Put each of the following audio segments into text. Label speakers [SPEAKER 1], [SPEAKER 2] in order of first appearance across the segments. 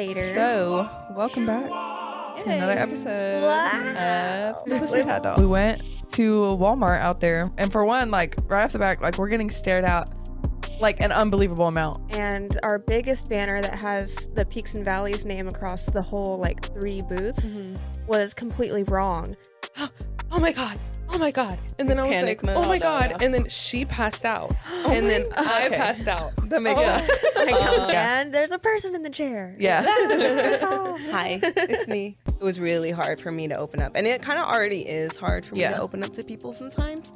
[SPEAKER 1] later.
[SPEAKER 2] So, welcome back to another
[SPEAKER 1] Yay.
[SPEAKER 2] episode
[SPEAKER 1] Wow.
[SPEAKER 2] of the Pussy Hot Dog. We went to Walmart out there, and for one, like right off the back, like we're getting stared at like an unbelievable amount.
[SPEAKER 3] and our biggest banner that has the peaks and valleys name across the whole like three booths
[SPEAKER 2] Mm-hmm.
[SPEAKER 3] was completely wrong
[SPEAKER 4] oh my god oh my god and then i was
[SPEAKER 5] Panic
[SPEAKER 4] like
[SPEAKER 5] mode,
[SPEAKER 4] oh my
[SPEAKER 5] no,
[SPEAKER 4] god
[SPEAKER 5] no.
[SPEAKER 4] and then she passed out
[SPEAKER 2] Oh,
[SPEAKER 4] and then i
[SPEAKER 5] Okay.
[SPEAKER 4] passed out Oh.
[SPEAKER 2] That makes sense. yeah.
[SPEAKER 3] and there's a person in the chair
[SPEAKER 2] Yeah.
[SPEAKER 5] Hi, it's me. It was really hard for me to open up, and it kind of already is hard for me
[SPEAKER 2] Yeah.
[SPEAKER 5] to open up to people sometimes.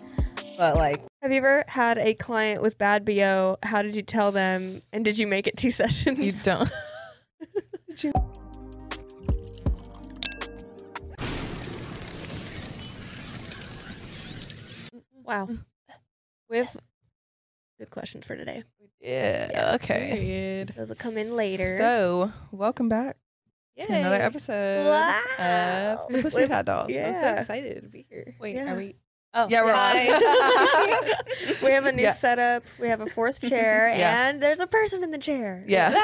[SPEAKER 5] But like,
[SPEAKER 3] have you ever had a client with bad bo how did you tell them and did you make it two sessions
[SPEAKER 2] you don't.
[SPEAKER 3] wow we have good questions for today
[SPEAKER 2] Yeah. Okay.
[SPEAKER 4] period
[SPEAKER 3] those will come in later
[SPEAKER 2] So, welcome back to another episode
[SPEAKER 1] Wow.
[SPEAKER 2] of the Pussy Hot Dog.
[SPEAKER 3] Yeah.
[SPEAKER 4] i'm so excited to be here
[SPEAKER 5] wait,
[SPEAKER 3] Yeah.
[SPEAKER 5] are we? Oh,
[SPEAKER 2] Yeah, we're
[SPEAKER 5] hi.
[SPEAKER 2] on.
[SPEAKER 3] we have a new
[SPEAKER 2] Yeah.
[SPEAKER 3] setup we have a fourth chair
[SPEAKER 2] Yeah.
[SPEAKER 3] and there's a person in the chair
[SPEAKER 2] yeah.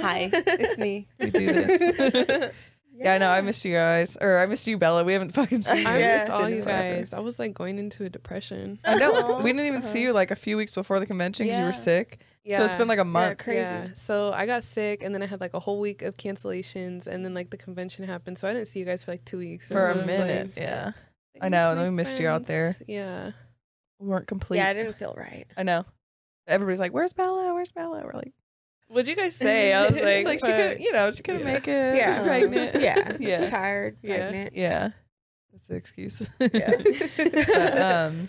[SPEAKER 5] hi, it's me.
[SPEAKER 2] we do this. Yeah, I know. I missed you guys, or I missed you, Bella. We haven't fucking seen you.
[SPEAKER 4] i
[SPEAKER 3] Yeah.
[SPEAKER 4] missed all
[SPEAKER 2] in
[SPEAKER 4] you
[SPEAKER 2] forever.
[SPEAKER 4] guys i was like going into a depression
[SPEAKER 2] I know.
[SPEAKER 5] Aw.
[SPEAKER 2] We didn't even see you like a few weeks before the convention because you
[SPEAKER 5] Yeah.
[SPEAKER 2] were sick. So it's been like a month.
[SPEAKER 3] crazy.
[SPEAKER 4] so i got sick and then i had like a whole week of cancellations and then like the convention happened so i didn't see you guys for like two weeks
[SPEAKER 2] For a
[SPEAKER 4] And I was
[SPEAKER 2] minute,
[SPEAKER 4] like,
[SPEAKER 2] yeah,
[SPEAKER 4] I
[SPEAKER 2] I know,
[SPEAKER 4] miss
[SPEAKER 2] and
[SPEAKER 4] my
[SPEAKER 2] we missed you out
[SPEAKER 4] friends.
[SPEAKER 2] there.
[SPEAKER 4] yeah
[SPEAKER 2] we weren't complete.
[SPEAKER 3] yeah i didn't feel right
[SPEAKER 2] I know. Everybody's like, "Where's Bella? Where's Bella?" We're like,
[SPEAKER 4] what'd you guys say i was
[SPEAKER 2] It's
[SPEAKER 4] like,
[SPEAKER 2] she could,
[SPEAKER 4] "Fuck."
[SPEAKER 2] you know, she couldn't
[SPEAKER 4] Yeah.
[SPEAKER 2] make it.
[SPEAKER 3] Yeah.
[SPEAKER 2] She's pregnant.
[SPEAKER 3] Um, yeah
[SPEAKER 2] Yeah.
[SPEAKER 3] just tired
[SPEAKER 4] Yeah.
[SPEAKER 3] pregnant
[SPEAKER 2] yeah. That's the excuse. But,
[SPEAKER 4] yeah
[SPEAKER 2] um,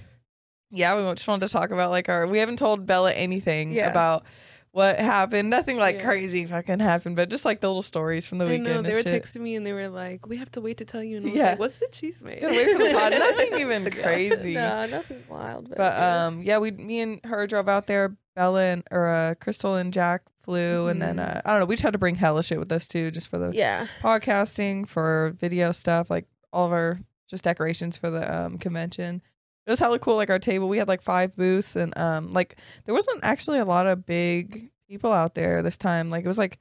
[SPEAKER 2] yeah, we just wanted to talk about like our. We haven't told Bella anything
[SPEAKER 3] Yeah.
[SPEAKER 2] about what happened. Nothing like
[SPEAKER 4] Yeah.
[SPEAKER 2] crazy fucking happened, but just like the little stories from the
[SPEAKER 4] I
[SPEAKER 2] weekend.
[SPEAKER 4] know
[SPEAKER 2] and
[SPEAKER 4] they were
[SPEAKER 2] shit.
[SPEAKER 4] texting me and they were like, "We have to wait to tell you." And I was
[SPEAKER 2] Yeah.
[SPEAKER 4] like, "What's the cheese made?"
[SPEAKER 2] Get away from the pod. Nothing even crazy.
[SPEAKER 3] No, nothing wild. But,
[SPEAKER 2] But
[SPEAKER 3] yeah.
[SPEAKER 2] um, yeah, we me and her drove out there. Bella and or uh, Crystal and Jack flew, and then uh, I don't know. We tried to bring hella shit with us too, just for the
[SPEAKER 3] Mm-hmm. yeah,
[SPEAKER 2] podcasting, for video stuff, like all of our just decorations for the um convention. It was hella cool. Like our table, we had like five booths, and um, like there wasn't actually a lot of big people out there this time. Like it was like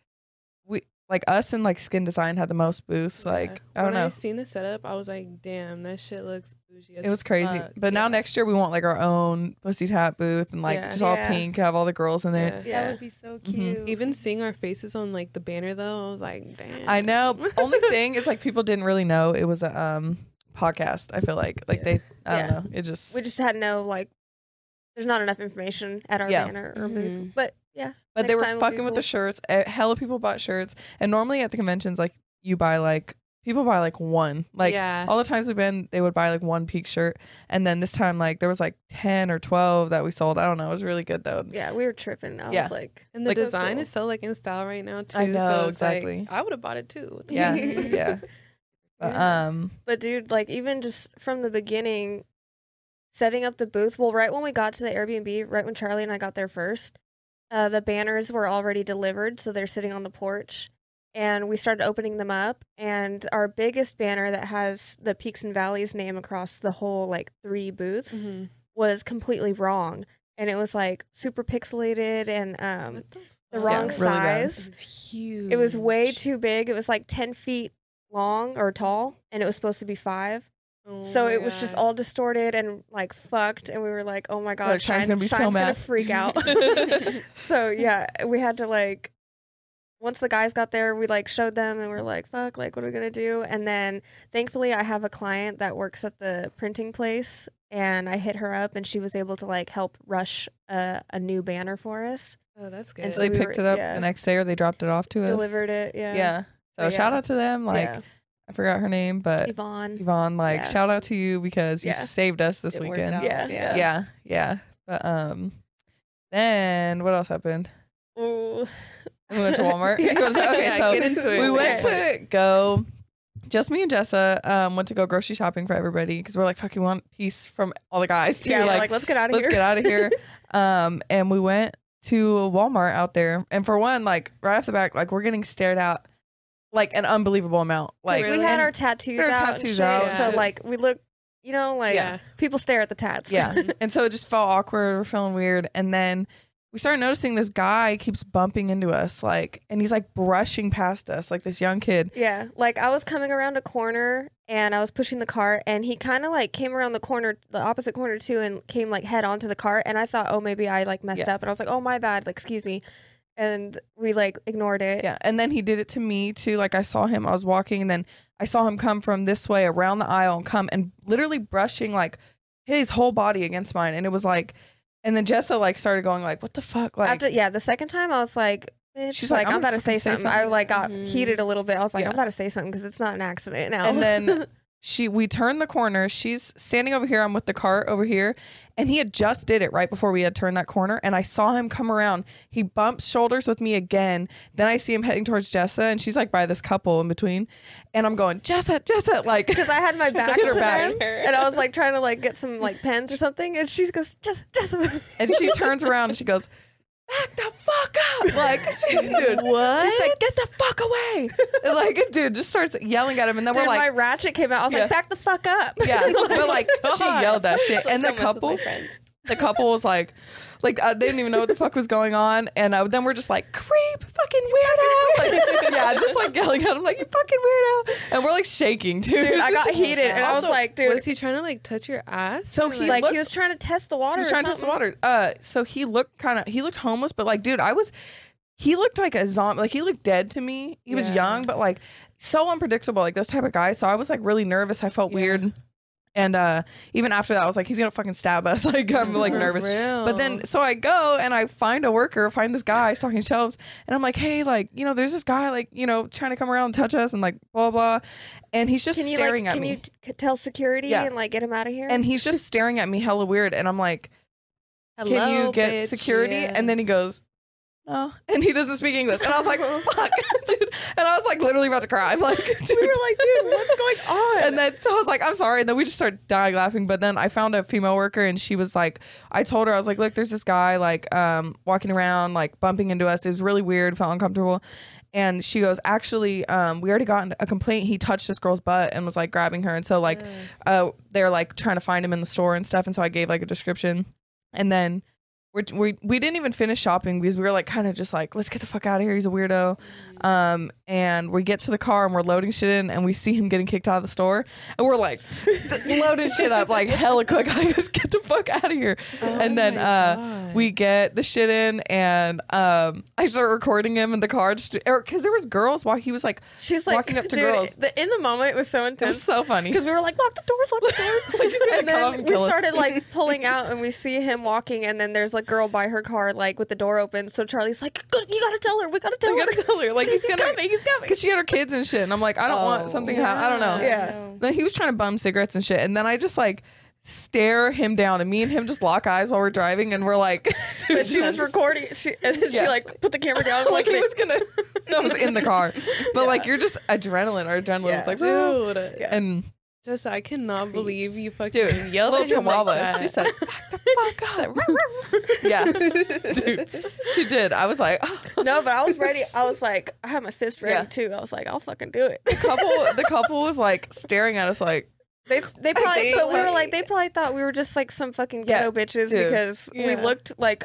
[SPEAKER 2] we like us and like Skin Design had the most booths. Like I don't
[SPEAKER 4] when
[SPEAKER 2] know.
[SPEAKER 4] I seen the setup, I was like, "Damn, that shit looks bougie." As
[SPEAKER 2] It was crazy.
[SPEAKER 4] fuck.
[SPEAKER 2] But now
[SPEAKER 4] Yeah.
[SPEAKER 2] next year we want like our own pussy tat booth and like
[SPEAKER 4] Yeah.
[SPEAKER 2] just all
[SPEAKER 3] Yeah.
[SPEAKER 2] pink, have all the girls in there.
[SPEAKER 4] Yeah.
[SPEAKER 5] That
[SPEAKER 3] yeah. Mm-hmm.
[SPEAKER 5] would be so
[SPEAKER 2] Mhm.
[SPEAKER 5] cute.
[SPEAKER 4] Even seeing our faces on like the banner though, I was like, "Damn."
[SPEAKER 2] I know. Only thing is like people didn't really know it was a um podcast, I feel like. Like they I
[SPEAKER 3] Yeah.
[SPEAKER 2] don't know. It just
[SPEAKER 3] We just had no like. There's not enough information at our
[SPEAKER 2] Yeah. Mm-hmm.
[SPEAKER 3] banner or booth,
[SPEAKER 5] Mhm.
[SPEAKER 3] but yeah,
[SPEAKER 2] But they
[SPEAKER 3] next
[SPEAKER 2] were
[SPEAKER 3] time it'll be
[SPEAKER 2] fucking with the
[SPEAKER 3] cool.
[SPEAKER 2] shirts. Eh, Hella people bought shirts. And normally at the conventions like you buy like people buy like one. Like
[SPEAKER 4] yeah.
[SPEAKER 2] all the times we've been, they would buy like one peak shirt. And then this time like there was like ten or twelve that we sold. I don't know. It was really good though.
[SPEAKER 3] yeah, we were tripping. I
[SPEAKER 2] Yeah.
[SPEAKER 3] was like,
[SPEAKER 4] and the
[SPEAKER 2] like-
[SPEAKER 4] design is so like in style right now too.
[SPEAKER 2] I know,
[SPEAKER 4] so it's like,
[SPEAKER 2] exactly.
[SPEAKER 4] I would have bought it too. What the
[SPEAKER 2] Yeah.
[SPEAKER 4] fuck?
[SPEAKER 2] yeah. But
[SPEAKER 4] Yeah.
[SPEAKER 2] um
[SPEAKER 3] but dude, like even just from the beginning, setting up the booth. Well, right when we got to the Airbnb, right when Charlie and I got there first, uh, the banners were already delivered, so they're sitting on the porch. And we started opening them up, and our biggest banner that has the Peaks and Valleys name across the whole like three booths
[SPEAKER 4] Mhm.
[SPEAKER 3] was completely wrong and it was like super pixelated and um
[SPEAKER 4] What the
[SPEAKER 3] the
[SPEAKER 4] fuck?
[SPEAKER 3] wrong
[SPEAKER 2] really bad.
[SPEAKER 3] size
[SPEAKER 5] it's huge.
[SPEAKER 3] it was way too big it was like 10 feet long or tall and it was supposed to be five
[SPEAKER 4] Oh
[SPEAKER 3] so
[SPEAKER 4] my
[SPEAKER 3] it was just
[SPEAKER 4] God.
[SPEAKER 3] all distorted and like fucked and we were like oh my god
[SPEAKER 2] Look, Shine's gonna be so
[SPEAKER 3] Shine's gonna
[SPEAKER 2] mad.
[SPEAKER 3] freak out so yeah we had to like once the guys got there we like showed them and we're like fuck like what are we gonna do and then thankfully i have a client that works at the printing place and i hit her up and she was able to like help rush a, a new banner for us
[SPEAKER 4] Oh, that's good.
[SPEAKER 3] And
[SPEAKER 2] So
[SPEAKER 3] so
[SPEAKER 2] they
[SPEAKER 3] we
[SPEAKER 2] picked
[SPEAKER 3] were-
[SPEAKER 2] it up
[SPEAKER 3] yeah.
[SPEAKER 2] the next day, or they dropped it off to us.
[SPEAKER 3] delivered it yeah
[SPEAKER 2] Yeah. So
[SPEAKER 3] Yeah.
[SPEAKER 2] shout out to them. Like
[SPEAKER 3] Yeah.
[SPEAKER 2] I forgot her name, but
[SPEAKER 3] yvonne
[SPEAKER 2] Yvonne, like
[SPEAKER 3] Yeah.
[SPEAKER 2] shout out to you because you
[SPEAKER 3] Yeah.
[SPEAKER 2] saved us this
[SPEAKER 5] It worked
[SPEAKER 2] weekend.
[SPEAKER 5] out.
[SPEAKER 3] yeah
[SPEAKER 2] Yeah. yeah, But um, then what else happened?
[SPEAKER 3] Ooh.
[SPEAKER 2] We went to Walmart.
[SPEAKER 3] Yeah.
[SPEAKER 2] Okay,
[SPEAKER 4] Yeah,
[SPEAKER 2] so
[SPEAKER 4] get into it.
[SPEAKER 2] we went
[SPEAKER 4] Okay.
[SPEAKER 2] to go. Just me and Jessa um, went to go grocery shopping for everybody because we're like, fuck, we want peace from all the guys too.
[SPEAKER 3] yeah we're
[SPEAKER 2] like,
[SPEAKER 3] like, let's get out of
[SPEAKER 2] let's
[SPEAKER 3] here
[SPEAKER 2] get out of here. um, and we went to Walmart out there, and for one, like right off the back, like we're getting stared at like an unbelievable amount. Like,
[SPEAKER 3] we had our tattoos
[SPEAKER 2] Our
[SPEAKER 3] out, and
[SPEAKER 2] tattoos
[SPEAKER 3] shit,
[SPEAKER 2] out.
[SPEAKER 3] so
[SPEAKER 4] Yeah.
[SPEAKER 3] like we look you know like
[SPEAKER 4] yeah.
[SPEAKER 3] people stare at the tats
[SPEAKER 2] yeah, and so it just felt awkward. We're feeling weird, and then we started noticing this guy keeps bumping into us, like, and he's like brushing past us, like this young kid.
[SPEAKER 3] Yeah, like I was coming around a corner and I was pushing the cart, and he kind of like came around the corner, the opposite corner too, and came like head onto the cart. And I thought, oh, maybe I like messed
[SPEAKER 2] Yeah.
[SPEAKER 3] up, and I was like, oh my bad, like excuse me, and we like ignored it.
[SPEAKER 2] Yeah. And then he did it to me too. Like I saw him, I was walking, and then I saw him come from this way around the aisle and come and literally brushing like his whole body against mine. And it was like, and then Jessa like started going like, what the fuck? Like,
[SPEAKER 3] After yeah, the second time I was like. Bitch,
[SPEAKER 2] She's
[SPEAKER 3] She's
[SPEAKER 2] like,
[SPEAKER 3] like,
[SPEAKER 2] "I'm
[SPEAKER 3] I'm, about
[SPEAKER 2] gonna
[SPEAKER 3] to say
[SPEAKER 2] fucking say
[SPEAKER 3] something. I
[SPEAKER 2] something." Mm-hmm.
[SPEAKER 3] like got
[SPEAKER 5] Mhm.
[SPEAKER 3] heated a little bit. I was like,
[SPEAKER 2] Yeah.
[SPEAKER 3] I'm about to say something because it's not an accident now.
[SPEAKER 2] and then she, we turned the corner. She's standing over here. I'm with the cart over here. And he had just did it right before we had turned that corner. And I saw him come around. He bumps shoulders with me again. Then I see him heading towards Jessa and she's like by this couple in between. And I'm going, Jessa, Jessa, like,
[SPEAKER 3] because I had my back
[SPEAKER 2] Hit her
[SPEAKER 3] to
[SPEAKER 2] back.
[SPEAKER 3] them, and I was like trying to like get some like pens or something, and she goes, just, just,
[SPEAKER 2] And she turns around and she goes, Back the fuck up. Like, she, dude,
[SPEAKER 1] What?
[SPEAKER 2] She's like, Get the fuck away. And like, dude just starts yelling at him. And then
[SPEAKER 3] Dude,
[SPEAKER 2] we're
[SPEAKER 3] my
[SPEAKER 2] like,
[SPEAKER 3] ratchet came out. I was
[SPEAKER 2] Yeah.
[SPEAKER 3] like, back the fuck up.
[SPEAKER 2] Yeah. But like, she yelled that shit. And the couple, the couple was like, like uh, they didn't even know what the fuck was going on, and uh, then we're just like, "Creep, fucking weirdo!" Like, yeah, just like yelling at him, like "You fucking weirdo!" And we're like shaking, dude.
[SPEAKER 3] Dude, I got
[SPEAKER 2] It's just-
[SPEAKER 3] heated, and I was
[SPEAKER 4] Also,
[SPEAKER 3] like, dude,
[SPEAKER 4] was he trying to like touch your ass?
[SPEAKER 2] So
[SPEAKER 4] Or,
[SPEAKER 2] he,
[SPEAKER 3] like
[SPEAKER 2] looked-
[SPEAKER 3] he was trying to test the water.
[SPEAKER 2] He was
[SPEAKER 3] or
[SPEAKER 2] trying to test the
[SPEAKER 3] something.
[SPEAKER 2] water. Uh, so he looked kind of he looked homeless, but like, dude, I was he looked like a zombie. Like he looked dead to me. He was
[SPEAKER 4] Yeah.
[SPEAKER 2] young, but like so unpredictable. Like those type of guys. So I was like really nervous. I felt
[SPEAKER 4] Yeah.
[SPEAKER 2] weird. And uh, even after that, I was like, he's gonna fucking stab us. Like I'm like
[SPEAKER 4] For
[SPEAKER 2] nervous.
[SPEAKER 4] real.
[SPEAKER 2] But then, so I go and I find a worker, find this guy stocking shelves, and I'm like, hey, like, you know, there's this guy, like, you know, trying to come around and touch us and like, blah, blah. And he's just
[SPEAKER 3] Can you
[SPEAKER 2] staring
[SPEAKER 3] like,
[SPEAKER 2] at
[SPEAKER 3] can
[SPEAKER 2] me.
[SPEAKER 3] you t- c- tell security
[SPEAKER 2] Yeah.
[SPEAKER 3] and like get him out of here?
[SPEAKER 2] and he's just staring at me hella weird. And I'm like, can you
[SPEAKER 4] Hello,
[SPEAKER 2] get
[SPEAKER 4] bitch.
[SPEAKER 2] security?
[SPEAKER 4] Yeah.
[SPEAKER 2] And then he goes, no. And he doesn't speak English. And I was like, fuck, dude. And I was like, literally about to cry. I'm like, dude.
[SPEAKER 3] we were like, dude, what's going on?
[SPEAKER 2] And then so I was like, I'm sorry. And then we just started dying laughing. But then I found a female worker and she was like, I told her, I was like, look, there's this guy like um walking around, like bumping into us. It was really weird, felt uncomfortable. And she goes, actually, um, we already got a complaint. He touched this girl's butt and was like grabbing her. And so like uh they're like trying to find him in the store and stuff. And so I gave like a description. And then we're, we we didn't even finish shopping because we were like kind of just like let's get the fuck out of here he's a weirdo um and we get to the car and we're loading shit in and we see him getting kicked out of the store and we're like loading shit up like hella quick like let's get the fuck out of here
[SPEAKER 3] Oh
[SPEAKER 2] and then
[SPEAKER 4] my
[SPEAKER 2] uh
[SPEAKER 4] God.
[SPEAKER 2] we get the shit in and um i start recording him in the car just because there was girls while he was like
[SPEAKER 3] she's like,
[SPEAKER 2] walking up to
[SPEAKER 3] dude,
[SPEAKER 2] girls
[SPEAKER 3] The, in the moment, it was so
[SPEAKER 2] it was
[SPEAKER 3] intense.
[SPEAKER 2] so funny
[SPEAKER 3] Because we were like, lock the doors, lock the doors.
[SPEAKER 2] Like, he's gonna
[SPEAKER 3] and
[SPEAKER 2] come
[SPEAKER 3] then
[SPEAKER 2] and
[SPEAKER 3] we
[SPEAKER 2] kill us.
[SPEAKER 3] started like pulling out, and we see him walking, and then there's a girl by her car, like with the door open. So Charlie's like, "Good, you gotta tell her, we gotta tell
[SPEAKER 2] i
[SPEAKER 3] her.
[SPEAKER 2] gotta tell her like he's,
[SPEAKER 3] He's
[SPEAKER 2] gonna
[SPEAKER 3] coming, he's coming.
[SPEAKER 2] because she had her kids and shit and i'm like i don't want
[SPEAKER 5] Oh.
[SPEAKER 2] something ha- i don't know
[SPEAKER 3] Yeah.
[SPEAKER 2] Then he was trying to bum cigarettes and shit, and then I just like stare him down, and me and him just lock eyes while we're driving, and we're like, dude,
[SPEAKER 3] But she was recording. She and then
[SPEAKER 2] Yes.
[SPEAKER 3] she like put the camera down.
[SPEAKER 2] like
[SPEAKER 3] Like,
[SPEAKER 2] he was gonna, no, it was in the car, but like you're just adrenaline, our adrenaline
[SPEAKER 3] Yeah.
[SPEAKER 2] was like, "Woo."
[SPEAKER 4] dude,
[SPEAKER 2] and
[SPEAKER 4] Jessa, I cannot believe you fucking
[SPEAKER 2] dude, yelled
[SPEAKER 4] at him like
[SPEAKER 2] chihuahua.
[SPEAKER 4] that.
[SPEAKER 2] she said, "Back the fuck up." yeah, dude, she did. I was like, oh.
[SPEAKER 3] no, but I was ready. I was like, I had my fist ready
[SPEAKER 2] Yeah.
[SPEAKER 3] too. I was like, I'll fucking do it.
[SPEAKER 2] couple, the couple was like staring at us like.
[SPEAKER 3] They they probably
[SPEAKER 5] think,
[SPEAKER 3] but we were
[SPEAKER 5] like-
[SPEAKER 3] like they probably thought we were just like some fucking
[SPEAKER 2] Yeah,
[SPEAKER 3] ghetto bitches
[SPEAKER 2] dude.
[SPEAKER 3] because we
[SPEAKER 4] Yeah.
[SPEAKER 3] looked like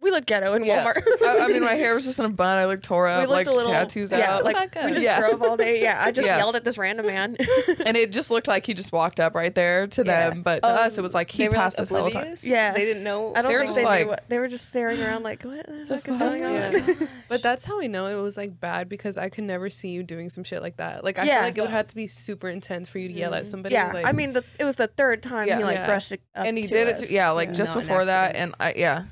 [SPEAKER 3] we looked ghetto in
[SPEAKER 2] Yeah.
[SPEAKER 3] Walmart.
[SPEAKER 2] I, I mean, my hair was just in a bun. I looked tore
[SPEAKER 3] we
[SPEAKER 2] up,
[SPEAKER 3] looked
[SPEAKER 2] like
[SPEAKER 3] a little
[SPEAKER 2] tattoos
[SPEAKER 3] yeah,
[SPEAKER 2] out.
[SPEAKER 3] like
[SPEAKER 4] Fuck
[SPEAKER 3] we
[SPEAKER 4] us.
[SPEAKER 3] just
[SPEAKER 2] Yeah.
[SPEAKER 3] drove all day. Yeah, I just
[SPEAKER 2] Yeah.
[SPEAKER 3] yelled at this random man.
[SPEAKER 2] and it just looked like he just walked up right there to
[SPEAKER 3] Yeah. Um,
[SPEAKER 2] them, but to us it was like he
[SPEAKER 5] Um, They were,
[SPEAKER 2] passed
[SPEAKER 5] like,
[SPEAKER 2] us all the time.
[SPEAKER 5] oblivious?
[SPEAKER 3] Yeah.
[SPEAKER 5] they didn't know.
[SPEAKER 3] I don't
[SPEAKER 2] They were
[SPEAKER 3] think
[SPEAKER 2] just
[SPEAKER 3] they
[SPEAKER 2] like-
[SPEAKER 3] knew what they were just staring around like what the, fuck, is
[SPEAKER 2] fuck?
[SPEAKER 3] going on.
[SPEAKER 4] Yeah. But that's how I know it was like bad because I could never see you doing some shit like that. Like I
[SPEAKER 3] Yeah. Mm.
[SPEAKER 4] feel like it would have to be super intense for you to yell at somebody.
[SPEAKER 3] Yeah,
[SPEAKER 4] like,
[SPEAKER 3] I mean the, it was the third time
[SPEAKER 2] Yeah.
[SPEAKER 3] he like
[SPEAKER 4] Yeah.
[SPEAKER 3] brushed it up
[SPEAKER 2] And he
[SPEAKER 3] to
[SPEAKER 2] did
[SPEAKER 3] us.
[SPEAKER 2] it too, yeah, like
[SPEAKER 5] Yeah.
[SPEAKER 2] just
[SPEAKER 5] Not an
[SPEAKER 2] before that, and I yeah,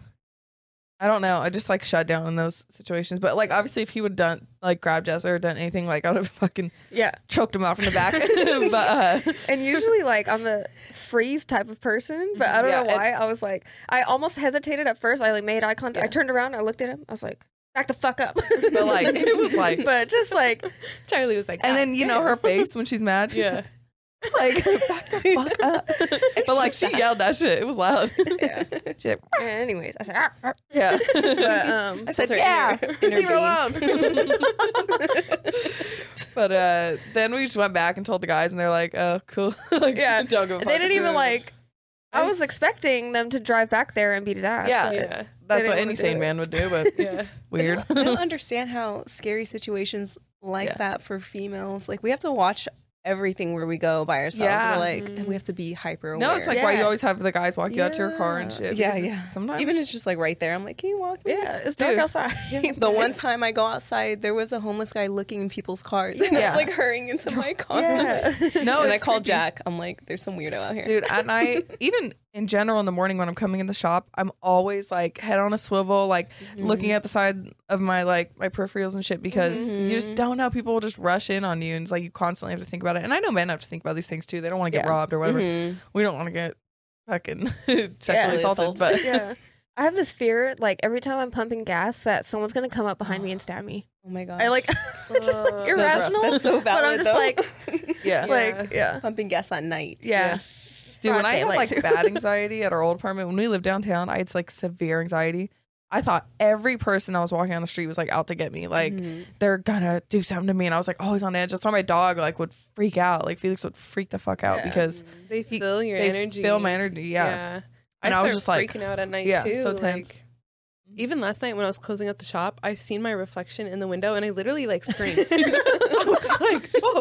[SPEAKER 2] I don't know. I just like shut down in those situations. But like obviously, if he would done like grabbed Jess or done anything, like I would have fucking
[SPEAKER 3] yeah.
[SPEAKER 2] choked him out from the back. but uh,
[SPEAKER 3] And usually, like, I'm a freeze type of person, but I don't
[SPEAKER 2] Yeah,
[SPEAKER 3] know why. I was like, I almost hesitated at first. I like made eye contact. I turned around. I looked at him. I was like, back the fuck up.
[SPEAKER 2] but like it was like,
[SPEAKER 3] but just like,
[SPEAKER 4] Charlie was like, "Ah."
[SPEAKER 2] and then you know her face when she's mad. She's
[SPEAKER 4] yeah,
[SPEAKER 2] like, back the fuck up. But like she yelled that shit. It was loud.
[SPEAKER 5] Yeah.
[SPEAKER 2] She-
[SPEAKER 3] anyways, I said, "Arr, arr."
[SPEAKER 2] yeah.
[SPEAKER 3] but um,
[SPEAKER 5] I said,
[SPEAKER 2] yeah,
[SPEAKER 5] leave
[SPEAKER 2] But uh, then we just went back and told the guys, and they're like, "Oh, cool." like,
[SPEAKER 3] Yeah.
[SPEAKER 2] don't give a
[SPEAKER 3] they
[SPEAKER 2] fuck.
[SPEAKER 3] didn't even like I was expecting them to drive back there and beat his ass.
[SPEAKER 2] Yeah.
[SPEAKER 3] but
[SPEAKER 4] Yeah.
[SPEAKER 2] That's
[SPEAKER 3] didn't
[SPEAKER 2] what
[SPEAKER 3] wanna
[SPEAKER 2] any
[SPEAKER 3] do
[SPEAKER 2] sane
[SPEAKER 3] it.
[SPEAKER 2] man would do, but
[SPEAKER 4] Yeah.
[SPEAKER 2] weird.
[SPEAKER 5] I don't understand how scary situations like
[SPEAKER 2] Yeah.
[SPEAKER 5] that for females. Like we have to watch everything where we go by ourselves.
[SPEAKER 2] Yeah.
[SPEAKER 5] We're like
[SPEAKER 4] Mhm.
[SPEAKER 5] we have to be hyper aware.
[SPEAKER 2] No, it's like why you
[SPEAKER 3] Yeah.
[SPEAKER 2] always have the guys walk you out to your car and
[SPEAKER 5] Yeah.
[SPEAKER 2] shit.
[SPEAKER 5] Yeah,
[SPEAKER 2] because it's-
[SPEAKER 5] yeah.
[SPEAKER 2] Sometimes
[SPEAKER 5] even if it's just like right there. I'm like, can you walk me?
[SPEAKER 3] Yeah, it's dark
[SPEAKER 2] Dude.
[SPEAKER 3] outside.
[SPEAKER 5] The one time I go outside, there was a homeless guy looking in people's cars, and I
[SPEAKER 2] Yeah.
[SPEAKER 5] was like hurrying into my car.
[SPEAKER 3] Yeah.
[SPEAKER 2] no,
[SPEAKER 5] and I
[SPEAKER 2] it's
[SPEAKER 5] called
[SPEAKER 2] creepy.
[SPEAKER 5] Jack. I'm like, there's some weirdo out here.
[SPEAKER 2] dude and i even in general in the morning when i'm coming in the shop i'm always like head on a swivel like looking at the side of my like my peripherals and shit because you just don't know people will just rush in on you and it's like you constantly have to think about it and i know men have to think about these things too they don't want to get
[SPEAKER 3] Yeah.
[SPEAKER 2] robbed or whatever
[SPEAKER 5] Mhm.
[SPEAKER 2] we don't want to get fucking sexually
[SPEAKER 5] Yeah.
[SPEAKER 2] assaulted
[SPEAKER 5] Assaulted.
[SPEAKER 2] but
[SPEAKER 3] yeah. I have this fear, like every time I'm pumping gas, that someone's gonna come up behind me and stab me.
[SPEAKER 5] Oh my god.
[SPEAKER 3] I like, it's just
[SPEAKER 4] Uh,
[SPEAKER 3] like irrational.
[SPEAKER 5] That's so valid.
[SPEAKER 3] but I'm just
[SPEAKER 5] though.
[SPEAKER 3] like,
[SPEAKER 2] yeah
[SPEAKER 3] like, yeah,
[SPEAKER 5] pumping gas at night.
[SPEAKER 3] yeah,
[SPEAKER 2] Dude, when
[SPEAKER 3] broad
[SPEAKER 2] I had
[SPEAKER 3] daylight,
[SPEAKER 2] like
[SPEAKER 3] too.
[SPEAKER 2] bad anxiety at our old apartment, when we lived downtown, I had like severe anxiety. I thought every person that was walking on the street was like out to get me. Like they're gonna do something to me. And I was like always on edge. That's why my dog like would freak out. Like Felix would freak the fuck out because
[SPEAKER 4] They
[SPEAKER 2] He-
[SPEAKER 4] feel your
[SPEAKER 2] they
[SPEAKER 4] energy.
[SPEAKER 2] feel my energy. Yeah. And
[SPEAKER 4] I,
[SPEAKER 2] I was
[SPEAKER 4] start
[SPEAKER 2] just like-
[SPEAKER 4] freaking out at night
[SPEAKER 2] yeah,
[SPEAKER 4] too.
[SPEAKER 2] so tense.
[SPEAKER 4] Like, even last night when I was closing up the shop, I seen my reflection in the window and I literally like screamed. I was like, whoa.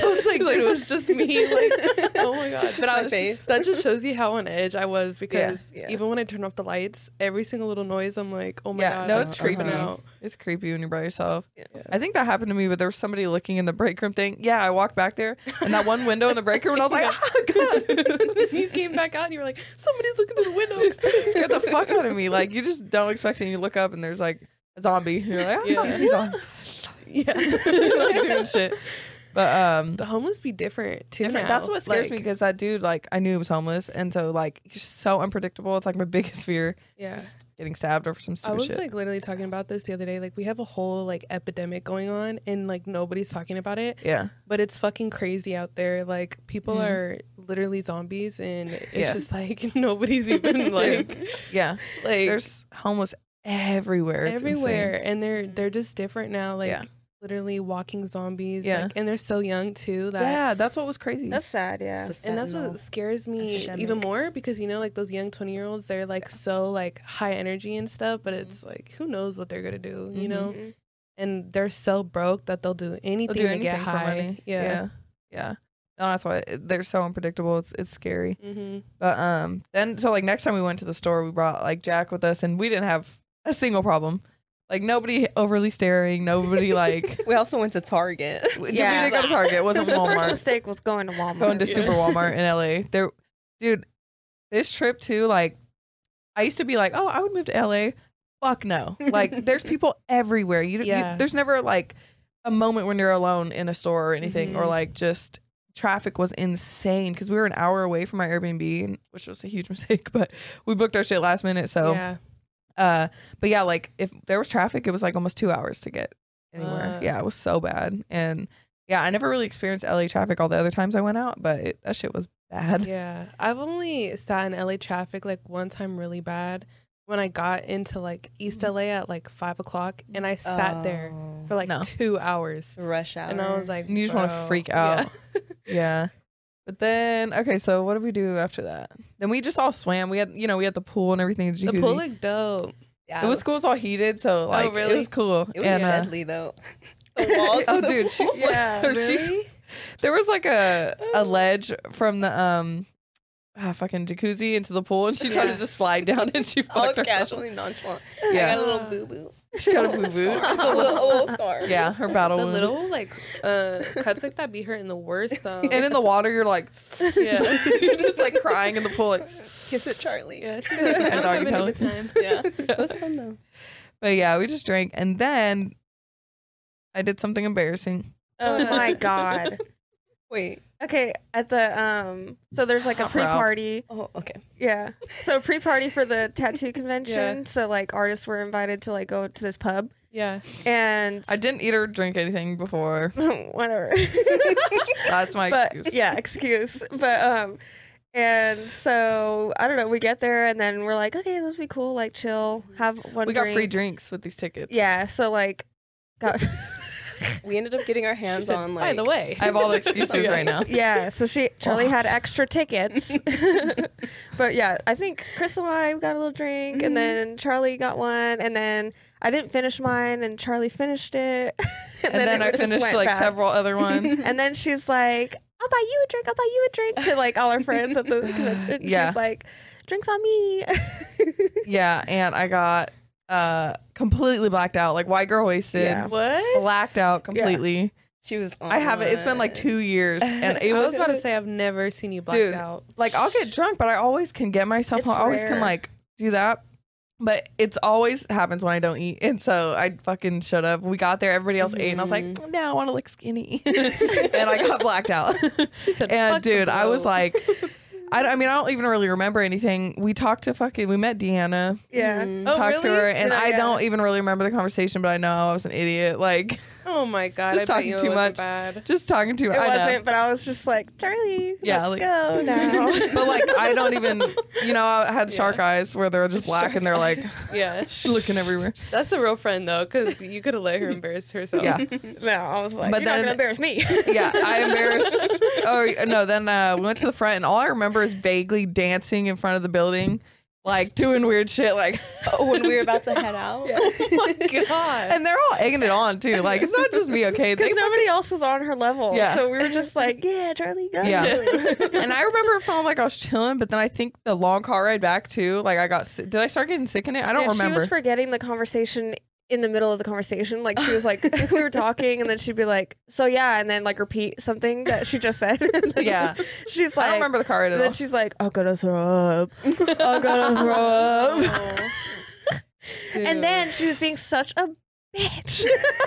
[SPEAKER 4] I was like, dude, it was just me. Like, oh my god.
[SPEAKER 5] just
[SPEAKER 4] But
[SPEAKER 5] my
[SPEAKER 4] I was
[SPEAKER 5] face.
[SPEAKER 4] just, that just shows you how on edge I was because
[SPEAKER 5] yeah.
[SPEAKER 4] even when I turn off the lights, every single little noise, I'm like, oh my
[SPEAKER 2] Yeah,
[SPEAKER 4] god. Uh-huh.
[SPEAKER 2] no,
[SPEAKER 4] I'm
[SPEAKER 2] it's
[SPEAKER 4] freaking
[SPEAKER 2] creepy.
[SPEAKER 4] out.
[SPEAKER 2] It's creepy when you're by yourself.
[SPEAKER 5] Yeah.
[SPEAKER 2] I think that happened to me, but there was somebody looking in the break room thing. Yeah, I walked back there and that one window in the break room and I was like, oh god.
[SPEAKER 4] you came back out and you were like, somebody's looking through the window.
[SPEAKER 2] It scared the fuck out of me. Like you just don't expect it. And you look up and there's like a zombie. You're like, oh,
[SPEAKER 4] Yeah.
[SPEAKER 2] he's on
[SPEAKER 4] yeah.
[SPEAKER 2] doing shit. But um,
[SPEAKER 4] the homeless be different too.
[SPEAKER 2] different-
[SPEAKER 4] now.
[SPEAKER 2] that's what scares me
[SPEAKER 4] Like,
[SPEAKER 2] because that dude, like, I knew he was homeless, and so like he's so unpredictable. It's like my biggest fear,
[SPEAKER 4] Yeah.
[SPEAKER 2] getting stabbed or some
[SPEAKER 4] I
[SPEAKER 2] stupid
[SPEAKER 4] was
[SPEAKER 2] shit.
[SPEAKER 4] like literally talking about this the other day. Like we have a whole like epidemic going on and like nobody's talking about it.
[SPEAKER 2] yeah,
[SPEAKER 4] But it's fucking crazy out there. Like people
[SPEAKER 2] Mhm.
[SPEAKER 4] are literally zombies and it's
[SPEAKER 2] Yeah.
[SPEAKER 4] just like nobody's even like
[SPEAKER 2] yeah.
[SPEAKER 4] like
[SPEAKER 2] There's homeless everywhere. It's
[SPEAKER 4] everywhere and they're they're just different now. Like
[SPEAKER 2] Yeah.
[SPEAKER 4] literally walking zombies.
[SPEAKER 2] Yeah.
[SPEAKER 4] Like, and they're so young too
[SPEAKER 2] insane.
[SPEAKER 4] that
[SPEAKER 2] Yeah, that's what was crazy.
[SPEAKER 3] that's sad. Yeah,
[SPEAKER 5] It's the
[SPEAKER 4] and that's what
[SPEAKER 5] fentanyl.
[SPEAKER 4] scares me even
[SPEAKER 5] Epidemic.
[SPEAKER 4] more because you know like those young 20 year olds they're like so like high energy and stuff but
[SPEAKER 2] Mm-hmm.
[SPEAKER 4] it's like who knows what they're gonna do
[SPEAKER 2] Mhm.
[SPEAKER 4] you know
[SPEAKER 3] Mhm.
[SPEAKER 4] and they're so broke that they'll do anything
[SPEAKER 2] They'll do
[SPEAKER 4] to get
[SPEAKER 2] anything for
[SPEAKER 4] high
[SPEAKER 2] money.
[SPEAKER 4] yeah,
[SPEAKER 2] yeah, yeah. No, that's why eh, they're so unpredictable. It's it's scary.
[SPEAKER 4] Mm-hmm.
[SPEAKER 2] But um, then so like next time we went to the store, we brought like Jack with us, and we didn't have a single problem. Like nobody overly staring, nobody like.
[SPEAKER 5] We also went to Target.
[SPEAKER 2] yeah.
[SPEAKER 3] Yeah.
[SPEAKER 2] we did go to Target. It wasn't
[SPEAKER 3] the first
[SPEAKER 2] Walmart.
[SPEAKER 3] mistake was going to Walmart.
[SPEAKER 2] Going to
[SPEAKER 4] Yeah.
[SPEAKER 2] Super Walmart in LA. There, dude, this trip too. Like, I used to be like, oh, I would move to LA. Fuck no. Like, there's people everywhere. You, yeah.
[SPEAKER 4] Yeah.
[SPEAKER 2] you there's never like a moment when you're alone in a store or anything, or
[SPEAKER 4] Mhm.
[SPEAKER 2] like just traffic was insane because we were an hour away from our Airbnb, which was a huge mistake. But we booked our shit last minute, so.
[SPEAKER 4] yeah
[SPEAKER 2] Uh, but yeah, like if there was traffic, it was like almost two hours to get anywhere.
[SPEAKER 4] Fuck.
[SPEAKER 2] yeah, it was so bad. And yeah, I never really experienced LA traffic all the other times I went out, but it, that shit was bad.
[SPEAKER 4] yeah i've only sat in la traffic like one time really bad when i got into like
[SPEAKER 2] Mm-hmm.
[SPEAKER 4] east la at like five o'clock and i sat there
[SPEAKER 5] Oh.
[SPEAKER 4] for like
[SPEAKER 2] Oh, No.
[SPEAKER 4] two hours
[SPEAKER 5] the rush hour.
[SPEAKER 4] and i was like
[SPEAKER 2] And you just want to
[SPEAKER 4] "Bro."
[SPEAKER 2] freak
[SPEAKER 4] Yeah.
[SPEAKER 2] out. Yeah. But then, okay, so what did we do after that? Then we just all swam. We had, you know, we had the pool and everything.
[SPEAKER 4] the
[SPEAKER 2] jacuzzi.
[SPEAKER 4] pool looked dope
[SPEAKER 5] yeah,
[SPEAKER 2] it was cool. It's all heated, so like it
[SPEAKER 4] really?
[SPEAKER 2] was cool.
[SPEAKER 5] It was
[SPEAKER 2] And, uh,
[SPEAKER 5] deadly though. the walls.
[SPEAKER 2] Oh,
[SPEAKER 5] of the
[SPEAKER 2] dude, she's
[SPEAKER 5] pool.
[SPEAKER 2] like,
[SPEAKER 4] yeah
[SPEAKER 2] she's-
[SPEAKER 4] really?
[SPEAKER 2] there was like a a ledge from the um, ah, fucking jacuzzi into the pool, and she tried
[SPEAKER 4] Yeah.
[SPEAKER 2] to just slide down, and she
[SPEAKER 5] all
[SPEAKER 2] fucked herself.
[SPEAKER 5] casually nonchalant. I
[SPEAKER 2] Yeah,
[SPEAKER 5] got a little boo boo.
[SPEAKER 2] she got a boo boo.
[SPEAKER 5] a little, a little scar.
[SPEAKER 2] Yeah, her battle
[SPEAKER 4] the
[SPEAKER 2] wound.
[SPEAKER 4] little like uh cuts like that be hurting the worst though
[SPEAKER 2] and in the water, you're like,
[SPEAKER 4] Yeah.
[SPEAKER 2] you're just like crying in the pool. Like,
[SPEAKER 5] Kiss it, Charlie.
[SPEAKER 4] yeah she's like,
[SPEAKER 2] And
[SPEAKER 4] I'm
[SPEAKER 2] doggy
[SPEAKER 4] having a good
[SPEAKER 2] paddling.
[SPEAKER 4] time
[SPEAKER 5] Yeah, it was fun though.
[SPEAKER 2] but yeah, we just drank, and then I did something embarrassing.
[SPEAKER 3] Oh my god.
[SPEAKER 5] Wait.
[SPEAKER 3] Okay, at the um, so there's like a
[SPEAKER 2] Not proud.
[SPEAKER 3] pre-party.
[SPEAKER 5] Oh, okay.
[SPEAKER 3] Yeah, so pre-party for the tattoo convention. So like artists were invited to like go to this pub
[SPEAKER 4] yeah
[SPEAKER 3] and
[SPEAKER 2] I didn't eat or drink anything before.
[SPEAKER 3] whatever.
[SPEAKER 2] That's my
[SPEAKER 3] but
[SPEAKER 2] excuse.
[SPEAKER 3] yeah, excuse. But um, and so I don't know. We get there and then we're like, okay, this will be cool. Like chill, have one.
[SPEAKER 2] we got free
[SPEAKER 3] drink.
[SPEAKER 2] drinks with these tickets.
[SPEAKER 3] Yeah, so like got
[SPEAKER 5] we ended up getting our hands
[SPEAKER 4] said,
[SPEAKER 5] on like
[SPEAKER 4] By the way,
[SPEAKER 2] I have all the excuses right now.
[SPEAKER 3] yeah, so she Charlie had extra tickets. but yeah, I think Chris and I got a little drink
[SPEAKER 2] Mm-hmm.
[SPEAKER 3] and then Charlie got one and then I didn't finish mine and Charlie finished it. and,
[SPEAKER 2] And then,
[SPEAKER 3] it
[SPEAKER 2] I
[SPEAKER 3] just
[SPEAKER 2] finished
[SPEAKER 3] went
[SPEAKER 2] like
[SPEAKER 3] bad.
[SPEAKER 2] several other ones.
[SPEAKER 3] And then she's like, I'll buy you a drink, I'll buy you a drink to like all our friends at the convention.
[SPEAKER 2] Yeah.
[SPEAKER 3] She's like, Drinks on me.
[SPEAKER 2] yeah, and I got uh completely blacked out, like white girl wasted,
[SPEAKER 3] Yeah.
[SPEAKER 4] what?
[SPEAKER 2] blacked out completely.
[SPEAKER 5] she was on
[SPEAKER 2] I haven't. It's been like
[SPEAKER 5] one.
[SPEAKER 2] two years, and it
[SPEAKER 4] I
[SPEAKER 2] was,
[SPEAKER 4] was about to say I've never seen you blacked
[SPEAKER 2] Dude.
[SPEAKER 4] out.
[SPEAKER 2] like I'll get drunk, but I always can get myself.
[SPEAKER 3] It's
[SPEAKER 2] home. I always can
[SPEAKER 3] rare.
[SPEAKER 2] like do that. But it's always happens when I don't eat, and so I fucking shut up. We got there, everybody else ate, and I was like, "No, I want to look skinny," and I got blacked out.
[SPEAKER 4] She said,
[SPEAKER 2] And
[SPEAKER 4] "Fuck the
[SPEAKER 2] dude, I was
[SPEAKER 4] blow."
[SPEAKER 2] like, I, don't- I mean, I don't even really remember anything. We talked to fucking, we met Deanna,
[SPEAKER 3] yeah.
[SPEAKER 4] Oh,
[SPEAKER 2] talked to
[SPEAKER 4] really?
[SPEAKER 2] her, and
[SPEAKER 3] Yeah,
[SPEAKER 2] I
[SPEAKER 3] yeah.
[SPEAKER 2] don't even really remember the conversation, but I know I was an idiot, like
[SPEAKER 4] oh my god,
[SPEAKER 2] Just
[SPEAKER 4] I bet
[SPEAKER 2] talking
[SPEAKER 4] you
[SPEAKER 2] too
[SPEAKER 4] it
[SPEAKER 2] much.
[SPEAKER 4] wasn't bad.
[SPEAKER 2] just talking to her.
[SPEAKER 3] It
[SPEAKER 2] I know.
[SPEAKER 3] wasn't, but I was just like, Charlie,
[SPEAKER 2] Yeah,
[SPEAKER 3] let's
[SPEAKER 2] like-
[SPEAKER 3] go now.
[SPEAKER 2] but like I don't even, you know, I had shark eyes where they're just black and they're like
[SPEAKER 4] Yeah,
[SPEAKER 2] looking everywhere.
[SPEAKER 4] that's a real friend though, because you could have let her embarrass herself.
[SPEAKER 2] Yeah,
[SPEAKER 3] No, I was like,
[SPEAKER 2] But
[SPEAKER 3] you're not
[SPEAKER 2] then-
[SPEAKER 3] gonna embarrass me.
[SPEAKER 2] yeah. I embarrassed. Oh no, then uh, we went to the front, and all I remember is vaguely dancing in front of the building, like doing weird shit, like.
[SPEAKER 5] Oh, when we were about to head out.
[SPEAKER 4] Oh my god.
[SPEAKER 2] And they're all egging it on too. Like it's not just me, okay? They
[SPEAKER 3] Because nobody else was on her level.
[SPEAKER 2] Yeah.
[SPEAKER 3] So we were just like, yeah, Charlie, go.
[SPEAKER 2] Yeah. and I remember it feeling like I was chilling, but then I think the long car ride back too. Like I got, si- did I start getting sick in it? I don't
[SPEAKER 3] Dude,
[SPEAKER 2] remember.
[SPEAKER 3] She was forgetting the conversation in the middle of the conversation. Like she was like, we were talking, and then she'd be like, so yeah, and then like repeat something that she just said. And then
[SPEAKER 2] Yeah.
[SPEAKER 3] She's
[SPEAKER 2] I
[SPEAKER 3] like,
[SPEAKER 2] don't remember the car ride
[SPEAKER 3] And
[SPEAKER 2] at all.
[SPEAKER 3] then she's like, I'm gonna throw up. I'm
[SPEAKER 2] "Oh,
[SPEAKER 3] gonna throw up. And then she was being such a bitch.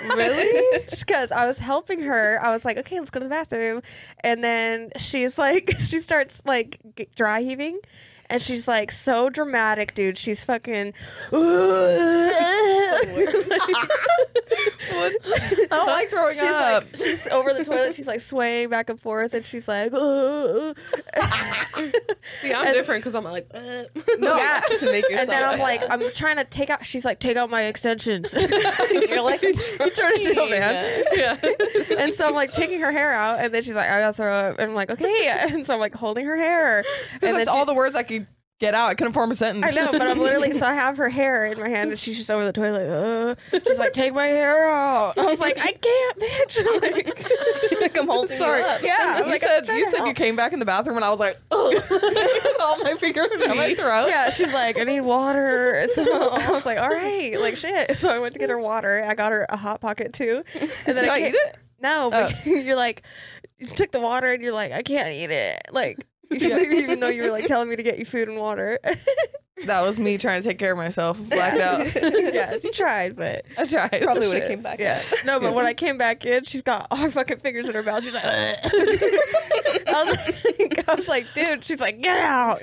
[SPEAKER 3] really? Because I was helping her. I was like, okay, let's go to the bathroom. And then she's like, she starts like g- dry heaving. And she's like so dramatic, dude. She's fucking.
[SPEAKER 2] I don't like throwing
[SPEAKER 3] she's
[SPEAKER 2] up.
[SPEAKER 3] like she's over the toilet. She's like swaying back and forth, and she's like,
[SPEAKER 4] See, I'm different because I'm like, uh,
[SPEAKER 2] no,
[SPEAKER 3] yeah.
[SPEAKER 5] to make yourself.
[SPEAKER 3] And then I'm like, I'm trying to take out. She's like, take out my extensions.
[SPEAKER 5] you're like,
[SPEAKER 3] Turn it into a man.
[SPEAKER 4] yeah.
[SPEAKER 3] And so I'm like taking her hair out, and then she's like, I gotta throw up. And I'm like, okay. And so I'm like holding her hair.
[SPEAKER 2] Because
[SPEAKER 3] And
[SPEAKER 2] that's
[SPEAKER 3] she-
[SPEAKER 2] all the words I could get out. I couldn't form a sentence.
[SPEAKER 3] I know, but I'm literally so I have her hair in my hand, and she's just over the toilet. Uh, she's like, take my hair out. I was like, I can't, bitch. Like,
[SPEAKER 5] like I'm holding
[SPEAKER 2] Sorry.
[SPEAKER 5] you up.
[SPEAKER 2] Yeah,
[SPEAKER 3] I'm
[SPEAKER 2] you
[SPEAKER 3] like, I'm
[SPEAKER 2] said
[SPEAKER 3] trying
[SPEAKER 2] you
[SPEAKER 3] to
[SPEAKER 2] said you
[SPEAKER 3] help.
[SPEAKER 2] came back in the bathroom, and I was like, oh, all my fingers down my throat.
[SPEAKER 3] yeah, she's like, I need water. So I was like, all right, like shit. So I went to get her water. I got her a hot pocket too, and then
[SPEAKER 2] Did
[SPEAKER 3] I
[SPEAKER 2] I
[SPEAKER 3] ca-
[SPEAKER 2] eat it?
[SPEAKER 3] No, but you're like, you took the water and you're like, I can't eat it. Like, even though you were like telling me to get you food and water.
[SPEAKER 2] That was me trying to take care of myself. Blacked out.
[SPEAKER 3] yeah, she tried, but
[SPEAKER 2] I tried.
[SPEAKER 5] Probably would have came back.
[SPEAKER 3] yeah. No, but when I came back in, she's got all her fucking fingers in her mouth. She's like, I, was like I was like, dude, she's like, get out.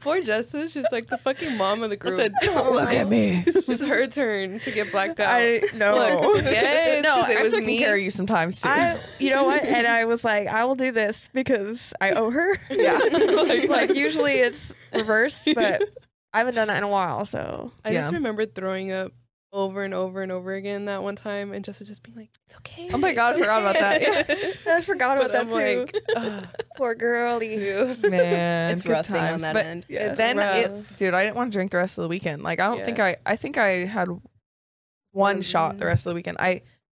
[SPEAKER 4] Poor Justice. She's like the fucking mom of the group.
[SPEAKER 2] Don't look at me.
[SPEAKER 4] it's her turn to get blacked out.
[SPEAKER 3] no.
[SPEAKER 4] yes,
[SPEAKER 2] No,
[SPEAKER 4] it
[SPEAKER 2] I
[SPEAKER 4] was
[SPEAKER 2] took
[SPEAKER 4] me.
[SPEAKER 2] care of you sometimes too.
[SPEAKER 3] I, you know what? And I was like, I will do this because I owe her.
[SPEAKER 2] yeah.
[SPEAKER 3] like, usually it's reversed, but I haven't done that in a while, so.
[SPEAKER 4] I just
[SPEAKER 2] Yeah.
[SPEAKER 4] remembered throwing up over and over and over again that one time, and Justice just being like, "It's okay."
[SPEAKER 2] oh my god, I forgot about that.
[SPEAKER 3] I forgot about
[SPEAKER 4] But I'm
[SPEAKER 3] that too.
[SPEAKER 4] like, "Ugh,
[SPEAKER 3] Poor girlie.
[SPEAKER 2] Man,
[SPEAKER 5] It's
[SPEAKER 2] good
[SPEAKER 5] rough being on
[SPEAKER 2] times.
[SPEAKER 5] that
[SPEAKER 2] But
[SPEAKER 5] end.
[SPEAKER 3] Yeah.
[SPEAKER 2] then,
[SPEAKER 4] rough.
[SPEAKER 2] it, dude, I didn't want to drink the rest of the weekend. Like, I don't think I. I think I had one shot the rest of the weekend. I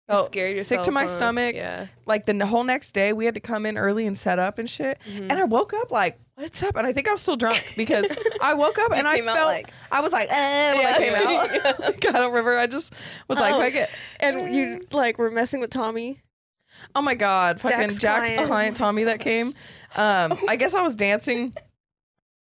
[SPEAKER 4] you
[SPEAKER 2] felt
[SPEAKER 4] scared
[SPEAKER 2] sick
[SPEAKER 4] yourself,
[SPEAKER 2] to my
[SPEAKER 4] huh?"
[SPEAKER 2] stomach.
[SPEAKER 4] Yeah.
[SPEAKER 2] Like the n- whole next day, we had to come in early and set up and shit. And I woke up like, "What's up?" And I think I was still drunk because I woke up and I
[SPEAKER 5] came out
[SPEAKER 2] felt
[SPEAKER 5] like-
[SPEAKER 2] I was like, "Eh," when I came out. Like, I don't remember. I just was like,
[SPEAKER 3] Oh.
[SPEAKER 2] "Fuck it."
[SPEAKER 3] And you like were messing with Tommy.
[SPEAKER 2] Oh my god, fucking
[SPEAKER 3] Jack's
[SPEAKER 2] Jack's client, Oh
[SPEAKER 3] client.
[SPEAKER 2] Tommy that came. Um, I guess I was dancing,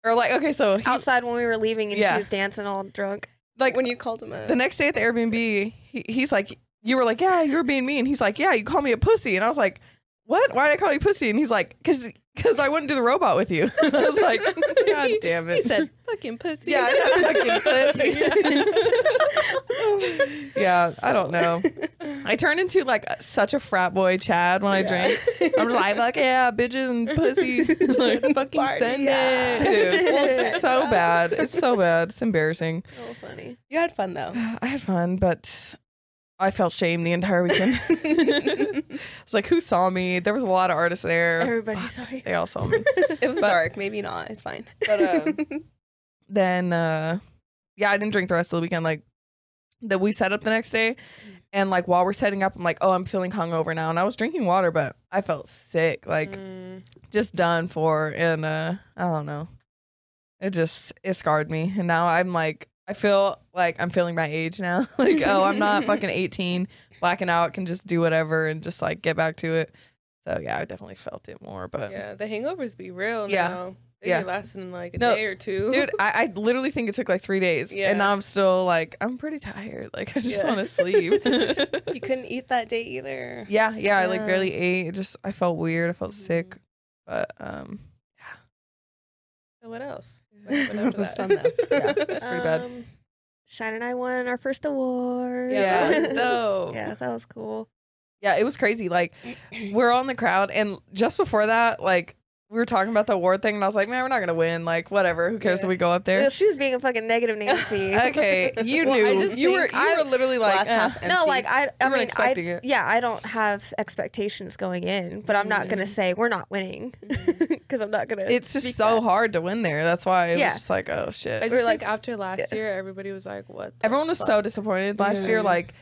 [SPEAKER 2] or like okay, so he,
[SPEAKER 3] Outside when we were leaving and
[SPEAKER 2] Yeah.
[SPEAKER 3] she was dancing all drunk.
[SPEAKER 5] Like when you called him a
[SPEAKER 2] the next day at the Airbnb, he, he's like, you were like, yeah, you were being mean. He's like, yeah, you called me a pussy, and I was like, what? Why did I call you pussy? And he's like, because because I wouldn't do the robot with you. I was like, god damn it.
[SPEAKER 4] He said, "Fucking pussy."
[SPEAKER 2] yeah, I said fucking pussy. yeah, I don't know. I turned into like such a frat boy Chad when I drink. I'm just like, like yeah, bitches and pussy. Like,
[SPEAKER 4] fucking
[SPEAKER 5] Party,
[SPEAKER 4] send
[SPEAKER 5] yeah.
[SPEAKER 4] it.
[SPEAKER 2] Dude, it's so bad. It's so bad. It's embarrassing.
[SPEAKER 5] Oh, funny. You had fun though.
[SPEAKER 2] I had fun, but I felt shame the entire weekend. it's like who saw me? There was a lot of artists there.
[SPEAKER 3] Everybody's sorry.
[SPEAKER 2] They all saw me.
[SPEAKER 5] It was
[SPEAKER 2] But-
[SPEAKER 5] dark. Maybe not. It's fine.
[SPEAKER 2] But uh, then, uh, yeah, I didn't drink the rest of the weekend. Like that, we set up the next day, and like while we're setting up, I'm like, oh, I'm feeling hungover now, and I was drinking water, but I felt sick, like
[SPEAKER 4] Mm.
[SPEAKER 2] just done for, and uh, I don't know. It just it scarred me, and now I'm like, I feel like I'm feeling my age now. like, oh, I'm not fucking 18, blacking out, can just do whatever and just like get back to it. So yeah, I definitely felt it more, but
[SPEAKER 4] Yeah, the hangovers be real
[SPEAKER 2] Yeah.
[SPEAKER 4] now. They
[SPEAKER 2] Yeah.
[SPEAKER 4] be lasting like a
[SPEAKER 2] No,
[SPEAKER 4] day or two.
[SPEAKER 2] dude I, I literally think it took like three days
[SPEAKER 4] Yeah.
[SPEAKER 2] and now i'm still like i'm pretty tired like i just
[SPEAKER 4] Yeah.
[SPEAKER 2] want to sleep
[SPEAKER 5] You couldn't eat that day either.
[SPEAKER 2] yeah yeah i like
[SPEAKER 3] Yeah.
[SPEAKER 2] barely ate it just i felt weird i felt
[SPEAKER 4] Mm.
[SPEAKER 2] sick but um
[SPEAKER 4] So what else?
[SPEAKER 5] It was fun, though.
[SPEAKER 2] yeah it's pretty bad
[SPEAKER 3] Um, Shine and I won our first award.
[SPEAKER 2] Yeah.
[SPEAKER 4] Yeah. So
[SPEAKER 3] yeah, that was cool.
[SPEAKER 2] yeah it was crazy like we're all in the crowd and just before that like we were talking about the award thing and i was like man we're not gonna win like whatever who cares if we go up there
[SPEAKER 3] Well, She was being a fucking negative Nancy.
[SPEAKER 2] okay you
[SPEAKER 4] Well, I
[SPEAKER 2] knew
[SPEAKER 4] just
[SPEAKER 2] you were
[SPEAKER 4] think-
[SPEAKER 2] you were literally like
[SPEAKER 5] Glass
[SPEAKER 2] eh.
[SPEAKER 5] half empty.
[SPEAKER 3] No, like I, I
[SPEAKER 2] You weren't
[SPEAKER 3] mean, I,
[SPEAKER 2] expecting it.
[SPEAKER 3] yeah, I don't have expectations going in, but I'm not gonna say we're not winning because I'm not gonna.
[SPEAKER 2] Mm-hmm. it's just
[SPEAKER 3] speak
[SPEAKER 2] so
[SPEAKER 3] that.
[SPEAKER 2] hard to win there that's why it
[SPEAKER 3] Yeah.
[SPEAKER 2] was just like oh shit
[SPEAKER 4] I just
[SPEAKER 3] We're
[SPEAKER 4] like
[SPEAKER 3] like-
[SPEAKER 4] after last year, everybody was like, "What?" the
[SPEAKER 2] Everyone was
[SPEAKER 4] fuck?
[SPEAKER 2] so disappointed last year.
[SPEAKER 5] Mhm.
[SPEAKER 2] Like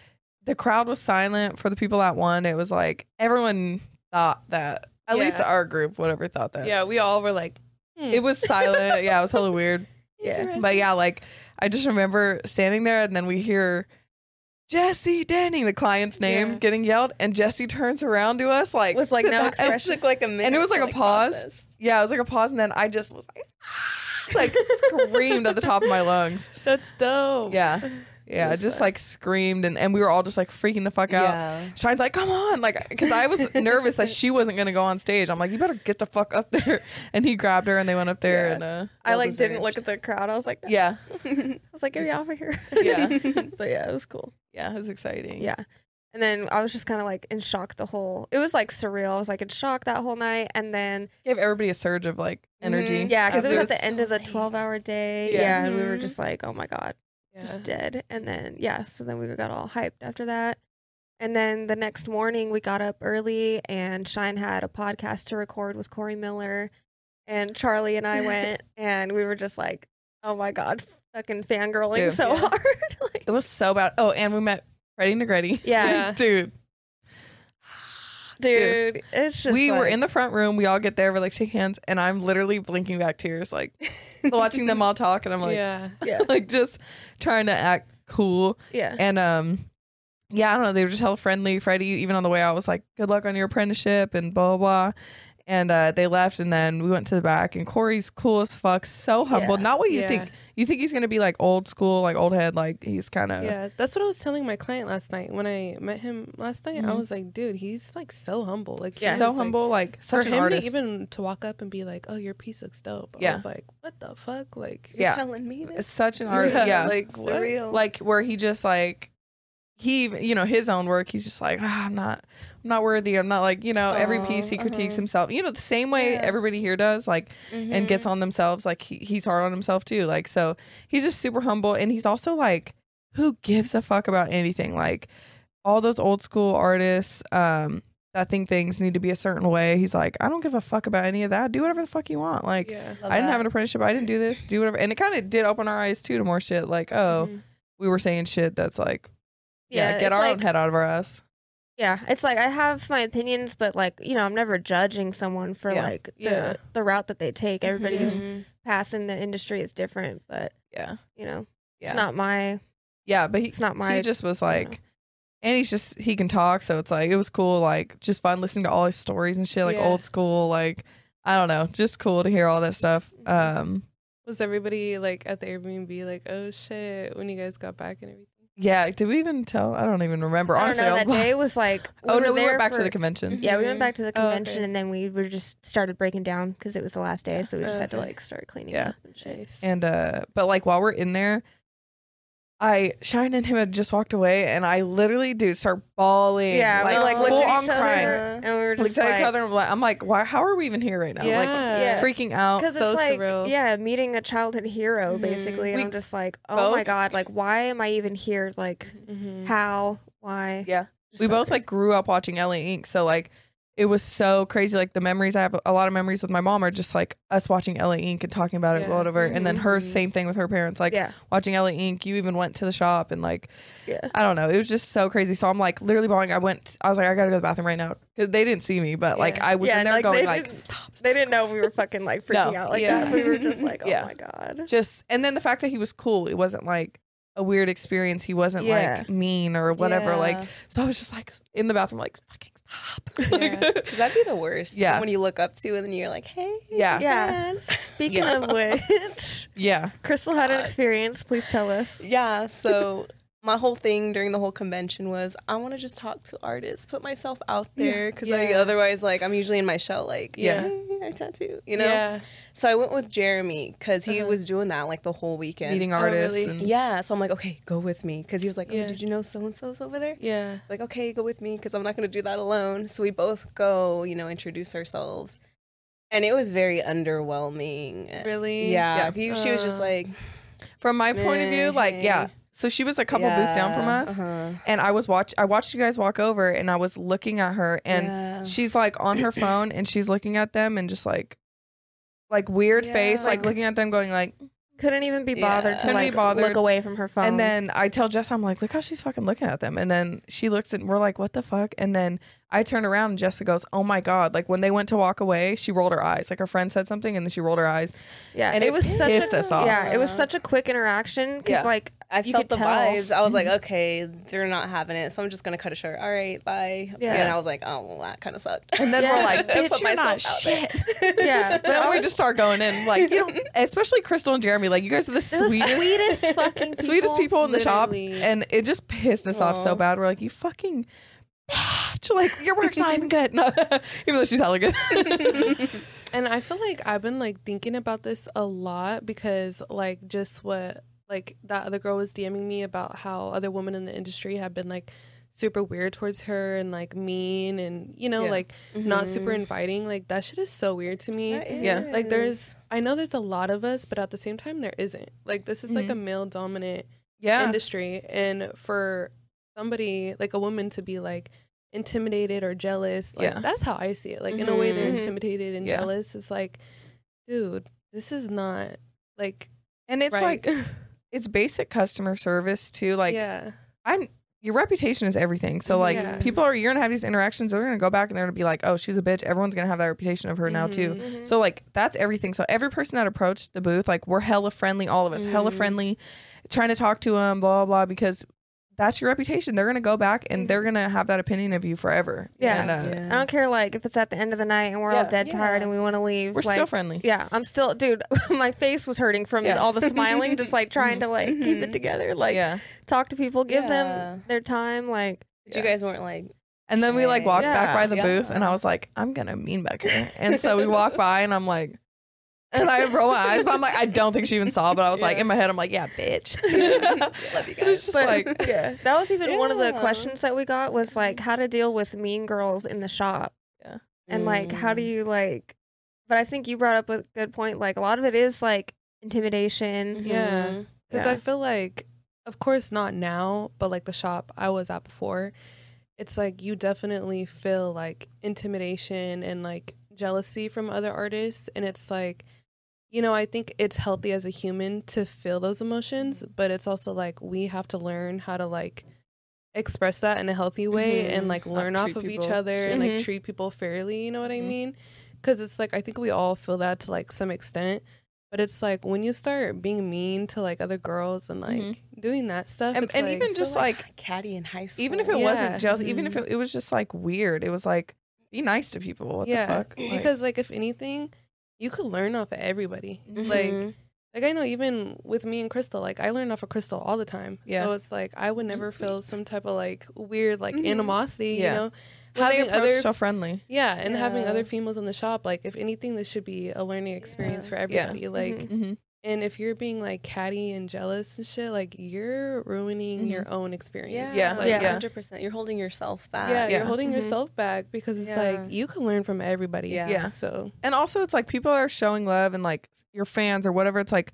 [SPEAKER 2] the crowd was silent for the people that won. It was like everyone thought that. At least
[SPEAKER 4] Yeah.
[SPEAKER 2] our group, whatever, thought that.
[SPEAKER 4] Yeah, we all were like, hmm.
[SPEAKER 2] It was silent. yeah, it was hella weird.
[SPEAKER 3] Yeah.
[SPEAKER 2] But yeah, like I just remember standing there and then we hear Jesse Denning, the client's name,
[SPEAKER 4] Yeah.
[SPEAKER 2] getting yelled, and Jesse turns around to us like
[SPEAKER 3] With, like, no
[SPEAKER 2] and-
[SPEAKER 3] expression.
[SPEAKER 5] It took like a minute.
[SPEAKER 2] And it was like
[SPEAKER 5] to,
[SPEAKER 2] a pause.
[SPEAKER 5] process.
[SPEAKER 2] Yeah, it was like a pause, and then I just was like, like screamed at the top of my lungs.
[SPEAKER 4] "That's dope."
[SPEAKER 2] Yeah, yeah,
[SPEAKER 4] was
[SPEAKER 2] just
[SPEAKER 4] fun.
[SPEAKER 2] like screamed, and, and we were all just like freaking the fuck out.
[SPEAKER 5] Yeah.
[SPEAKER 2] Shine's like, come on. Like, because I was nervous that she wasn't going to go on stage. I'm like, you better get the fuck up there. And he grabbed her and they went up there.
[SPEAKER 3] Yeah.
[SPEAKER 2] And uh,
[SPEAKER 3] I
[SPEAKER 2] well
[SPEAKER 3] like didn't
[SPEAKER 2] deserved.
[SPEAKER 3] look at the crowd. I was like, yeah.
[SPEAKER 2] Yeah.
[SPEAKER 3] I was like, are you off of here?
[SPEAKER 2] Yeah.
[SPEAKER 3] but yeah, it was cool.
[SPEAKER 2] Yeah. It was exciting.
[SPEAKER 3] Yeah. And then I was just kind of like in shock the whole. It was like surreal. I was like in shock that whole night, and then
[SPEAKER 2] Gave everybody a surge of like energy.
[SPEAKER 5] Mhm.
[SPEAKER 3] Mm, yeah, because it was
[SPEAKER 2] after.
[SPEAKER 3] at the
[SPEAKER 5] so
[SPEAKER 3] end of the
[SPEAKER 5] late.
[SPEAKER 3] twelve-hour day.
[SPEAKER 2] Yeah.
[SPEAKER 3] Yeah, and we were
[SPEAKER 4] Mhm.
[SPEAKER 3] just like, oh my god,
[SPEAKER 4] Yeah.
[SPEAKER 3] just dead. And then yeah, so then we got all hyped after that. And then the next morning we got up early and Shine had a podcast to record with Corey Miller and Charlie and I went and we were just like, Oh my god, fucking fangirling
[SPEAKER 2] Dude.
[SPEAKER 3] so
[SPEAKER 4] Yeah.
[SPEAKER 3] hard. like
[SPEAKER 2] It was so bad. Oh, and we met Freddie Negretti.
[SPEAKER 3] Yeah.
[SPEAKER 4] Yeah.
[SPEAKER 2] Dude.
[SPEAKER 3] dude, it's just
[SPEAKER 2] we were
[SPEAKER 3] like-
[SPEAKER 2] in the front room. We all get there. We're like, shake hands. And I'm literally blinking back tears, like watching them all talk. And I'm like,
[SPEAKER 4] yeah.
[SPEAKER 3] Yeah.
[SPEAKER 2] like just trying to act cool.
[SPEAKER 3] Yeah.
[SPEAKER 2] And um, yeah, I don't know. They were just hella friendly. Freddie, even on the way out, was like, "Good luck on your apprenticeship," and blah blah. blah. And uh, they left, and then we went to the back. And Corey's cool as fuck, so humble.
[SPEAKER 3] Yeah.
[SPEAKER 2] Not what you
[SPEAKER 4] Yeah.
[SPEAKER 2] think. You think he's gonna be like old school, like old head, like he's kind of
[SPEAKER 4] Yeah, that's what I was telling my client last night when I met him last night.
[SPEAKER 2] Mm-hmm.
[SPEAKER 4] I was like, "Dude, he's like so humble. Like,
[SPEAKER 2] so
[SPEAKER 4] he's, like-
[SPEAKER 2] humble, like such
[SPEAKER 4] for
[SPEAKER 2] an
[SPEAKER 4] him
[SPEAKER 2] artist.
[SPEAKER 4] to even to walk up and be like, "Oh, your piece looks dope." I
[SPEAKER 2] Yeah.
[SPEAKER 4] was like, "What the fuck?" Like,
[SPEAKER 5] You're
[SPEAKER 2] Yeah.
[SPEAKER 5] telling me this?
[SPEAKER 2] such an artist. Yeah, Like,
[SPEAKER 4] like what?
[SPEAKER 5] Surreal.
[SPEAKER 2] where he just like he, even- you know, his own work. He's just like, ah, I'm not, I'm not worthy. I'm not like, you know, every
[SPEAKER 5] Aw,
[SPEAKER 2] piece he critiques
[SPEAKER 5] uh-huh.
[SPEAKER 2] himself. You know, the same way
[SPEAKER 5] Yeah.
[SPEAKER 2] everybody here does. Like. and gets
[SPEAKER 5] Mhm.
[SPEAKER 2] on themselves like he, he's hard on himself too like so he's just super humble and he's also like who gives a fuck about anything like all those old school artists um that think things need to be a certain way he's like i don't give a fuck about any of that do whatever the fuck you want like
[SPEAKER 4] yeah.
[SPEAKER 5] Love
[SPEAKER 2] i didn't
[SPEAKER 5] that.
[SPEAKER 2] have an apprenticeship i didn't do this do whatever and it kind of did open our eyes too to more shit like oh
[SPEAKER 4] Mhm.
[SPEAKER 2] we were saying shit that's like yeah, get
[SPEAKER 3] Mm-hmm. it's
[SPEAKER 2] our
[SPEAKER 3] like-
[SPEAKER 2] own head out of our ass
[SPEAKER 3] Yeah, it's like I have my opinions, but like you know, I'm never judging someone for
[SPEAKER 2] Yeah. Mm-hmm.
[SPEAKER 3] like the
[SPEAKER 4] Yeah.
[SPEAKER 3] the route that they take. Everybody's
[SPEAKER 5] Mhm.
[SPEAKER 3] path in the industry is different, but
[SPEAKER 2] yeah
[SPEAKER 3] you know,
[SPEAKER 2] Yeah.
[SPEAKER 3] it's not my.
[SPEAKER 2] yeah but he,
[SPEAKER 3] It's not my-
[SPEAKER 2] he just was
[SPEAKER 3] I don't
[SPEAKER 2] like
[SPEAKER 3] know.
[SPEAKER 2] and he's just he can talk so it's like it was cool like just fun listening to all his stories and shit like
[SPEAKER 4] Yeah.
[SPEAKER 2] old school like i don't know just cool to hear all that stuff
[SPEAKER 3] Mm-hmm.
[SPEAKER 2] um
[SPEAKER 4] Was everybody like at the Airbnb like, "Oh shit," when you guys got back and everything?
[SPEAKER 2] yeah did we even tell i don't even remember
[SPEAKER 3] I don't
[SPEAKER 2] honestly
[SPEAKER 3] know.
[SPEAKER 2] I
[SPEAKER 3] That
[SPEAKER 2] was-
[SPEAKER 3] day was like.
[SPEAKER 2] oh no we
[SPEAKER 3] there
[SPEAKER 2] went back
[SPEAKER 3] for-
[SPEAKER 2] to the Mm-hmm. convention
[SPEAKER 3] Yeah, we went
[SPEAKER 5] Mhm.
[SPEAKER 3] back to the
[SPEAKER 4] Oh, okay.
[SPEAKER 3] convention, and then we were just started breaking down because it was the last day, so we just had to
[SPEAKER 4] Okay.
[SPEAKER 3] like start cleaning
[SPEAKER 2] Yeah.
[SPEAKER 3] up and shit.
[SPEAKER 4] Nice.
[SPEAKER 2] and uh but like while we're in there I Shine and him had just walked away, and I literally, dude, start bawling.
[SPEAKER 3] Yeah, we,
[SPEAKER 5] like, looked at
[SPEAKER 2] full
[SPEAKER 5] each
[SPEAKER 2] on
[SPEAKER 3] other.
[SPEAKER 2] crying.
[SPEAKER 3] And we were
[SPEAKER 2] Looked
[SPEAKER 3] just
[SPEAKER 2] at each
[SPEAKER 3] like,
[SPEAKER 2] other. I'm like, I'm like, why? How are we even here right now?
[SPEAKER 4] yeah.
[SPEAKER 2] uh, Like freaking out.
[SPEAKER 3] because
[SPEAKER 4] Oh, so
[SPEAKER 3] it's like
[SPEAKER 4] surreal. Mm-hmm.
[SPEAKER 3] yeah, meeting a childhood hero basically, and
[SPEAKER 2] We
[SPEAKER 3] I'm just like, oh
[SPEAKER 2] both- Mm-hmm.
[SPEAKER 3] my god, like why am I even here? Like
[SPEAKER 4] Mhm.
[SPEAKER 3] how Why?
[SPEAKER 2] Yeah.
[SPEAKER 3] Just
[SPEAKER 2] we
[SPEAKER 3] so
[SPEAKER 2] both
[SPEAKER 3] crazy.
[SPEAKER 2] like grew up watching LA Inc. So like it was so crazy. Like the memories I have, a lot of memories with my mom are just like us watching LA Inc. and talking about it,
[SPEAKER 4] Yeah.
[SPEAKER 2] whatever. And then her
[SPEAKER 3] Mhm.
[SPEAKER 2] same thing with her parents, like
[SPEAKER 3] yeah,
[SPEAKER 2] watching LA Inc. You even went to the shop and like
[SPEAKER 3] yeah.
[SPEAKER 2] I don't know, it was just so crazy. So I'm like literally bawling. I went. I was like, I gotta go to the bathroom right now because they didn't see me, but like
[SPEAKER 4] Yeah.
[SPEAKER 2] I was
[SPEAKER 3] Yeah,
[SPEAKER 2] in
[SPEAKER 3] and,
[SPEAKER 2] there
[SPEAKER 3] like,
[SPEAKER 2] going
[SPEAKER 3] they
[SPEAKER 2] like
[SPEAKER 3] didn't-
[SPEAKER 2] stop, stop.
[SPEAKER 3] They didn't know we were fucking like
[SPEAKER 2] No.
[SPEAKER 3] freaking out like
[SPEAKER 4] Yeah.
[SPEAKER 3] that. We were just like, oh
[SPEAKER 2] Yeah.
[SPEAKER 3] my god.
[SPEAKER 2] Just and then the fact that he was cool. It wasn't like a weird experience. He wasn't
[SPEAKER 3] Yeah.
[SPEAKER 2] like mean or whatever.
[SPEAKER 5] Yeah.
[SPEAKER 2] Like so, I was just like in the bathroom, like fucking stop.
[SPEAKER 5] Yeah. 'Cause that'd be the worst.
[SPEAKER 2] Yeah.
[SPEAKER 5] When you look up to and then you're like, hey.
[SPEAKER 2] Yeah.
[SPEAKER 3] Yeah.
[SPEAKER 5] yes.
[SPEAKER 3] Speaking
[SPEAKER 2] Yeah.
[SPEAKER 3] of which,
[SPEAKER 2] yeah.
[SPEAKER 3] Crystal had an experience. Please tell us.
[SPEAKER 5] Yeah. So my whole thing during the whole convention was I want to just talk to artists, put myself out there because like
[SPEAKER 4] Yeah.
[SPEAKER 5] otherwise like I'm usually in my shell like
[SPEAKER 2] Yeah.
[SPEAKER 5] yeah I tattoo you know.
[SPEAKER 4] Yeah.
[SPEAKER 5] So I went with Jeremy because he
[SPEAKER 4] Uh-huh.
[SPEAKER 5] was doing that like the whole weekend.
[SPEAKER 2] Meeting
[SPEAKER 4] Oh,
[SPEAKER 2] artists.
[SPEAKER 4] really?
[SPEAKER 2] and-
[SPEAKER 5] yeah. So I'm like okay go with me because he was like oh
[SPEAKER 4] Yeah.
[SPEAKER 5] did you know so and so's over there.
[SPEAKER 4] Yeah.
[SPEAKER 5] Like okay go with me because I'm not gonna do that alone. So we both go you know introduce ourselves. And it was very underwhelming.
[SPEAKER 4] Really?
[SPEAKER 5] Yeah, he, she was just
[SPEAKER 4] Uh.
[SPEAKER 5] like
[SPEAKER 2] from my point of view, like yeah.
[SPEAKER 5] Hey.
[SPEAKER 2] So she was a couple booths down from
[SPEAKER 5] yeah,
[SPEAKER 2] us,
[SPEAKER 5] uh-huh.
[SPEAKER 2] and I was watch. I watched you guys walk over, and I was looking at her, and
[SPEAKER 5] Yeah.
[SPEAKER 2] she's like on her phone, and she's looking at them, and just like, like weird face,
[SPEAKER 5] Yeah.
[SPEAKER 2] like looking at them, going like.
[SPEAKER 3] Couldn't even be bothered
[SPEAKER 5] Yeah.
[SPEAKER 3] to
[SPEAKER 2] Couldn't be
[SPEAKER 3] like
[SPEAKER 2] bothered.
[SPEAKER 3] look away from her phone.
[SPEAKER 2] And then I tell Jess, I'm like, look how she's fucking looking at them, and then she looks, and we're like, what the fuck? And then I turn around, and Jessica goes, oh my god! Like when they went to walk away, she rolled her eyes. Like her friend said something, and then she rolled her eyes.
[SPEAKER 3] yeah,
[SPEAKER 2] and
[SPEAKER 3] it,
[SPEAKER 2] it
[SPEAKER 3] was such
[SPEAKER 2] pissed
[SPEAKER 3] a
[SPEAKER 2] us off. Uh-huh.
[SPEAKER 3] yeah, it was such a quick interaction because
[SPEAKER 2] Yeah.
[SPEAKER 3] like
[SPEAKER 5] I
[SPEAKER 3] you
[SPEAKER 5] felt
[SPEAKER 3] could
[SPEAKER 5] the
[SPEAKER 3] tell.
[SPEAKER 5] vibes. I was like, okay, they're not having it, so I'm just gonna cut it short. All right, bye.
[SPEAKER 3] Yeah.
[SPEAKER 5] Yeah. And I was like, oh, well, that kind of sucked.
[SPEAKER 2] And then
[SPEAKER 3] Yeah.
[SPEAKER 2] we're like,
[SPEAKER 5] I
[SPEAKER 2] bitch,
[SPEAKER 5] put
[SPEAKER 2] you're not
[SPEAKER 5] myself out
[SPEAKER 2] shit.
[SPEAKER 5] there.
[SPEAKER 3] yeah, but
[SPEAKER 2] But
[SPEAKER 3] I
[SPEAKER 2] we
[SPEAKER 3] was
[SPEAKER 2] just start going in, like you know, especially Crystal and Jeremy. Like you guys are the
[SPEAKER 3] they're the
[SPEAKER 2] sweetest,
[SPEAKER 3] sweetest fucking people.
[SPEAKER 2] sweetest people in the
[SPEAKER 4] Literally.
[SPEAKER 2] shop, and it just pissed us off so
[SPEAKER 5] Aw.
[SPEAKER 2] bad. We're like, you fucking bitch! Like your work's not even good. No, even though she's hella good.
[SPEAKER 4] And I feel like I've been like thinking about this a lot because like just what like that other girl was DMing me about how other women in the industry have been like super weird towards her and like mean and you know
[SPEAKER 2] Yeah.
[SPEAKER 4] like not
[SPEAKER 5] Mm-hmm.
[SPEAKER 4] super inviting. Like that shit is so weird to me.
[SPEAKER 2] Yeah.
[SPEAKER 4] Like there's I know there's a lot of us, but at the same time there isn't. Like this is
[SPEAKER 2] Mm-hmm.
[SPEAKER 4] like a male dominant
[SPEAKER 2] yeah,
[SPEAKER 4] industry and for somebody like a woman to be like intimidated or jealous like
[SPEAKER 2] Yeah. Mm-hmm.
[SPEAKER 4] that's how i see it like in a way they're
[SPEAKER 3] Mhm. Mhm.
[SPEAKER 4] intimidated and
[SPEAKER 2] Yeah.
[SPEAKER 4] jealous it's like dude this is not like
[SPEAKER 2] and it's
[SPEAKER 4] right.
[SPEAKER 2] like it's basic customer service too. Like
[SPEAKER 4] yeah
[SPEAKER 2] I'm. Your reputation is everything. So like
[SPEAKER 4] Yeah.
[SPEAKER 2] people are you're gonna have these interactions, they're gonna go back and they're gonna be like, Oh, she's a bitch. Everyone's gonna have that reputation of her now too.
[SPEAKER 4] Mhm.
[SPEAKER 3] Mhm.
[SPEAKER 2] So like that's everything. So every person that approached the booth, like we're hella friendly, all of us, hella
[SPEAKER 3] Mm-hmm.
[SPEAKER 5] Mm.
[SPEAKER 2] friendly, trying to talk to them, blah blah blah, because that's your reputation. They're gonna go back and they're gonna have that opinion of you forever.
[SPEAKER 3] Mm-hmm. Yeah.
[SPEAKER 2] and, uh,
[SPEAKER 3] I don't care like if it's at the end of the night and we're all
[SPEAKER 2] Yeah.
[SPEAKER 3] dead tired
[SPEAKER 5] Yeah.
[SPEAKER 3] and we want to leave.
[SPEAKER 2] we're
[SPEAKER 3] like,
[SPEAKER 2] still friendly.
[SPEAKER 3] Yeah, I'm still, dude. my face was hurting from
[SPEAKER 2] Yeah. Mm-hmm.
[SPEAKER 3] all the smiling, just like trying to like keep it together, like
[SPEAKER 2] yeah.
[SPEAKER 3] talk to people, give
[SPEAKER 5] Yeah.
[SPEAKER 3] them their time, like
[SPEAKER 5] But you guys weren't like,
[SPEAKER 2] And then we like walked back
[SPEAKER 3] Yeah.
[SPEAKER 2] by the
[SPEAKER 5] Yeah.
[SPEAKER 2] booth, and I was like, I'm gonna mean back here. And so we walk by, and I'm like. And I roll my eyes, but I'm like, I don't think she even saw. But I was like, in my head, I'm like, yeah, bitch.
[SPEAKER 5] love you
[SPEAKER 2] It was
[SPEAKER 5] guys.
[SPEAKER 2] just
[SPEAKER 3] But-
[SPEAKER 2] like, yeah,
[SPEAKER 3] That was even one of the
[SPEAKER 5] Yeah.
[SPEAKER 3] questions that we got was like how to deal with mean girls in the shop.
[SPEAKER 2] Yeah. Mm.
[SPEAKER 3] And like how do you like but I think you brought up a good point like a lot of it is like
[SPEAKER 2] Mm-hmm.
[SPEAKER 3] intimidation.
[SPEAKER 4] Yeah.
[SPEAKER 5] Mhm.
[SPEAKER 4] Because
[SPEAKER 3] Yeah.
[SPEAKER 4] I feel like, of course, not now, but like the shop I was at before, it's like you definitely feel like intimidation and like jealousy from other artists. And it's like, you know, I think it's healthy as a human to feel those emotions, but it's also like we have to learn how to like express that in a healthy way and
[SPEAKER 5] Mhm.
[SPEAKER 4] like
[SPEAKER 2] Not
[SPEAKER 4] learn off
[SPEAKER 2] Mm-hmm. treat
[SPEAKER 4] of each
[SPEAKER 2] people Mm-hmm.
[SPEAKER 4] other and
[SPEAKER 3] Mhm.
[SPEAKER 4] like treat people fairly. You know what I
[SPEAKER 2] Mhm.
[SPEAKER 4] mean? Because it's like, I think we all feel that to like some extent. But it's like when you start being mean to like other girls and like
[SPEAKER 2] Mhm.
[SPEAKER 4] doing that stuff,
[SPEAKER 2] and,
[SPEAKER 4] it's
[SPEAKER 2] and
[SPEAKER 4] like,
[SPEAKER 2] even
[SPEAKER 5] So,
[SPEAKER 2] just like
[SPEAKER 5] catty in high school.
[SPEAKER 2] even if it
[SPEAKER 4] Yeah.
[SPEAKER 2] wasn't jealous, even if
[SPEAKER 5] Mhm.
[SPEAKER 2] it, it was just like weird, it was like be nice to people. What
[SPEAKER 4] yeah,
[SPEAKER 2] the fuck? Like,
[SPEAKER 4] because like if anything, you could learn off of everybody.
[SPEAKER 5] Mm-hmm.
[SPEAKER 2] Mhm.
[SPEAKER 4] Like like I know even with me and Crystal, like I learn off of Crystal all the time.
[SPEAKER 2] Yeah.
[SPEAKER 4] So it's like I would never feel some type of like weird like
[SPEAKER 5] Mhm.
[SPEAKER 4] animosity.
[SPEAKER 2] Mm-hmm. Yeah.
[SPEAKER 4] You know,
[SPEAKER 2] when they
[SPEAKER 4] having
[SPEAKER 2] approach
[SPEAKER 4] other
[SPEAKER 2] so friendly.
[SPEAKER 4] yeah, and having
[SPEAKER 5] Yeah.
[SPEAKER 4] other females in the shop, like if anything, this should be a learning experience for everybody. Like
[SPEAKER 3] Mhm.
[SPEAKER 2] Mm-hmm.
[SPEAKER 4] and if you're being like catty and jealous and shit, like you're ruining
[SPEAKER 2] Mhm.
[SPEAKER 4] your own experience.
[SPEAKER 2] Yeah.
[SPEAKER 5] Like,
[SPEAKER 3] Yeah.
[SPEAKER 5] 100%. You're holding yourself back.
[SPEAKER 4] yeah,
[SPEAKER 2] Yeah.
[SPEAKER 4] you're holding
[SPEAKER 3] Mhm.
[SPEAKER 4] yourself back because it's
[SPEAKER 5] Uh, Mm-hmm. Yeah.
[SPEAKER 4] like you can learn from everybody.
[SPEAKER 5] Yeah.
[SPEAKER 2] Yeah.
[SPEAKER 4] So
[SPEAKER 2] And also, it's like people are showing love and like your fans or whatever. It's like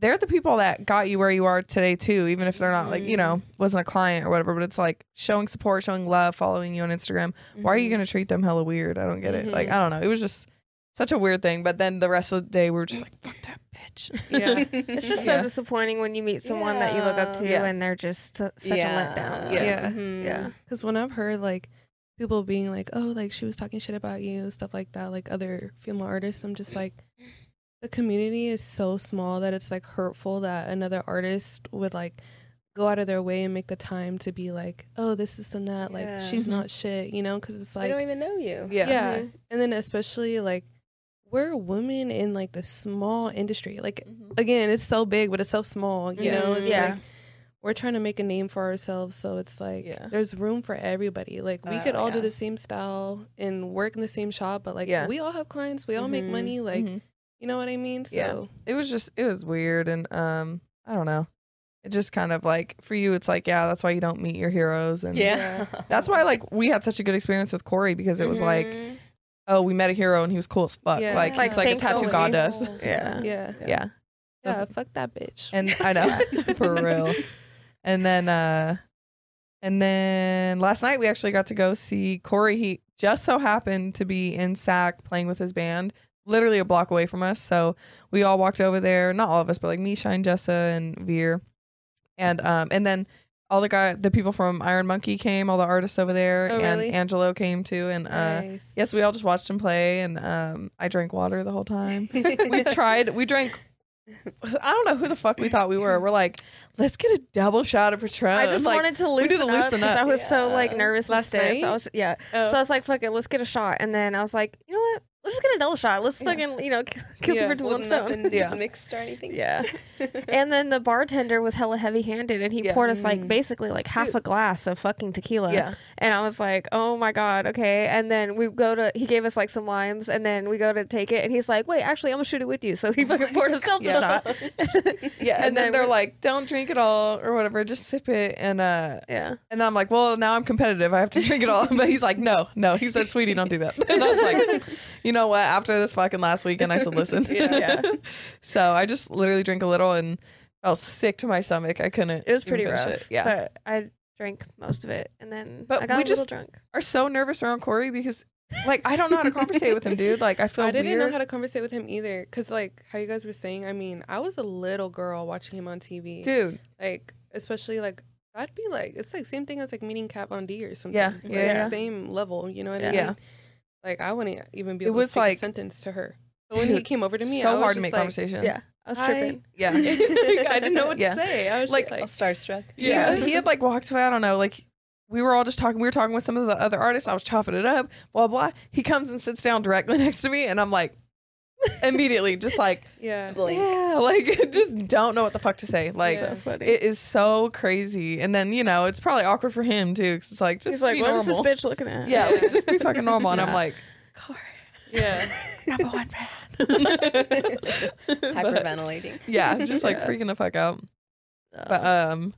[SPEAKER 2] they're the people that got you where you are today too, even if they're not like, you
[SPEAKER 4] Mm-hmm.
[SPEAKER 2] know, wasn't a client or whatever, but it's like showing support, showing love, following you on Instagram. Why are you
[SPEAKER 4] Mm-hmm.
[SPEAKER 2] going to treat them hella weird? I don't get it. Like, I don't know. It was just such a weird thing, but then the rest of the day we were just like, fuck that bitch.
[SPEAKER 4] Yeah.
[SPEAKER 3] It's just so
[SPEAKER 2] Yeah.
[SPEAKER 3] disappointing when you meet someone that you look up to
[SPEAKER 2] Yeah.
[SPEAKER 3] and they're just su- such a letdown.
[SPEAKER 4] Yeah.
[SPEAKER 5] Mhm.
[SPEAKER 3] Yeah.
[SPEAKER 4] Because when I've heard like people being like, oh, like she was talking shit about you, stuff like that, like other female artists, I'm just like, the community is so small that it's like hurtful that another artist would like go out of their way and make the time to be like, oh, this is and that, like
[SPEAKER 5] Yeah. Mm-hmm.
[SPEAKER 4] she's
[SPEAKER 2] Mhm.
[SPEAKER 4] not shit, you know? Because it's
[SPEAKER 5] they
[SPEAKER 4] like,
[SPEAKER 5] don't even Mm-hmm. know you.
[SPEAKER 2] Yeah.
[SPEAKER 4] yeah.
[SPEAKER 3] Mhm.
[SPEAKER 4] And then especially like, we're women in like the small industry. Like
[SPEAKER 5] Mm-hmm.
[SPEAKER 4] again, it's so big, but it's so small. You know,
[SPEAKER 5] Mhm.
[SPEAKER 4] it's
[SPEAKER 2] Mm-hmm. Yeah.
[SPEAKER 4] like we're trying to make a name for ourselves. So it's like
[SPEAKER 2] Yeah.
[SPEAKER 4] there's room for everybody. Like we
[SPEAKER 5] Oh,
[SPEAKER 4] could all do
[SPEAKER 5] yeah.
[SPEAKER 4] the same style and work in the same shop, but like
[SPEAKER 2] Yeah.
[SPEAKER 4] we all have clients, we all make
[SPEAKER 5] Mhm.
[SPEAKER 4] money. Like
[SPEAKER 2] Mhm.
[SPEAKER 4] you know what I mean? So
[SPEAKER 2] Yeah. it was just it was weird and um I don't know. It just kind of like for you it's like, yeah, that's why you don't meet your heroes and
[SPEAKER 5] Yeah.
[SPEAKER 2] that's why like we had such a good experience with Corey because it was
[SPEAKER 4] Mm-hmm.
[SPEAKER 2] like,
[SPEAKER 5] Mhm.
[SPEAKER 2] oh, we met a hero and he was cool as fuck.
[SPEAKER 4] Yeah.
[SPEAKER 2] Like
[SPEAKER 3] Like,
[SPEAKER 2] he's like a
[SPEAKER 3] thanks,
[SPEAKER 2] tattoo
[SPEAKER 3] Corey.
[SPEAKER 2] goddess.
[SPEAKER 3] Yeah.
[SPEAKER 4] yeah,
[SPEAKER 2] yeah.
[SPEAKER 4] yeah. Fuck that bitch.
[SPEAKER 2] And I know for real. And then uh and then last night we actually got to go see Corey. He just so happened to be in SAC playing with his band, literally a block away from us. So we all walked over there. Not all of us, but like Misha and Jessa and Veer. And um and then all the guy the people from Iron Monkey came, all the artists over there,
[SPEAKER 4] Oh,
[SPEAKER 2] and
[SPEAKER 4] really?
[SPEAKER 2] Angelo came too. And uh
[SPEAKER 4] Nice.
[SPEAKER 2] yes, we all just watched him play and um I drank water the whole time we tried we drank I don't know who the fuck we thought we were. We're like, let's get a double shot of Patron.
[SPEAKER 3] I just
[SPEAKER 2] Like,
[SPEAKER 3] wanted to
[SPEAKER 2] we
[SPEAKER 3] loosen,
[SPEAKER 2] do the
[SPEAKER 3] up
[SPEAKER 2] loosen
[SPEAKER 3] because
[SPEAKER 2] up.
[SPEAKER 3] I was so like
[SPEAKER 5] Yeah.
[SPEAKER 3] nervous
[SPEAKER 4] Last
[SPEAKER 3] and stiff.
[SPEAKER 4] night?
[SPEAKER 3] I was, yeah.
[SPEAKER 4] Oh.
[SPEAKER 3] So I was like, fuck it, let's get a shot. And then I was like, you know what? Let's just get a double shot. Let's
[SPEAKER 4] Yeah.
[SPEAKER 3] fucking, you know, kill
[SPEAKER 4] Yeah.
[SPEAKER 3] two birds with one
[SPEAKER 5] With
[SPEAKER 3] stone.
[SPEAKER 5] nothing
[SPEAKER 2] Yeah.
[SPEAKER 5] mixed or anything.
[SPEAKER 3] Yeah. And then the bartender was hella heavy handed and he
[SPEAKER 2] Yeah.
[SPEAKER 3] poured us like
[SPEAKER 5] Mm.
[SPEAKER 3] basically like half a glass of fucking tequila.
[SPEAKER 2] yeah,
[SPEAKER 3] And I was like, oh my God, okay. And then we go to, he gave us like some limes and then we go to take it and he's like, wait, actually, I'm gonna shoot it with you. So he fucking poured himself
[SPEAKER 2] Yeah.
[SPEAKER 3] a shot.
[SPEAKER 2] yeah.
[SPEAKER 3] And
[SPEAKER 2] And, then,
[SPEAKER 3] then
[SPEAKER 2] they're
[SPEAKER 3] we-
[SPEAKER 2] like, don't drink it all or whatever. Just sip it. And uh,
[SPEAKER 3] Yeah.
[SPEAKER 2] and then I'm like, well, now I'm competitive. I have to drink it all. But he's like, no, no. He said, sweetie, don't do that. And I was like, you know what? After this fucking last weekend, I should listen.
[SPEAKER 5] Yeah.
[SPEAKER 2] so I just literally drink a little and felt sick to my stomach. I couldn't.
[SPEAKER 3] It was
[SPEAKER 2] even
[SPEAKER 3] pretty
[SPEAKER 2] finish
[SPEAKER 3] rough.
[SPEAKER 2] it. Yeah.
[SPEAKER 3] But I drank most of it and then
[SPEAKER 2] But
[SPEAKER 3] I got
[SPEAKER 2] we
[SPEAKER 3] a little
[SPEAKER 2] just-
[SPEAKER 3] drunk.
[SPEAKER 2] Are so nervous around Corey because, like, I don't know how to conversate with him, dude. Like, I feel
[SPEAKER 4] I didn't
[SPEAKER 2] weird.
[SPEAKER 4] know how to conversate with him either, cause like how you guys were saying, I mean, I was a little girl watching him on TV.
[SPEAKER 2] dude.
[SPEAKER 4] like especially like I'd be like it's like same thing as like meeting Kat Von D or something.
[SPEAKER 2] Yeah,
[SPEAKER 4] Like,
[SPEAKER 2] yeah, yeah.
[SPEAKER 4] Same level, you know what I mean?
[SPEAKER 2] Yeah.
[SPEAKER 4] Like I wouldn't even be
[SPEAKER 2] It
[SPEAKER 4] able
[SPEAKER 2] was
[SPEAKER 4] to speak
[SPEAKER 2] like-
[SPEAKER 4] a sentence to her. So when he
[SPEAKER 2] Dude,
[SPEAKER 4] came over to me, I
[SPEAKER 2] so
[SPEAKER 4] was
[SPEAKER 2] hard
[SPEAKER 4] just
[SPEAKER 2] to make
[SPEAKER 4] like,
[SPEAKER 2] conversation.
[SPEAKER 3] Yeah. I was
[SPEAKER 4] I-
[SPEAKER 3] tripping.
[SPEAKER 2] yeah.
[SPEAKER 4] like, I didn't know what
[SPEAKER 2] Yeah.
[SPEAKER 4] to say. I was
[SPEAKER 2] Like,
[SPEAKER 4] just like,
[SPEAKER 5] starstruck.
[SPEAKER 2] Yeah.
[SPEAKER 4] Yeah.
[SPEAKER 2] He had like walked away. I don't know. Like we were all just talking. We were talking with some of the other artists. I was chopping it up, blah, blah. He comes and sits down directly next to me. And I'm like, immediately, just like,
[SPEAKER 4] yeah,
[SPEAKER 5] Blink.
[SPEAKER 2] yeah, like, just don't know what the fuck to say. Like,
[SPEAKER 4] So
[SPEAKER 3] funny.
[SPEAKER 2] it is so crazy. And then, you know, it's probably awkward for him too. Cause it's like, just
[SPEAKER 3] He's like,
[SPEAKER 2] be
[SPEAKER 3] what is
[SPEAKER 2] normal.
[SPEAKER 3] this bitch looking at?
[SPEAKER 2] yeah. Like, just be fucking normal. And I'm
[SPEAKER 3] Yeah.
[SPEAKER 2] like,
[SPEAKER 4] yeah.
[SPEAKER 2] number one fan. But-
[SPEAKER 5] Hyperventilating.
[SPEAKER 2] yeah. Just like
[SPEAKER 3] Yeah.
[SPEAKER 2] freaking the fuck out.
[SPEAKER 3] Oh.
[SPEAKER 2] but um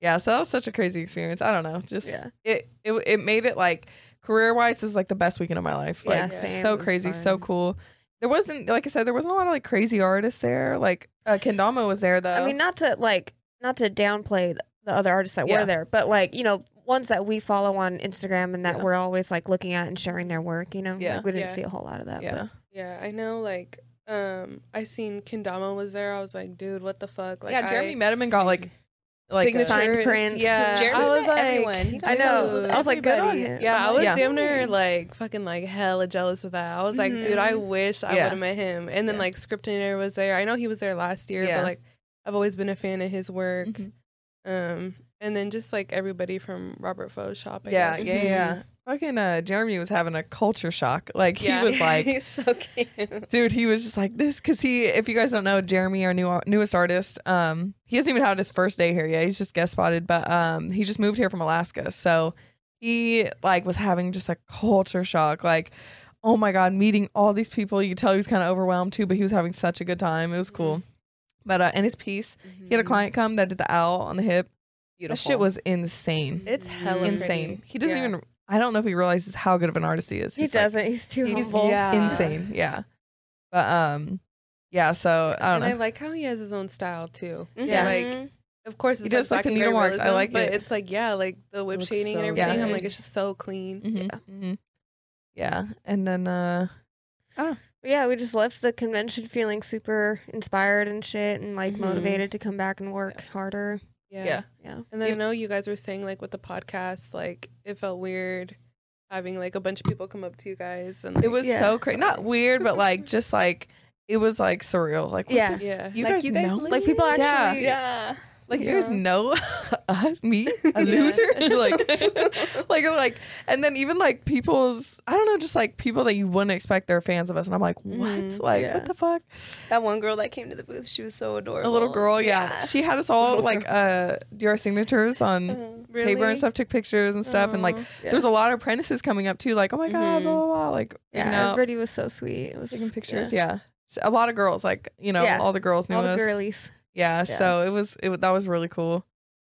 [SPEAKER 2] yeah so that was such a crazy experience i don't know just
[SPEAKER 3] Yeah.
[SPEAKER 2] it, it it made it like career wise is like the best weekend of my life
[SPEAKER 5] Yeah,
[SPEAKER 2] like
[SPEAKER 3] same.
[SPEAKER 2] so
[SPEAKER 5] It was
[SPEAKER 2] crazy so
[SPEAKER 5] fun.
[SPEAKER 2] cool there wasn't like i said there wasn't a lot of like crazy artists there like uh kendama was there though
[SPEAKER 3] I mean, not to like, not to downplay the- the other artists that
[SPEAKER 2] Yeah.
[SPEAKER 3] were there, but like, you know, ones that we follow on Instagram and that
[SPEAKER 2] Yeah.
[SPEAKER 3] we're always like looking at and sharing their work, you know?
[SPEAKER 2] Yeah.
[SPEAKER 3] Like, we didn't
[SPEAKER 4] Yeah.
[SPEAKER 3] see a whole lot of that.
[SPEAKER 2] yeah
[SPEAKER 3] But
[SPEAKER 4] Yeah, I know like um I seen Kendama was there. I was like, dude, what the fuck? Like
[SPEAKER 2] yeah jeremy
[SPEAKER 4] I,
[SPEAKER 2] met him and got like like a-
[SPEAKER 4] signature
[SPEAKER 3] signed prints.
[SPEAKER 4] Yeah.
[SPEAKER 5] Jeremy
[SPEAKER 4] I was
[SPEAKER 5] met
[SPEAKER 4] like
[SPEAKER 5] everyone. He
[SPEAKER 3] I
[SPEAKER 5] Dude,
[SPEAKER 3] know.
[SPEAKER 4] dude.
[SPEAKER 3] I was like, good on
[SPEAKER 5] everybody.
[SPEAKER 3] him.
[SPEAKER 4] Yeah, I was
[SPEAKER 2] Yeah.
[SPEAKER 4] damn near like fucking like hella jealous of that. I was like, dude, I wish I
[SPEAKER 2] Mm-hmm. Yeah.
[SPEAKER 4] would have met him. And then
[SPEAKER 2] Yeah.
[SPEAKER 4] like Scriptinator was there. I know he was there last year,
[SPEAKER 2] Yeah.
[SPEAKER 4] but like I've always been a fan of his work.
[SPEAKER 2] Mhm.
[SPEAKER 4] Um, and then just like everybody from Robert Foe's shop. I
[SPEAKER 2] yeah
[SPEAKER 4] guess.
[SPEAKER 2] yeah
[SPEAKER 4] Mm-hmm.
[SPEAKER 2] yeah fucking uh jeremy was having a culture shock like
[SPEAKER 4] Yeah.
[SPEAKER 2] he was like
[SPEAKER 5] he's so cute.
[SPEAKER 2] dude he was just like this because he if you guys don't know jeremy our new newest artist um he hasn't even had his first day here yet he's just guest spotted but um he just moved here from alaska so he like was having just a culture shock like oh my god meeting all these people you could tell he was kind of overwhelmed too but he was having such a good time it was
[SPEAKER 4] Mm-hmm.
[SPEAKER 2] cool but uh and his piece he had a client come that did the owl on the hip
[SPEAKER 5] Beautiful.
[SPEAKER 2] that shit was insane
[SPEAKER 4] It's hella
[SPEAKER 2] insane
[SPEAKER 4] pretty.
[SPEAKER 2] he doesn't
[SPEAKER 4] Yeah.
[SPEAKER 2] even i don't know if he realizes how good of an artist he is
[SPEAKER 3] He
[SPEAKER 2] He's like-
[SPEAKER 3] doesn't. he's too
[SPEAKER 5] He's-
[SPEAKER 3] humble.
[SPEAKER 5] yeah.
[SPEAKER 2] insane yeah but um yeah, so I don't
[SPEAKER 4] and I
[SPEAKER 2] know.
[SPEAKER 4] like how he has his own style too.
[SPEAKER 5] Mm-hmm.
[SPEAKER 2] Yeah.
[SPEAKER 4] Like, Of course, it's
[SPEAKER 2] He does, like,
[SPEAKER 4] black
[SPEAKER 2] the
[SPEAKER 4] and
[SPEAKER 2] needle
[SPEAKER 4] gray
[SPEAKER 2] marks. I
[SPEAKER 4] realism,
[SPEAKER 2] like
[SPEAKER 4] but
[SPEAKER 2] it.
[SPEAKER 4] it's like yeah, like the whip
[SPEAKER 5] Looks
[SPEAKER 4] shading and
[SPEAKER 5] so
[SPEAKER 4] everything. I'm
[SPEAKER 2] good.
[SPEAKER 4] like, it's just so clean.
[SPEAKER 2] Mhm, mhm. Yeah, and then uh
[SPEAKER 3] yeah, we just left the convention feeling super inspired and shit and like
[SPEAKER 2] Mm-hmm.
[SPEAKER 5] Mhm.
[SPEAKER 3] motivated to come back and work harder.
[SPEAKER 4] Yeah.
[SPEAKER 2] Yeah.
[SPEAKER 3] Yeah.
[SPEAKER 4] And then I know you guys were saying like with the podcast, like it felt weird having like a bunch of people come up to you guys and like,
[SPEAKER 2] it was
[SPEAKER 3] Yeah.
[SPEAKER 2] so crazy. Not weird, but like just like it was like surreal. Like what
[SPEAKER 3] Yeah.
[SPEAKER 2] the-
[SPEAKER 4] yeah.
[SPEAKER 2] you
[SPEAKER 5] Like,
[SPEAKER 2] guys
[SPEAKER 5] you guys
[SPEAKER 2] know
[SPEAKER 5] listen?
[SPEAKER 3] Like people
[SPEAKER 2] Yeah.
[SPEAKER 3] actually
[SPEAKER 5] yeah.
[SPEAKER 2] like you guys
[SPEAKER 4] Yeah.
[SPEAKER 2] know us me
[SPEAKER 5] Yeah.
[SPEAKER 2] a loser like like I'm like and then even like people's I don't know just like people that you wouldn't expect they're fans of us and I'm like what
[SPEAKER 5] Mhm,
[SPEAKER 2] like
[SPEAKER 3] yeah.
[SPEAKER 2] what the fuck
[SPEAKER 5] That one girl that came to the booth, she was so adorable.
[SPEAKER 2] a little girl yeah, she had us all
[SPEAKER 5] Little
[SPEAKER 2] like uh do our signatures on
[SPEAKER 5] Uh-huh.
[SPEAKER 4] Really? Oh.
[SPEAKER 2] paper and stuff took pictures and stuff and like
[SPEAKER 4] Aw.
[SPEAKER 2] there's a lot of apprentices coming up too like oh my god
[SPEAKER 5] Mhm.
[SPEAKER 2] blah blah blah like
[SPEAKER 3] Yeah,
[SPEAKER 2] you know
[SPEAKER 3] everybody was so sweet. It was
[SPEAKER 2] taking pictures yeah. So A lot of girls, like you know,
[SPEAKER 3] Yeah.
[SPEAKER 2] all the girls knew
[SPEAKER 3] all the
[SPEAKER 2] us.
[SPEAKER 3] girlies.
[SPEAKER 2] Yeah,
[SPEAKER 5] Yeah.
[SPEAKER 2] so it was it wa- that was really cool.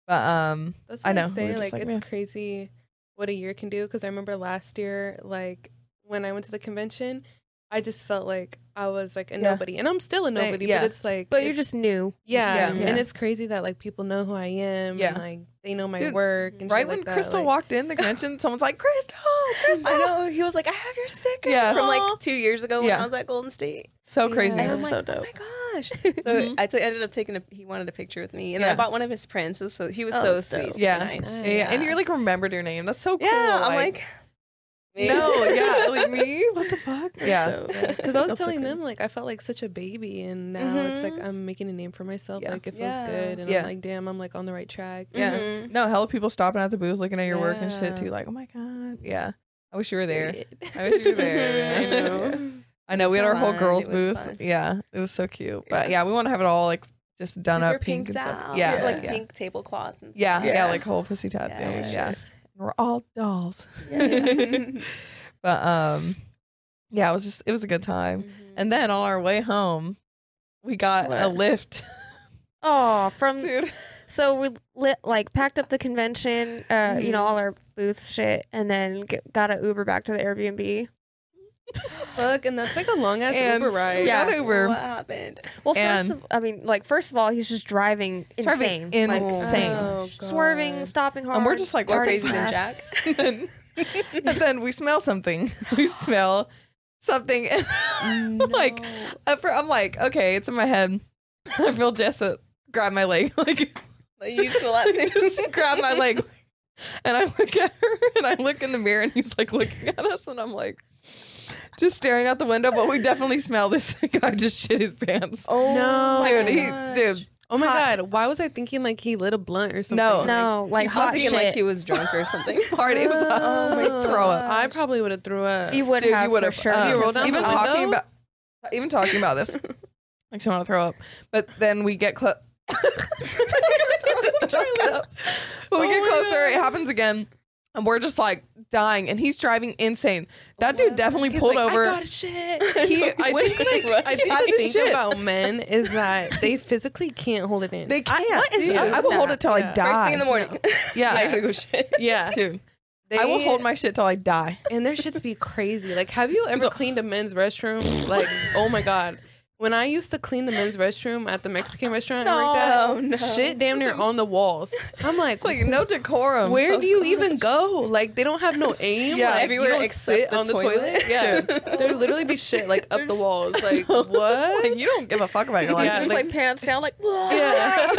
[SPEAKER 2] But um,
[SPEAKER 4] That's
[SPEAKER 2] I
[SPEAKER 4] what I,
[SPEAKER 2] know. We were
[SPEAKER 4] say.
[SPEAKER 2] just
[SPEAKER 4] Like,
[SPEAKER 2] like,
[SPEAKER 4] it's
[SPEAKER 2] yeah.
[SPEAKER 4] crazy what a year can do. Because I remember last year, like when I went to the convention, I just felt like I was like a
[SPEAKER 2] Yeah.
[SPEAKER 4] nobody, and I'm still a
[SPEAKER 2] Same,
[SPEAKER 4] nobody.
[SPEAKER 2] yeah.
[SPEAKER 4] But it's like,
[SPEAKER 3] But you're
[SPEAKER 4] it's-
[SPEAKER 3] just new.
[SPEAKER 4] yeah.
[SPEAKER 2] Yeah.
[SPEAKER 4] And
[SPEAKER 3] Yeah.
[SPEAKER 4] it's crazy that like people know who I am.
[SPEAKER 2] Yeah.
[SPEAKER 4] And, like they know my
[SPEAKER 2] Dude,
[SPEAKER 4] work. And
[SPEAKER 2] right
[SPEAKER 4] shit
[SPEAKER 2] when
[SPEAKER 4] like that,
[SPEAKER 2] Crystal
[SPEAKER 4] like-
[SPEAKER 2] walked in the convention, someone's like, "Crystal, Crystal!"
[SPEAKER 5] I know. He was like, I have your sticker
[SPEAKER 2] Yeah.
[SPEAKER 5] from
[SPEAKER 3] Aw.
[SPEAKER 5] like two years ago when
[SPEAKER 2] Yeah.
[SPEAKER 5] I was at Golden State.
[SPEAKER 2] So
[SPEAKER 4] Yeah.
[SPEAKER 2] crazy.
[SPEAKER 5] And
[SPEAKER 3] Yeah.
[SPEAKER 5] I'm
[SPEAKER 3] That's
[SPEAKER 5] like,
[SPEAKER 3] so
[SPEAKER 5] oh
[SPEAKER 3] dope.
[SPEAKER 5] my gosh. So
[SPEAKER 2] Mhm.
[SPEAKER 5] I took- ended up taking a, he wanted a picture with me. And
[SPEAKER 2] Yeah.
[SPEAKER 5] I bought one of his prints. It was so, he was
[SPEAKER 3] Oh,
[SPEAKER 5] so
[SPEAKER 3] that's dope.
[SPEAKER 5] sweet. super
[SPEAKER 2] Yeah.
[SPEAKER 5] Nice.
[SPEAKER 4] Yeah,
[SPEAKER 2] Yeah, yeah. and you're like remembered your name. That's so cool.
[SPEAKER 5] yeah. I'm like, me.
[SPEAKER 2] no, yeah, like me. What the fuck? yeah,
[SPEAKER 4] Because I was
[SPEAKER 2] That's so
[SPEAKER 4] telling
[SPEAKER 2] crazy.
[SPEAKER 4] them like I felt like such a baby, and now it's like
[SPEAKER 5] Mhm.
[SPEAKER 4] I'm making a name for myself.
[SPEAKER 2] Yeah.
[SPEAKER 4] Like it feels
[SPEAKER 5] Yeah.
[SPEAKER 4] good, and
[SPEAKER 2] Yeah.
[SPEAKER 4] I'm like, damn, I'm like on the right track.
[SPEAKER 2] Yeah.
[SPEAKER 5] Mhm.
[SPEAKER 2] no, hell, people stopping at the booth looking at your work and
[SPEAKER 5] Yeah.
[SPEAKER 2] shit too. Like, oh my god, yeah. I wish you were there. I wish you were there.
[SPEAKER 5] Mhm.
[SPEAKER 2] I know. I know we had
[SPEAKER 5] So
[SPEAKER 2] our whole
[SPEAKER 5] fun.
[SPEAKER 2] girls
[SPEAKER 5] It was
[SPEAKER 2] booth.
[SPEAKER 5] fun.
[SPEAKER 2] Yeah, it was so cute. But
[SPEAKER 5] Yeah.
[SPEAKER 2] yeah, we want to have it all like just done
[SPEAKER 5] Super
[SPEAKER 2] up pink and
[SPEAKER 5] pinked
[SPEAKER 2] stuff.
[SPEAKER 5] out.
[SPEAKER 2] Yeah,
[SPEAKER 5] Like
[SPEAKER 2] yeah.
[SPEAKER 5] pink tablecloth. And
[SPEAKER 2] Yeah,
[SPEAKER 5] stuff.
[SPEAKER 2] yeah, like whole pussy tat
[SPEAKER 5] Yeah,
[SPEAKER 2] thing.
[SPEAKER 5] yeah,
[SPEAKER 2] Yeah, we're all dolls.
[SPEAKER 5] Yes. Mm-hmm.
[SPEAKER 2] But um, yeah, it was just it was a good time.
[SPEAKER 5] Mm-hmm.
[SPEAKER 2] And then on our way home, we got a lift,
[SPEAKER 3] Oh, from
[SPEAKER 2] dude.
[SPEAKER 3] so we lit like packed up the convention, uh, you
[SPEAKER 2] Mm-hmm.
[SPEAKER 3] know,
[SPEAKER 5] Mhm.
[SPEAKER 3] all our booth shit, and then g got an Uber back to the Airbnb.
[SPEAKER 4] Fuck, and that's like a long ass
[SPEAKER 2] And-
[SPEAKER 4] Uber ride.
[SPEAKER 2] Yeah,
[SPEAKER 5] What
[SPEAKER 2] they were-
[SPEAKER 5] happened?
[SPEAKER 3] Well, first
[SPEAKER 2] And-
[SPEAKER 3] of, I mean, like first of all, he's just driving
[SPEAKER 2] Driving
[SPEAKER 3] insane, like,
[SPEAKER 4] Oh,
[SPEAKER 3] oh
[SPEAKER 2] insane.
[SPEAKER 3] swerving, stopping hard,
[SPEAKER 2] and we're just like,
[SPEAKER 5] More
[SPEAKER 2] what
[SPEAKER 3] Already
[SPEAKER 2] the
[SPEAKER 5] crazy than
[SPEAKER 2] fuck?
[SPEAKER 5] Jack.
[SPEAKER 2] and, and then we smell something. We smell something. And like at fir- I'm like, okay, it's in my head. I feel Jessa grab my leg, like
[SPEAKER 5] Like, you just relax.
[SPEAKER 2] just grab my leg. And I look at her and I look in the mirror and he's like looking at us and I'm like just staring out the window, but we definitely smell this guy just shit his pants.
[SPEAKER 5] Oh
[SPEAKER 4] No.
[SPEAKER 5] my
[SPEAKER 2] dude, he,
[SPEAKER 5] gosh.
[SPEAKER 2] dude,
[SPEAKER 4] Oh my
[SPEAKER 2] Hot.
[SPEAKER 4] god, why was I thinking like he lit a blunt or something?
[SPEAKER 2] No.
[SPEAKER 4] Like,
[SPEAKER 3] no, like
[SPEAKER 5] He
[SPEAKER 3] hot
[SPEAKER 5] was
[SPEAKER 3] shit.
[SPEAKER 5] thinking, like he was drunk or something.
[SPEAKER 2] party. It was like,
[SPEAKER 4] Oh my
[SPEAKER 2] throw up.
[SPEAKER 4] I probably would have threw up.
[SPEAKER 3] you would
[SPEAKER 2] Dude,
[SPEAKER 3] have for
[SPEAKER 2] would've,
[SPEAKER 3] sure.
[SPEAKER 2] uh,
[SPEAKER 4] You
[SPEAKER 3] because
[SPEAKER 4] rolled down
[SPEAKER 2] even
[SPEAKER 4] the
[SPEAKER 2] talking
[SPEAKER 4] window?
[SPEAKER 2] about even talking about this makes me want to throw up. But then we get close. when we
[SPEAKER 5] Oh
[SPEAKER 2] get
[SPEAKER 5] my
[SPEAKER 2] closer, it
[SPEAKER 5] God.
[SPEAKER 2] happens again, and we're just like dying, and he's driving insane. That dude definitely
[SPEAKER 4] He's
[SPEAKER 2] pulled
[SPEAKER 4] like,
[SPEAKER 2] over.
[SPEAKER 4] I got shit.
[SPEAKER 2] he
[SPEAKER 4] I
[SPEAKER 2] when
[SPEAKER 4] think,
[SPEAKER 2] he-
[SPEAKER 4] like, I
[SPEAKER 2] got
[SPEAKER 4] think the
[SPEAKER 2] this
[SPEAKER 4] thing
[SPEAKER 2] shit.
[SPEAKER 4] about men is that they physically can't hold it in.
[SPEAKER 2] They can't.
[SPEAKER 3] what is
[SPEAKER 2] dude.
[SPEAKER 3] up
[SPEAKER 2] I will
[SPEAKER 3] with
[SPEAKER 2] hold
[SPEAKER 3] that?
[SPEAKER 2] it till I
[SPEAKER 4] Yeah. First
[SPEAKER 2] die.
[SPEAKER 5] First thing in the morning.
[SPEAKER 2] Yeah.
[SPEAKER 5] I gotta go shit.
[SPEAKER 4] yeah,
[SPEAKER 2] dude.
[SPEAKER 4] they,
[SPEAKER 2] I will hold my shit till I die.
[SPEAKER 4] and their shits be crazy. Like, have you ever cleaned a men's restroom? Like, oh my god. When I used to clean the men's restroom at the Mexican restaurant, and like that,
[SPEAKER 5] No, no.
[SPEAKER 4] shit damn near on the walls. I'm like,
[SPEAKER 2] It's like no decorum.
[SPEAKER 4] where do you even go? Like, they don't have no aim.
[SPEAKER 2] Yeah,
[SPEAKER 4] like,
[SPEAKER 5] everywhere
[SPEAKER 4] you don't
[SPEAKER 5] except
[SPEAKER 4] sit
[SPEAKER 5] the
[SPEAKER 4] on the
[SPEAKER 5] toilet.
[SPEAKER 4] toilet. Yeah, there would literally be shit like up the walls. Like, what?
[SPEAKER 2] Like, you don't give a fuck about your life.
[SPEAKER 4] Yeah,
[SPEAKER 3] just like pants down, like
[SPEAKER 4] Yeah.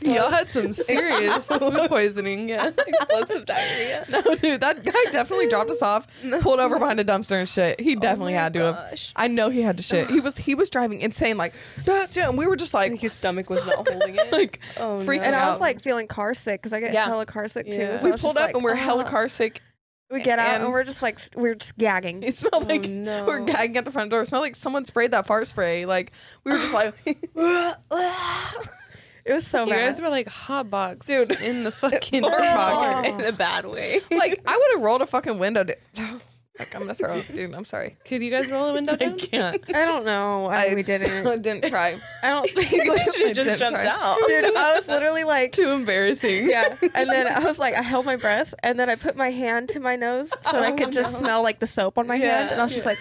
[SPEAKER 4] Y'all had some serious food poisoning. Yeah.
[SPEAKER 5] Explosive diarrhea.
[SPEAKER 2] No, dude, that guy definitely dropped us off, pulled over behind a dumpster and shit. He definitely
[SPEAKER 5] Oh my
[SPEAKER 2] had to have.
[SPEAKER 5] gosh.
[SPEAKER 2] I know he had to shit. He was he was driving insane, like that's it. And we were just
[SPEAKER 5] I think
[SPEAKER 2] like,
[SPEAKER 5] his stomach was not holding it.
[SPEAKER 2] like
[SPEAKER 5] Oh,
[SPEAKER 2] freaking
[SPEAKER 5] no.
[SPEAKER 3] And I was
[SPEAKER 2] out.
[SPEAKER 3] like feeling car sick because I get
[SPEAKER 2] Yeah.
[SPEAKER 3] hella car sick too.
[SPEAKER 5] Yeah.
[SPEAKER 3] so I
[SPEAKER 2] we
[SPEAKER 3] was
[SPEAKER 2] pulled
[SPEAKER 3] just
[SPEAKER 2] up
[SPEAKER 3] like, "Ah."
[SPEAKER 2] and we're hella
[SPEAKER 3] "Ugh."
[SPEAKER 2] car sick.
[SPEAKER 3] We get out and,
[SPEAKER 2] and-
[SPEAKER 3] we're just like st- we're just gagging.
[SPEAKER 2] It smelled like
[SPEAKER 5] no.
[SPEAKER 2] we're gagging at the front door. It smelled like someone sprayed that fart spray. Like we were just like,
[SPEAKER 3] It was so
[SPEAKER 4] You guys
[SPEAKER 3] bad.
[SPEAKER 4] were like hot box
[SPEAKER 2] Dude.
[SPEAKER 4] in the fucking
[SPEAKER 2] Fart box.
[SPEAKER 4] car.
[SPEAKER 5] in a bad way.
[SPEAKER 2] like I would have rolled a fucking window. dude. Like I'm gonna throw up, dude. I'm sorry.
[SPEAKER 4] Could you guys roll the window down?
[SPEAKER 2] can't.
[SPEAKER 3] I don't know. I, we
[SPEAKER 2] I
[SPEAKER 3] didn't.
[SPEAKER 2] didn't try.
[SPEAKER 3] I don't think
[SPEAKER 5] you should
[SPEAKER 2] I
[SPEAKER 5] have just
[SPEAKER 2] didn't
[SPEAKER 5] jumped
[SPEAKER 2] try.
[SPEAKER 5] out.
[SPEAKER 3] Dude, I was literally like,
[SPEAKER 2] Too embarrassing.
[SPEAKER 3] yeah. And then I was like, I held my breath, and then I put my hand to my nose
[SPEAKER 2] Oh,
[SPEAKER 3] so I could just smell like the soap on my
[SPEAKER 5] Yeah.
[SPEAKER 3] hand, and I was just like,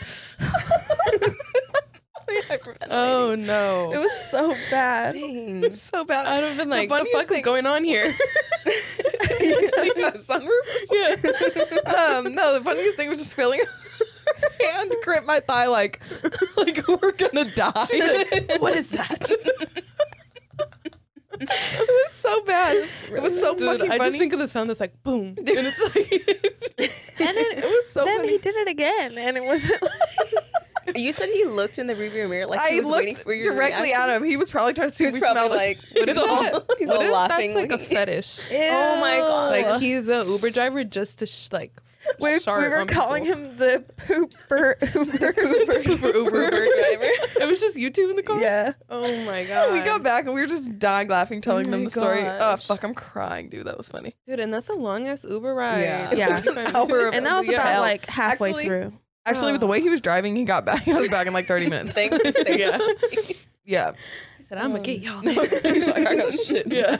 [SPEAKER 5] hyperventilating.
[SPEAKER 4] Oh no.
[SPEAKER 3] It was so bad.
[SPEAKER 5] Dang.
[SPEAKER 4] so bad. I'd have been like, what the
[SPEAKER 5] funniest
[SPEAKER 4] fuck is going on here?
[SPEAKER 2] Sleeping on a sunroof. um, no, the funniest thing was just feeling her hand grip my thigh like, like we're gonna die.
[SPEAKER 5] what is that?
[SPEAKER 2] it was so bad. It was so
[SPEAKER 4] Dude,
[SPEAKER 2] fucking
[SPEAKER 4] I just
[SPEAKER 2] funny.
[SPEAKER 4] think of the sound that's like boom. And it's like
[SPEAKER 3] And
[SPEAKER 2] it
[SPEAKER 3] then,
[SPEAKER 2] was so
[SPEAKER 3] then
[SPEAKER 2] funny.
[SPEAKER 3] he did it again, and it wasn't
[SPEAKER 5] You said he looked in the rearview mirror like he
[SPEAKER 2] I
[SPEAKER 5] was waiting
[SPEAKER 2] looked
[SPEAKER 5] for your
[SPEAKER 2] directly
[SPEAKER 5] reaction.
[SPEAKER 2] at him. He was probably trying to see
[SPEAKER 5] He
[SPEAKER 2] if
[SPEAKER 5] was
[SPEAKER 2] we
[SPEAKER 5] probably
[SPEAKER 2] smelled it.
[SPEAKER 5] like,
[SPEAKER 4] what if
[SPEAKER 5] he's all,
[SPEAKER 4] that-
[SPEAKER 5] he's
[SPEAKER 4] what
[SPEAKER 5] all
[SPEAKER 4] if
[SPEAKER 5] laughing.
[SPEAKER 4] That's like a
[SPEAKER 5] looking-
[SPEAKER 4] fetish.
[SPEAKER 5] Oh my god!
[SPEAKER 4] Like he's a Uber driver just to sh- like
[SPEAKER 3] We, we
[SPEAKER 4] shart
[SPEAKER 3] were
[SPEAKER 4] on
[SPEAKER 3] calling
[SPEAKER 4] people.
[SPEAKER 3] him the pooper Uber.
[SPEAKER 4] Uber, Uber,
[SPEAKER 5] Uber driver.
[SPEAKER 4] It was just you two in the car.
[SPEAKER 3] Yeah.
[SPEAKER 4] Oh my god.
[SPEAKER 2] And we got back and we were just dying laughing, telling
[SPEAKER 5] Oh
[SPEAKER 2] them
[SPEAKER 5] my
[SPEAKER 2] the story. Oh
[SPEAKER 5] gosh.
[SPEAKER 2] fuck, I'm crying, dude. That was funny.
[SPEAKER 4] dude, and that's a long ass Uber ride.
[SPEAKER 5] Yeah.
[SPEAKER 3] Yeah.
[SPEAKER 4] It was an
[SPEAKER 2] hour of-
[SPEAKER 3] And that was
[SPEAKER 2] Yeah.
[SPEAKER 3] about like halfway
[SPEAKER 2] Actually-
[SPEAKER 3] through.
[SPEAKER 2] Actually, with the
[SPEAKER 4] Oh.
[SPEAKER 2] way he was driving, he got back. He was back in like 30 minutes.
[SPEAKER 5] Ah. Thank, thank
[SPEAKER 2] Yeah.
[SPEAKER 5] you. Um,
[SPEAKER 2] Yeah.
[SPEAKER 4] He said, "I'm gonna get y'all."
[SPEAKER 2] He's like, I got shit. Yeah.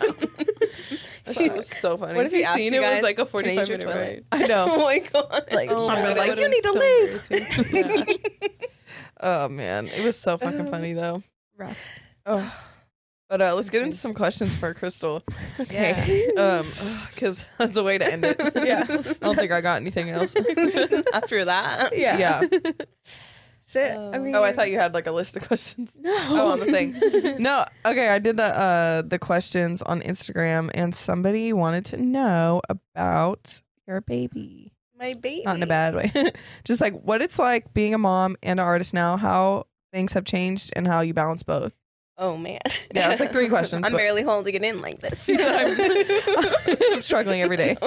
[SPEAKER 2] That shit was so funny.
[SPEAKER 5] What if he asked
[SPEAKER 4] seen
[SPEAKER 5] you
[SPEAKER 4] it was
[SPEAKER 5] guys,
[SPEAKER 4] like a
[SPEAKER 5] "Can I use
[SPEAKER 4] 45
[SPEAKER 5] your
[SPEAKER 4] minute
[SPEAKER 5] toilet?"
[SPEAKER 4] ride.
[SPEAKER 2] I know.
[SPEAKER 5] Oh my god!
[SPEAKER 3] Like,
[SPEAKER 4] Oh
[SPEAKER 2] I'm
[SPEAKER 4] my
[SPEAKER 2] like,
[SPEAKER 4] God,
[SPEAKER 2] you
[SPEAKER 4] it
[SPEAKER 2] need to
[SPEAKER 4] was so embarrassing. Yeah.
[SPEAKER 2] Oh man, it was so fucking
[SPEAKER 5] Um,
[SPEAKER 2] funny though.
[SPEAKER 3] rough.
[SPEAKER 2] Oh. But uh, let's get into
[SPEAKER 5] Yes.
[SPEAKER 2] some questions for Crystal,
[SPEAKER 3] Okay.
[SPEAKER 2] um, because that's a way to end it.
[SPEAKER 5] Yeah.
[SPEAKER 2] I don't think I got anything else.
[SPEAKER 5] After that,
[SPEAKER 3] Yeah.
[SPEAKER 2] Yeah.
[SPEAKER 3] Shit. I
[SPEAKER 5] Oh.
[SPEAKER 3] mean,
[SPEAKER 2] Oh, I thought you had like a list of questions.
[SPEAKER 3] No.
[SPEAKER 2] Oh, on the thing. No, okay. I did the uh, the questions on Instagram, and somebody wanted to know about your baby.
[SPEAKER 5] my baby.
[SPEAKER 2] Not in a bad way, just like what it's like being a mom and an artist now. How things have changed and how you balance both.
[SPEAKER 5] Oh man.
[SPEAKER 2] Yeah, it's like three questions,
[SPEAKER 5] I'm
[SPEAKER 2] but-
[SPEAKER 5] barely holding it in like this.
[SPEAKER 2] I'm struggling every day.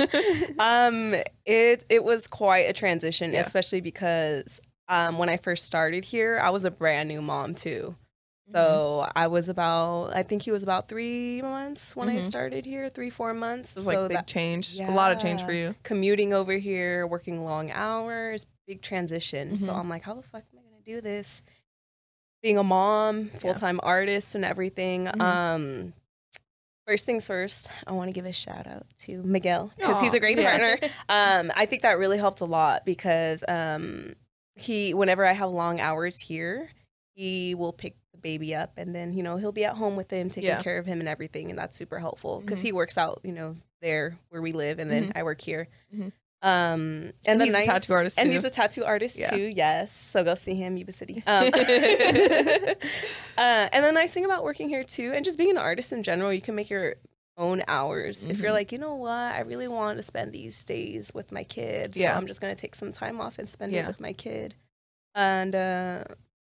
[SPEAKER 5] um, it it was quite a transition,
[SPEAKER 2] Yeah.
[SPEAKER 5] especially because um, when I first started here, I was a brand new mom too.
[SPEAKER 2] Mm-hmm.
[SPEAKER 5] So I was about, I think he was about three months when I
[SPEAKER 2] Mhm.
[SPEAKER 5] started here, three four months.
[SPEAKER 2] It was
[SPEAKER 5] so
[SPEAKER 2] like big
[SPEAKER 5] that
[SPEAKER 2] change, a lot of change
[SPEAKER 5] Yeah.
[SPEAKER 2] for you.
[SPEAKER 5] commuting over here, working long hours, big transition. So
[SPEAKER 2] Mhm.
[SPEAKER 5] I'm like, how the fuck am I gonna do this? Being a mom, full time artist, and everything.
[SPEAKER 2] Mhm.
[SPEAKER 5] Um, first things first, I want to give a shout out to Miguel because he's
[SPEAKER 2] Aw,
[SPEAKER 5] a great
[SPEAKER 2] yeah.
[SPEAKER 5] partner. Um, I think that really helped a lot because um, he, whenever I have long hours here, he will pick the baby up and then you know he'll be at home with him taking
[SPEAKER 2] Yeah. Mm-hmm.
[SPEAKER 5] care of him and everything and that's super helpful because he works out you know there where we live and then I work here.
[SPEAKER 2] Mhm.
[SPEAKER 5] Um, and,
[SPEAKER 2] And
[SPEAKER 5] the
[SPEAKER 2] he's a
[SPEAKER 5] nice-
[SPEAKER 2] tattoo artist,
[SPEAKER 5] and
[SPEAKER 2] too.
[SPEAKER 5] he's a tattoo artist
[SPEAKER 2] Yeah.
[SPEAKER 5] too. Yes, so go see him, Yuba City. Um, uh, and the nice thing about working here too, and just being an artist in general, you can make your own hours. If you're
[SPEAKER 2] Mhm.
[SPEAKER 5] like, you know what, I really want to spend these days with my kid,
[SPEAKER 2] Yeah.
[SPEAKER 5] so I'm just gonna take some time off and spend it
[SPEAKER 2] Yeah.
[SPEAKER 5] with my kid. And uh,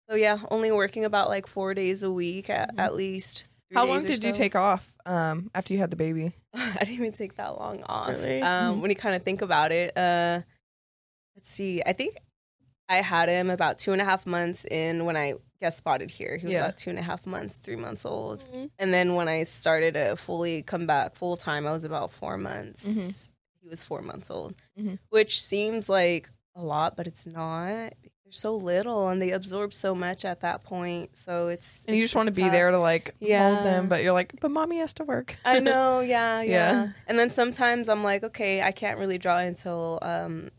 [SPEAKER 5] so yeah, only working about like four days a week at,
[SPEAKER 2] Mhm.
[SPEAKER 5] at least. three
[SPEAKER 2] How
[SPEAKER 5] days
[SPEAKER 2] long
[SPEAKER 5] or
[SPEAKER 2] did you
[SPEAKER 5] so.
[SPEAKER 2] take off um, after you had the baby?
[SPEAKER 5] I didn't even take that long off.
[SPEAKER 3] Really?
[SPEAKER 5] Um, when you kind of think about it, uh, let's see. I think I had him about two and a half months in when I guest spotted here. He was
[SPEAKER 2] Yeah. Mm-hmm.
[SPEAKER 5] about two and a half months, three months old.
[SPEAKER 3] mm-hmm.
[SPEAKER 5] And then when I started to fully come back full time, I was about four months.
[SPEAKER 2] Mhm.
[SPEAKER 5] He was four months old,
[SPEAKER 2] Mhm.
[SPEAKER 5] which seems like a lot, but it's not. They're so little and they absorb so much at that point. So it's
[SPEAKER 2] And you
[SPEAKER 5] it's-
[SPEAKER 2] just want to
[SPEAKER 5] it's
[SPEAKER 2] be
[SPEAKER 5] tough.
[SPEAKER 2] there to like
[SPEAKER 5] Yeah.
[SPEAKER 2] hold them, but you're like, but mommy has to work.
[SPEAKER 5] I know, yeah, yeah,
[SPEAKER 2] Yeah.
[SPEAKER 5] And then sometimes I'm like, okay, I can't really draw until um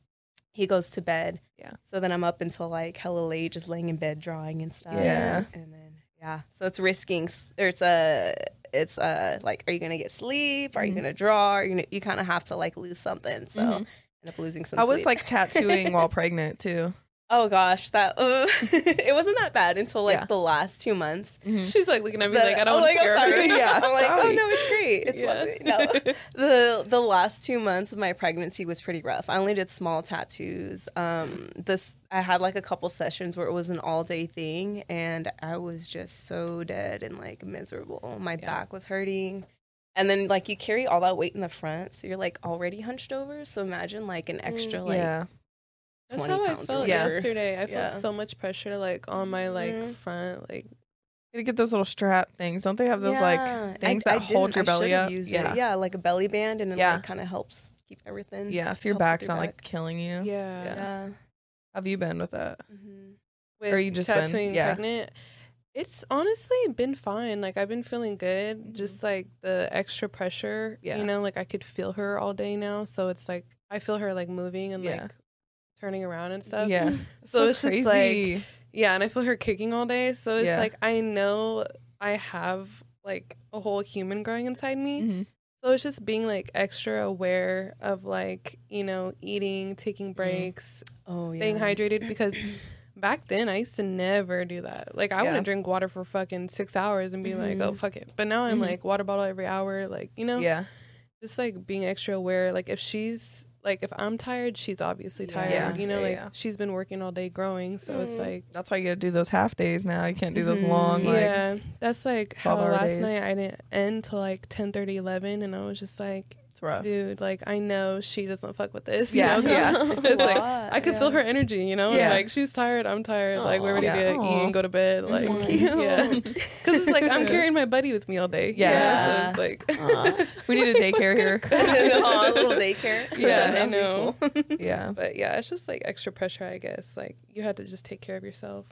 [SPEAKER 5] he goes to bed.
[SPEAKER 2] Yeah.
[SPEAKER 5] So then I'm up until like hella late, just laying in bed drawing and stuff.
[SPEAKER 2] Yeah.
[SPEAKER 5] And then yeah, so it's risking. s- Or it's a, it's a like, are you gonna get sleep? Are you
[SPEAKER 2] Mhm.
[SPEAKER 5] gonna draw? Are you gonna, you kind of have to like lose something. So
[SPEAKER 2] Mhm.
[SPEAKER 5] end up losing some.
[SPEAKER 2] I was
[SPEAKER 5] sleep.
[SPEAKER 2] like tattooing while pregnant too.
[SPEAKER 5] oh gosh, that uh, it wasn't that bad until like
[SPEAKER 2] Yeah.
[SPEAKER 5] the last two months.
[SPEAKER 4] She's like looking at me
[SPEAKER 5] The-
[SPEAKER 4] like I
[SPEAKER 5] I'm
[SPEAKER 4] don't
[SPEAKER 5] like,
[SPEAKER 4] want to
[SPEAKER 5] I'm
[SPEAKER 4] scare
[SPEAKER 5] sorry.
[SPEAKER 4] her.
[SPEAKER 2] Yeah,
[SPEAKER 5] I'm like, oh
[SPEAKER 2] sorry.
[SPEAKER 5] no, it's great. It's
[SPEAKER 4] Yeah.
[SPEAKER 5] lovely. No, the the last two months of my pregnancy was pretty rough. I only did small tattoos. Um, this I had like a couple sessions where it was an all day thing, and I was just so dead and like miserable. My back was hurting. And then, like, you carry all that weight in the front, so you're like already hunched over. So imagine like an extra, like,
[SPEAKER 2] Mm, yeah.
[SPEAKER 4] That's
[SPEAKER 5] 20
[SPEAKER 4] how I
[SPEAKER 5] pounds or
[SPEAKER 4] felt
[SPEAKER 5] whatever.
[SPEAKER 4] yesterday. I
[SPEAKER 5] Yeah.
[SPEAKER 4] felt so much pressure like on my like
[SPEAKER 5] Mhm.
[SPEAKER 4] front like
[SPEAKER 2] You get those little strap things. Don't they have those
[SPEAKER 5] Yeah.
[SPEAKER 2] like things
[SPEAKER 5] I- I
[SPEAKER 2] that hold your
[SPEAKER 5] didn't- I
[SPEAKER 2] belly
[SPEAKER 5] should've
[SPEAKER 2] up?
[SPEAKER 5] used it.
[SPEAKER 2] yeah.
[SPEAKER 5] yeah, like a belly band, and it
[SPEAKER 2] Yeah.
[SPEAKER 5] like, kind of helps keep everything.
[SPEAKER 2] Yeah. So your
[SPEAKER 5] Helps with
[SPEAKER 2] back's
[SPEAKER 5] your
[SPEAKER 2] not like
[SPEAKER 5] back.
[SPEAKER 2] killing you.
[SPEAKER 4] yeah.
[SPEAKER 5] yeah.
[SPEAKER 2] Have you been with that?
[SPEAKER 5] Mhm.
[SPEAKER 4] With
[SPEAKER 2] you just been-
[SPEAKER 4] tattooing
[SPEAKER 2] yeah.
[SPEAKER 4] pregnant. It's honestly been fine. Like I've been feeling good. Just
[SPEAKER 5] Mm-hmm.
[SPEAKER 4] like the extra pressure.
[SPEAKER 2] Yeah.
[SPEAKER 4] You know, like I could feel her all day now. So it's like I feel her like moving and
[SPEAKER 2] Yeah.
[SPEAKER 4] like turning around and stuff.
[SPEAKER 2] Yeah.
[SPEAKER 4] So it's just like- Yeah, and I feel her kicking all day. So it's
[SPEAKER 2] Yeah.
[SPEAKER 4] like I know I have like a whole human growing inside me.
[SPEAKER 2] Mhm.
[SPEAKER 4] So it's just being like extra aware of like, you know, eating, taking
[SPEAKER 2] Mm-hmm.
[SPEAKER 4] breaks,
[SPEAKER 5] Oh,
[SPEAKER 4] staying hydrated because back then I used to never do that. Like I
[SPEAKER 2] Yeah.
[SPEAKER 4] wouldn't drink water for fucking six hours and be
[SPEAKER 5] Mhm.
[SPEAKER 4] like, oh fuck it. But now I'm
[SPEAKER 2] Mhm.
[SPEAKER 4] like water bottle every hour, like, you know,
[SPEAKER 2] Yeah.
[SPEAKER 4] just like being extra aware. Like if she's like if I'm tired, she's obviously tired.
[SPEAKER 2] Yeah.
[SPEAKER 4] You know,
[SPEAKER 2] Yeah,
[SPEAKER 4] like
[SPEAKER 2] yeah. Mm-hmm.
[SPEAKER 4] she's been working all day growing, so it's
[SPEAKER 3] Mm.
[SPEAKER 4] like
[SPEAKER 2] That's why you gotta do those half days now. You can't do those
[SPEAKER 5] Mhm.
[SPEAKER 2] long like
[SPEAKER 4] yeah, that's like how
[SPEAKER 2] 12-hour
[SPEAKER 4] last
[SPEAKER 2] days.
[SPEAKER 4] night I didn't end till like 10, 11, and I was just like,
[SPEAKER 2] it's rough.
[SPEAKER 4] dude, like I know she doesn't fuck with this. you
[SPEAKER 2] Yeah,
[SPEAKER 4] know?
[SPEAKER 2] yeah.
[SPEAKER 4] It's just like
[SPEAKER 5] lot,
[SPEAKER 4] I could feel
[SPEAKER 5] yeah.
[SPEAKER 4] her energy, you know,
[SPEAKER 2] Yeah.
[SPEAKER 4] like she's tired, I'm tired, like we're ready
[SPEAKER 2] Aw.
[SPEAKER 4] to
[SPEAKER 2] Yeah.
[SPEAKER 4] eat and go to bed,
[SPEAKER 5] That's
[SPEAKER 4] like
[SPEAKER 5] so cute.
[SPEAKER 4] yeah, because it's like I'm carrying my buddy with me all day.
[SPEAKER 2] Yeah.
[SPEAKER 4] yeah. so it's like
[SPEAKER 2] We need a daycare here.
[SPEAKER 5] Aw, a little daycare.
[SPEAKER 4] Yeah, I
[SPEAKER 5] That'd be
[SPEAKER 4] know.
[SPEAKER 5] cool.
[SPEAKER 2] yeah.
[SPEAKER 4] But yeah, it's just like extra pressure, I guess. Like you had to just take care of yourself.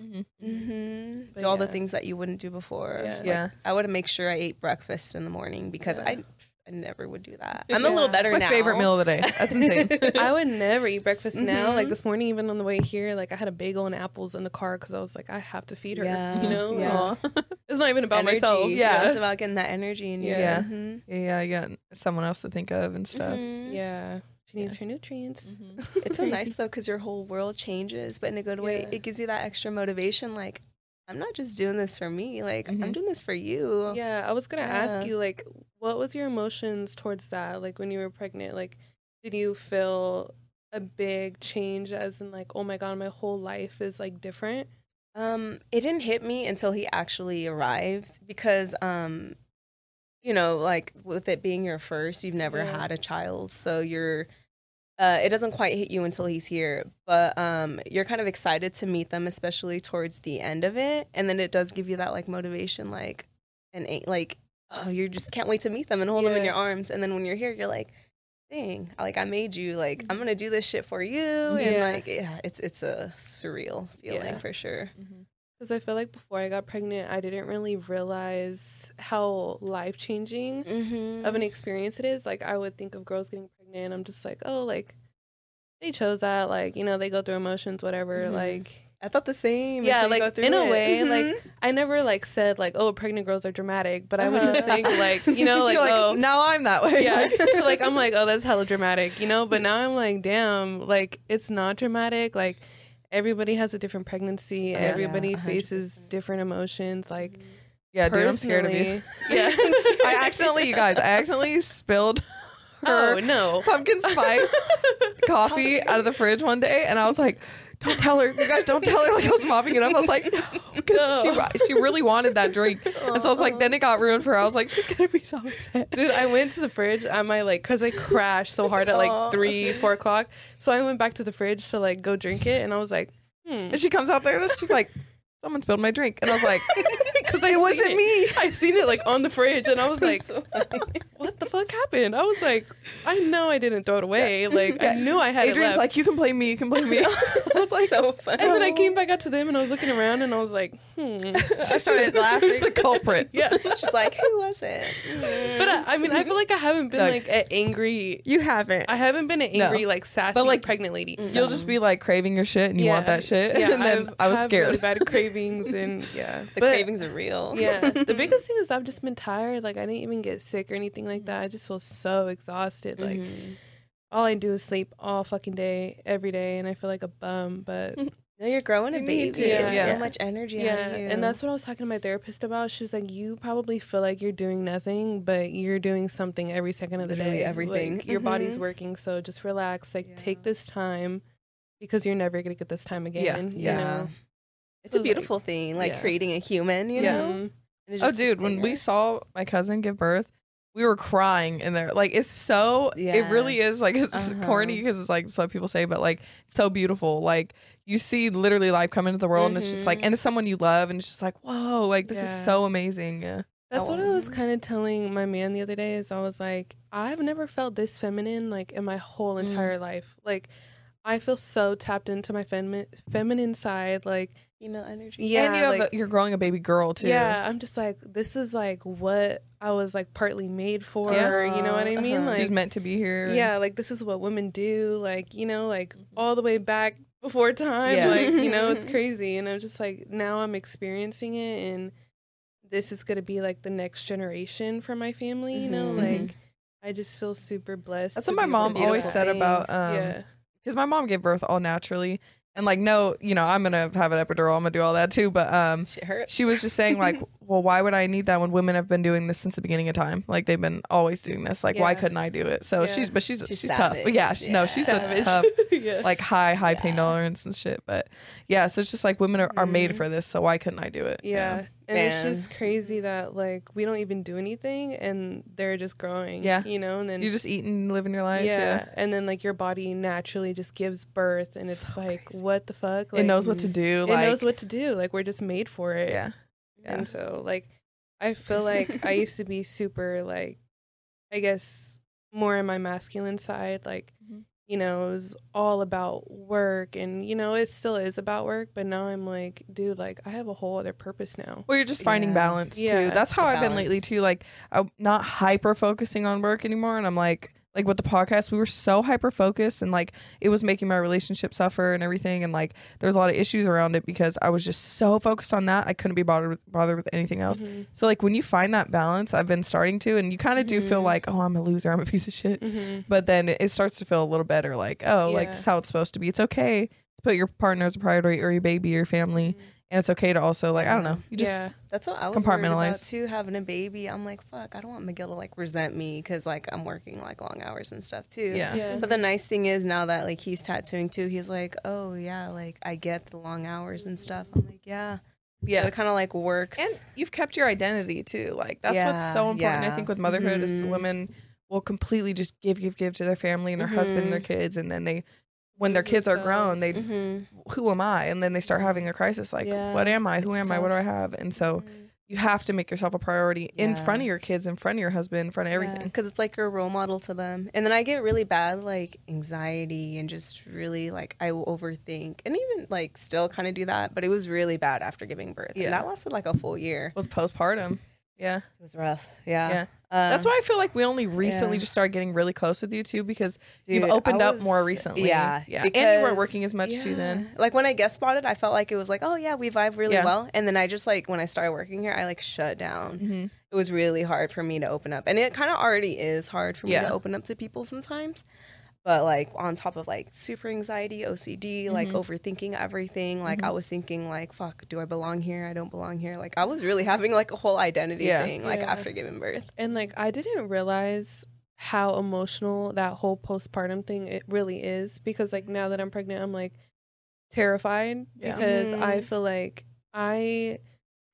[SPEAKER 5] Mhm.
[SPEAKER 4] But
[SPEAKER 5] Do all the
[SPEAKER 4] yeah.
[SPEAKER 5] things that you wouldn't do before.
[SPEAKER 4] Yeah.
[SPEAKER 5] Like,
[SPEAKER 2] Yeah.
[SPEAKER 5] I would make sure I ate breakfast in the morning because
[SPEAKER 4] Yeah.
[SPEAKER 5] I, I never would do that. I'm a little
[SPEAKER 4] Yeah.
[SPEAKER 5] better
[SPEAKER 2] My
[SPEAKER 5] now.
[SPEAKER 2] favorite meal of the day. That's insane.
[SPEAKER 4] I would never eat breakfast now. Like
[SPEAKER 5] Mhm.
[SPEAKER 4] this morning, even on the way here, like I had a bagel and apples in the car because I was like, I have to feed her.
[SPEAKER 5] Yeah.
[SPEAKER 4] You know,
[SPEAKER 5] Yeah.
[SPEAKER 4] Aw. it's not even about
[SPEAKER 5] Energy.
[SPEAKER 4] myself.
[SPEAKER 2] Yeah.
[SPEAKER 5] It's about getting that energy in you.
[SPEAKER 4] Yeah.
[SPEAKER 2] Yeah.
[SPEAKER 5] Mhm.
[SPEAKER 2] yeah, you got someone else to think of and stuff.
[SPEAKER 4] Mm-hmm.
[SPEAKER 5] Mhm.
[SPEAKER 4] yeah. She needs her nutrients.
[SPEAKER 5] Mm-hmm. It's so nice though because your whole world changes, but in a good way.
[SPEAKER 4] Yeah.
[SPEAKER 5] It gives you that extra motivation. Like, I'm not just doing this for me. Like, I'm
[SPEAKER 2] Mhm.
[SPEAKER 5] doing this for you.
[SPEAKER 4] Yeah, I was gonna ask
[SPEAKER 5] Yeah.
[SPEAKER 4] you like, what was your emotions towards that? Like when you were pregnant, like, did you feel a big change, as in like, oh my god, my whole life is like different?
[SPEAKER 5] Um, it didn't hit me until he actually arrived because, um, you know, like with it being your first, you've never
[SPEAKER 4] Yeah.
[SPEAKER 5] had a child, so you're. Uh, it doesn't quite hit you until he's here, but um, you're kind of excited to meet them, especially towards the end of it, and then it does give you that like motivation, like, and a- like, oh, you just can't wait to meet them and hold them in
[SPEAKER 4] Yeah.
[SPEAKER 5] your arms, and then when you're here, you're like, dang, like I made you, like I'm gonna do this shit for you, and
[SPEAKER 4] Mm. Yeah.
[SPEAKER 5] like, yeah, it's it's a surreal feeling
[SPEAKER 4] Yeah.
[SPEAKER 5] for sure.
[SPEAKER 4] Because I feel like before I got pregnant, I didn't really realize how life changing
[SPEAKER 5] mm-hmm.
[SPEAKER 4] of an experience it is. Like I would think of girls getting pregnant, I'm just like, oh, like they chose that. Like you know, they go through emotions, whatever.
[SPEAKER 5] Mhm.
[SPEAKER 4] Like
[SPEAKER 5] I thought the same. until
[SPEAKER 4] Yeah,
[SPEAKER 5] you
[SPEAKER 4] like,
[SPEAKER 5] go through
[SPEAKER 4] in a
[SPEAKER 5] it.
[SPEAKER 4] way,
[SPEAKER 5] Mhm.
[SPEAKER 4] like, I never like said like, oh, pregnant girls are dramatic, but I would just
[SPEAKER 5] Uh-huh.
[SPEAKER 4] think like, you know, like,
[SPEAKER 2] You're like,
[SPEAKER 4] oh.
[SPEAKER 2] now I'm that way.
[SPEAKER 4] yeah, like I'm like, oh, that's hella dramatic, you know. But now I'm like, damn, like it's not dramatic. Like everybody has a different pregnancy.
[SPEAKER 5] Yeah,
[SPEAKER 4] everybody
[SPEAKER 5] yeah, a hundred
[SPEAKER 4] faces different emotions. Like
[SPEAKER 2] yeah, dude, I'm scared of you.
[SPEAKER 4] personally-
[SPEAKER 5] yeah,
[SPEAKER 2] I accidentally, you guys, I accidentally spilled her
[SPEAKER 4] Oh no,
[SPEAKER 2] pumpkin spice coffee out of the fridge one day, and I was like, "Don't tell her, you guys, don't tell her." Like I was mopping it up, I was like, "Because she she really wanted that drink," and so I was like, "Then it got ruined for her." I was like, "She's gonna be so upset."
[SPEAKER 4] Dude, I went to the fridge at my like, cause I crashed so hard at
[SPEAKER 5] Aw.
[SPEAKER 4] like three, four o'clock. So I went back to the fridge to like go drink it, and I was like, hmm,
[SPEAKER 2] And she comes out there, and she's like, "Someone spilled my drink," and I was like,
[SPEAKER 4] cause I
[SPEAKER 2] "It wasn't
[SPEAKER 4] seen
[SPEAKER 2] me."
[SPEAKER 4] I seen it like on the fridge, and I was like, what the fuck happened? I was like, I know I didn't throw it away. Like I knew I had
[SPEAKER 2] Adrian's
[SPEAKER 4] it left.
[SPEAKER 2] like, "You can blame me. You can blame me."
[SPEAKER 5] I was like, so funny.
[SPEAKER 4] and then I came back out to them, and I was looking around, and I was like, hmm.
[SPEAKER 5] I started
[SPEAKER 2] Who's
[SPEAKER 5] laughing.
[SPEAKER 2] the culprit?
[SPEAKER 4] Yeah,
[SPEAKER 5] She's like, who was it?
[SPEAKER 4] but I, I mean, I feel like I haven't been
[SPEAKER 2] Like-
[SPEAKER 4] like an angry.
[SPEAKER 2] You haven't.
[SPEAKER 4] I haven't been an
[SPEAKER 2] No.
[SPEAKER 4] angry like sassy
[SPEAKER 2] like,
[SPEAKER 4] pregnant lady.
[SPEAKER 2] You'll just be like craving your shit, and you want
[SPEAKER 4] Yeah.
[SPEAKER 2] that shit.
[SPEAKER 4] Yeah,
[SPEAKER 2] and then
[SPEAKER 4] I've-
[SPEAKER 2] i was
[SPEAKER 4] have Really
[SPEAKER 2] scared.
[SPEAKER 4] bad cravings and yeah,
[SPEAKER 5] The
[SPEAKER 4] But,
[SPEAKER 5] cravings are real.
[SPEAKER 4] yeah, the biggest thing is I've just been tired. Like I didn't even get sick or anything like that. I just feel so exhausted. Like
[SPEAKER 5] Mhm.
[SPEAKER 4] all I do is sleep all fucking day, every day, and I feel like a bum. But
[SPEAKER 5] no, you're growing a
[SPEAKER 2] You
[SPEAKER 5] baby.
[SPEAKER 2] need
[SPEAKER 4] to.
[SPEAKER 5] It's
[SPEAKER 2] Yeah.
[SPEAKER 5] so much energy. out
[SPEAKER 4] yeah,
[SPEAKER 5] of you.
[SPEAKER 4] and that's what I was talking to my therapist about. She was like, "You probably feel like you're doing nothing, but you're doing something every second of the
[SPEAKER 5] Literally
[SPEAKER 4] day.
[SPEAKER 5] everything.
[SPEAKER 4] Like, your body's
[SPEAKER 5] Mhm.
[SPEAKER 4] working, so just relax. Like take
[SPEAKER 5] Yeah.
[SPEAKER 4] this time." Because you're never gonna get this time again. you
[SPEAKER 5] yeah.
[SPEAKER 4] know?
[SPEAKER 5] It's a
[SPEAKER 4] So, like,
[SPEAKER 5] beautiful thing, like
[SPEAKER 4] yeah.
[SPEAKER 5] creating a human. You
[SPEAKER 2] Yeah.
[SPEAKER 5] know.
[SPEAKER 4] Mhm.
[SPEAKER 5] And it
[SPEAKER 2] Oh,
[SPEAKER 5] just gets
[SPEAKER 2] dude, when we
[SPEAKER 5] bigger.
[SPEAKER 2] saw my cousin give birth, we were crying in there. Like, it's so, it really
[SPEAKER 5] Yes.
[SPEAKER 2] is like, it's corny 'cause
[SPEAKER 5] Uh-huh.
[SPEAKER 2] corny because it's like, it's what people say, but like, it's so beautiful. Like, you see literally life come into the world, and it's just like,
[SPEAKER 5] Mhm.
[SPEAKER 2] and it's someone you love, and it's just like, whoa, like, this
[SPEAKER 4] Mm-hmm. Yeah.
[SPEAKER 2] is so amazing. Yeah.
[SPEAKER 4] That's what I was
[SPEAKER 5] Oh.
[SPEAKER 2] mm.
[SPEAKER 4] kind of telling my man the other day. Is I was like, I've never felt this feminine like in my whole
[SPEAKER 2] Mm.
[SPEAKER 4] entire life. Like, I feel so tapped into my femi- feminine side. Like,
[SPEAKER 5] female energy.
[SPEAKER 4] yeah,
[SPEAKER 2] and you have
[SPEAKER 4] like,
[SPEAKER 2] a, you're growing a baby girl, too.
[SPEAKER 4] yeah, I'm just like, this is like what I was like partly made for.
[SPEAKER 5] Yeah.
[SPEAKER 4] You know what I mean?
[SPEAKER 5] Uh-huh.
[SPEAKER 2] She's
[SPEAKER 4] Like,
[SPEAKER 2] meant to be here.
[SPEAKER 4] yeah, like this is what women do. Like, you know, like all the way back before
[SPEAKER 2] Mm-hmm.
[SPEAKER 4] time.
[SPEAKER 2] Yeah.
[SPEAKER 4] Like, you know, it's crazy. And I'm just like, now I'm experiencing it and this is gonna be like the next generation for my family, you know?
[SPEAKER 5] Mhm.
[SPEAKER 4] Like I just feel super blessed.
[SPEAKER 2] Mm-hmm. That's
[SPEAKER 4] to
[SPEAKER 2] what my
[SPEAKER 4] be-
[SPEAKER 2] mom always
[SPEAKER 5] beautiful
[SPEAKER 2] said
[SPEAKER 5] thing.
[SPEAKER 2] about um
[SPEAKER 4] yeah.
[SPEAKER 2] because my mom gave birth all naturally and like no you know i'm gonna have an epidural i'm gonna do all that too but um
[SPEAKER 5] Shit hurt.
[SPEAKER 2] she was just saying like well why would i need that when women have been doing this since the beginning of time like they've been always doing this like why
[SPEAKER 4] Yeah.
[SPEAKER 2] couldn't i do it so
[SPEAKER 4] Yeah.
[SPEAKER 2] she's but she's she's,
[SPEAKER 5] She's
[SPEAKER 2] tough
[SPEAKER 5] savage.
[SPEAKER 2] yeah, she, no
[SPEAKER 5] Yeah.
[SPEAKER 2] she's a
[SPEAKER 4] Savage.
[SPEAKER 2] tough
[SPEAKER 4] yeah.
[SPEAKER 2] like high high pain
[SPEAKER 5] Yeah.
[SPEAKER 2] tolerance and shit but yeah so it's just like women are, are made
[SPEAKER 4] Mhm.
[SPEAKER 2] for this so why couldn't i do it
[SPEAKER 4] Yeah. And
[SPEAKER 5] Man.
[SPEAKER 4] it's just crazy that like we don't even do anything and they're just growing.
[SPEAKER 2] Yeah.
[SPEAKER 4] You know, and then
[SPEAKER 2] you're just eating living your life yeah,
[SPEAKER 4] yeah. and then like your body naturally just gives birth and it's
[SPEAKER 2] So
[SPEAKER 4] like
[SPEAKER 2] crazy.
[SPEAKER 4] what the fuck
[SPEAKER 2] it
[SPEAKER 4] like
[SPEAKER 2] knows what to do
[SPEAKER 4] it
[SPEAKER 2] like
[SPEAKER 4] knows what to do like we're just made for it
[SPEAKER 2] yeah yeah.
[SPEAKER 4] and so like i feel
[SPEAKER 5] Crazy.
[SPEAKER 4] like i used to be super like i guess more in my masculine side like
[SPEAKER 2] Mhm.
[SPEAKER 4] you know it was all about work and you know it still is about work but now i'm like dude like i have a whole other purpose now
[SPEAKER 2] Well, you're just finding
[SPEAKER 5] Yeah.
[SPEAKER 2] balance too.
[SPEAKER 4] Yeah,
[SPEAKER 2] That's how
[SPEAKER 5] the
[SPEAKER 2] I've been
[SPEAKER 5] balance.
[SPEAKER 2] lately too. Like I'm not hyper focusing on work anymore, and I'm like, like with the podcast, we were so hyper focused, and like it was making my relationship suffer and everything, and like there was a lot of issues around it because I was just so focused on that I couldn't be bothered with, bothered with anything else.
[SPEAKER 4] Mhm.
[SPEAKER 2] So like when you find that balance, I've been starting to, and you kind of do feel
[SPEAKER 4] Mhm.
[SPEAKER 2] like, oh, I'm a loser, I'm a piece of shit,
[SPEAKER 4] Mhm.
[SPEAKER 2] but then it it starts to feel a little better. Like oh, like
[SPEAKER 4] Yeah.
[SPEAKER 2] this is how it's supposed to be. It's okay to put your partner as a priority or your baby, your family, and it's okay to also like I don't know, you just.
[SPEAKER 4] yeah
[SPEAKER 5] That's what I was worried about
[SPEAKER 2] Compartmentalize.
[SPEAKER 5] too. Having a baby, I'm like, fuck, I don't want Miguel to like resent me because like I'm working like long hours and stuff too.
[SPEAKER 2] Yeah.
[SPEAKER 4] yeah
[SPEAKER 5] But the nice thing is now that like he's tattooing too, he's like, oh yeah, like I get the long hours and stuff. I'm like, yeah,
[SPEAKER 2] Yeah.
[SPEAKER 5] So it kind of like works.
[SPEAKER 2] and you've kept your identity too like that's what's
[SPEAKER 5] Yeah,
[SPEAKER 2] so important i
[SPEAKER 5] yeah.
[SPEAKER 2] think with motherhood is
[SPEAKER 5] Mhm.
[SPEAKER 2] women will completely just give give give to their family and their husband and their kids and then they when their
[SPEAKER 4] Lose
[SPEAKER 2] kids are grown they
[SPEAKER 4] themselves.
[SPEAKER 5] Mhm.
[SPEAKER 2] who am i and then they start having a crisis like
[SPEAKER 5] Yeah,
[SPEAKER 2] what am i who
[SPEAKER 5] it's
[SPEAKER 2] am i what do i
[SPEAKER 5] tough.
[SPEAKER 2] have and so
[SPEAKER 5] Mm-hmm.
[SPEAKER 2] you have to make yourself a priority in
[SPEAKER 5] Yeah.
[SPEAKER 2] front of your kids in front of your husband in front of everything
[SPEAKER 5] because it's like your role model to them and then i get really bad like anxiety and just really like i will overthink and even like still kind of do that but it was really bad after giving birth
[SPEAKER 2] Yeah.
[SPEAKER 5] and that lasted like a full year
[SPEAKER 2] was postpartum yeah
[SPEAKER 5] it was rough yeah,
[SPEAKER 4] Um,
[SPEAKER 2] Yeah.
[SPEAKER 5] Uh,
[SPEAKER 2] that's why i feel like we only recently
[SPEAKER 5] yeah.
[SPEAKER 2] just started getting really close with you too because you've
[SPEAKER 5] dude, I
[SPEAKER 2] opened up more
[SPEAKER 5] was-
[SPEAKER 2] recently
[SPEAKER 5] yeah
[SPEAKER 2] yeah and you weren't
[SPEAKER 5] because-
[SPEAKER 2] working as much too then
[SPEAKER 5] Yeah. Like when I guest spotted, I felt like it was like, oh yeah, we vibe really
[SPEAKER 2] Yeah.
[SPEAKER 5] well. And then I just like when I started working here, I like shut down.
[SPEAKER 2] Mhm.
[SPEAKER 5] It was really hard for me to open up, and it kind of already is hard for me
[SPEAKER 2] Yeah.
[SPEAKER 5] to open up to people sometimes. But like on top of like super anxiety, OCD, like
[SPEAKER 2] Mm-hmm.
[SPEAKER 5] overthinking everything, like I was thinking like, fuck, do I belong here? I don't belong here. Like I was really having like a whole identity
[SPEAKER 2] Yeah.
[SPEAKER 5] thing like
[SPEAKER 4] Yeah.
[SPEAKER 5] after giving birth.
[SPEAKER 4] and like i didn't realize how emotional that whole postpartum thing it really is because like now that i'm pregnant i'm like terrified
[SPEAKER 2] Yeah.
[SPEAKER 4] because
[SPEAKER 5] Mhm.
[SPEAKER 4] i feel like i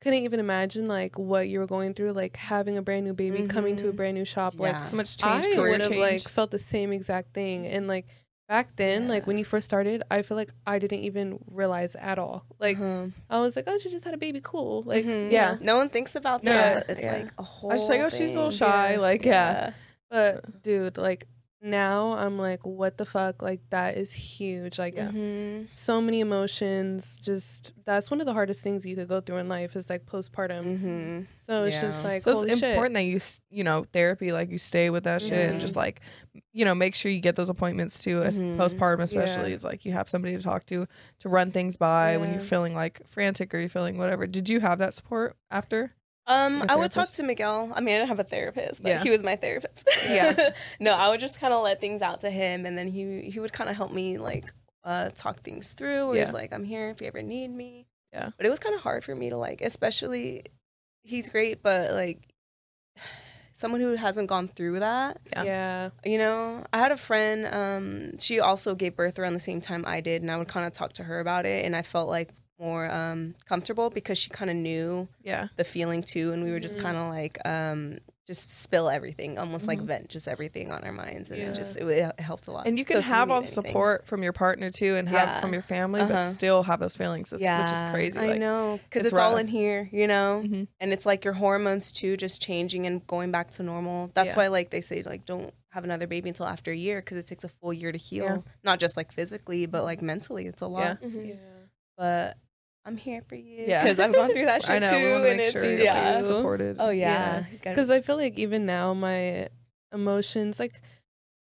[SPEAKER 4] couldn't even imagine like what you were going through like having a brand new baby coming to a
[SPEAKER 5] Mhm.
[SPEAKER 4] brand new shop like
[SPEAKER 5] Yeah.
[SPEAKER 2] so much Mm-hmm. change
[SPEAKER 4] i
[SPEAKER 2] career
[SPEAKER 4] would have
[SPEAKER 2] change
[SPEAKER 4] like felt the same exact thing and like back then like
[SPEAKER 5] Yeah.
[SPEAKER 4] when you first started i feel like i didn't even realize at all like
[SPEAKER 5] Mhm.
[SPEAKER 4] i was like oh she just had a baby cool like
[SPEAKER 5] Mhm.
[SPEAKER 2] Uh-huh. Mm-hmm. yeah.
[SPEAKER 5] no one thinks about
[SPEAKER 2] No,
[SPEAKER 5] that. It's
[SPEAKER 2] yeah.
[SPEAKER 5] like a whole.
[SPEAKER 2] i was just like oh she's a little
[SPEAKER 5] thing.
[SPEAKER 2] shy
[SPEAKER 4] Yeah.
[SPEAKER 2] like yeah.
[SPEAKER 4] But dude, like now I'm like, what the fuck? Like that is huge. Like
[SPEAKER 2] Yeah.
[SPEAKER 5] Mhm.
[SPEAKER 4] so many emotions. Just that's one of the hardest things you could go through in life is like postpartum.
[SPEAKER 5] Mhm.
[SPEAKER 4] So it's
[SPEAKER 5] Yeah.
[SPEAKER 4] just like
[SPEAKER 2] Mm-hmm. So
[SPEAKER 4] holy
[SPEAKER 2] it's
[SPEAKER 4] shit.
[SPEAKER 2] important that you, s- you know, therapy, like you stay with that shit and
[SPEAKER 5] Yeah.
[SPEAKER 4] Mm-hmm.
[SPEAKER 2] just like, you know, make sure you get those appointments too, as
[SPEAKER 5] Mhm.
[SPEAKER 2] postpartum especially.
[SPEAKER 4] Yeah.
[SPEAKER 2] It's like you have somebody to talk to to run things by when
[SPEAKER 4] Yeah.
[SPEAKER 2] you're feeling like frantic or you're feeling whatever. Did you have that support after?
[SPEAKER 5] Um,
[SPEAKER 2] Like a
[SPEAKER 5] I would talk
[SPEAKER 2] therapist?
[SPEAKER 5] to Miguel. I mean, I didn't have a therapist, but
[SPEAKER 2] Yeah.
[SPEAKER 5] he was my therapist.
[SPEAKER 2] Yeah.
[SPEAKER 5] no, I would just kind of let things out to him, and then he he would kind of help me like uh, talk things through. Or he's
[SPEAKER 2] Yeah.
[SPEAKER 5] like, "I'm here if you ever need me."
[SPEAKER 2] Yeah.
[SPEAKER 5] But it was kind of hard for me to like, especially he's great, but like someone who hasn't gone through that
[SPEAKER 2] Yeah.
[SPEAKER 4] Yeah.
[SPEAKER 5] you know i had a friend um she also gave birth around the same time i did and i would kind of talk to her about it and i felt like more um comfortable because she kind of knew
[SPEAKER 2] Yeah.
[SPEAKER 5] the feeling too and we were just
[SPEAKER 4] Mhm.
[SPEAKER 5] kind
[SPEAKER 2] Mm-hmm.
[SPEAKER 5] of like um just spill everything almost like
[SPEAKER 2] Mhm.
[SPEAKER 5] vent just everything on our minds and
[SPEAKER 4] Yeah.
[SPEAKER 5] it just it, it helped a lot
[SPEAKER 2] And you
[SPEAKER 5] So
[SPEAKER 2] can
[SPEAKER 5] if
[SPEAKER 2] have
[SPEAKER 5] need
[SPEAKER 2] all the
[SPEAKER 5] anything-
[SPEAKER 2] support from your partner too and have
[SPEAKER 5] Yeah.
[SPEAKER 2] from your family, but
[SPEAKER 5] Uh-huh.
[SPEAKER 2] still have those feelings, that's, which is crazy.
[SPEAKER 5] i
[SPEAKER 2] like,
[SPEAKER 5] know because
[SPEAKER 2] it's
[SPEAKER 5] it's, all
[SPEAKER 2] rough.
[SPEAKER 5] in here you know
[SPEAKER 2] Mhm.
[SPEAKER 5] and it's like your hormones too just changing and going back to normal that's
[SPEAKER 2] Yeah.
[SPEAKER 5] why like they say like don't have another baby until after a year because it takes a full year to heal not just like physically but like mentally it's a lot
[SPEAKER 2] Yeah.
[SPEAKER 3] Mhm.
[SPEAKER 4] Yeah.
[SPEAKER 5] but i'm here for you
[SPEAKER 2] Yeah.
[SPEAKER 5] because i've gone through that shit
[SPEAKER 2] I know.
[SPEAKER 5] too
[SPEAKER 2] We want to
[SPEAKER 5] and
[SPEAKER 2] make
[SPEAKER 5] it's
[SPEAKER 2] sure you're, like,
[SPEAKER 5] yeah
[SPEAKER 4] you-
[SPEAKER 2] supported.
[SPEAKER 5] oh
[SPEAKER 4] Yeah.
[SPEAKER 5] yeah
[SPEAKER 4] Because I feel like even now my emotions, like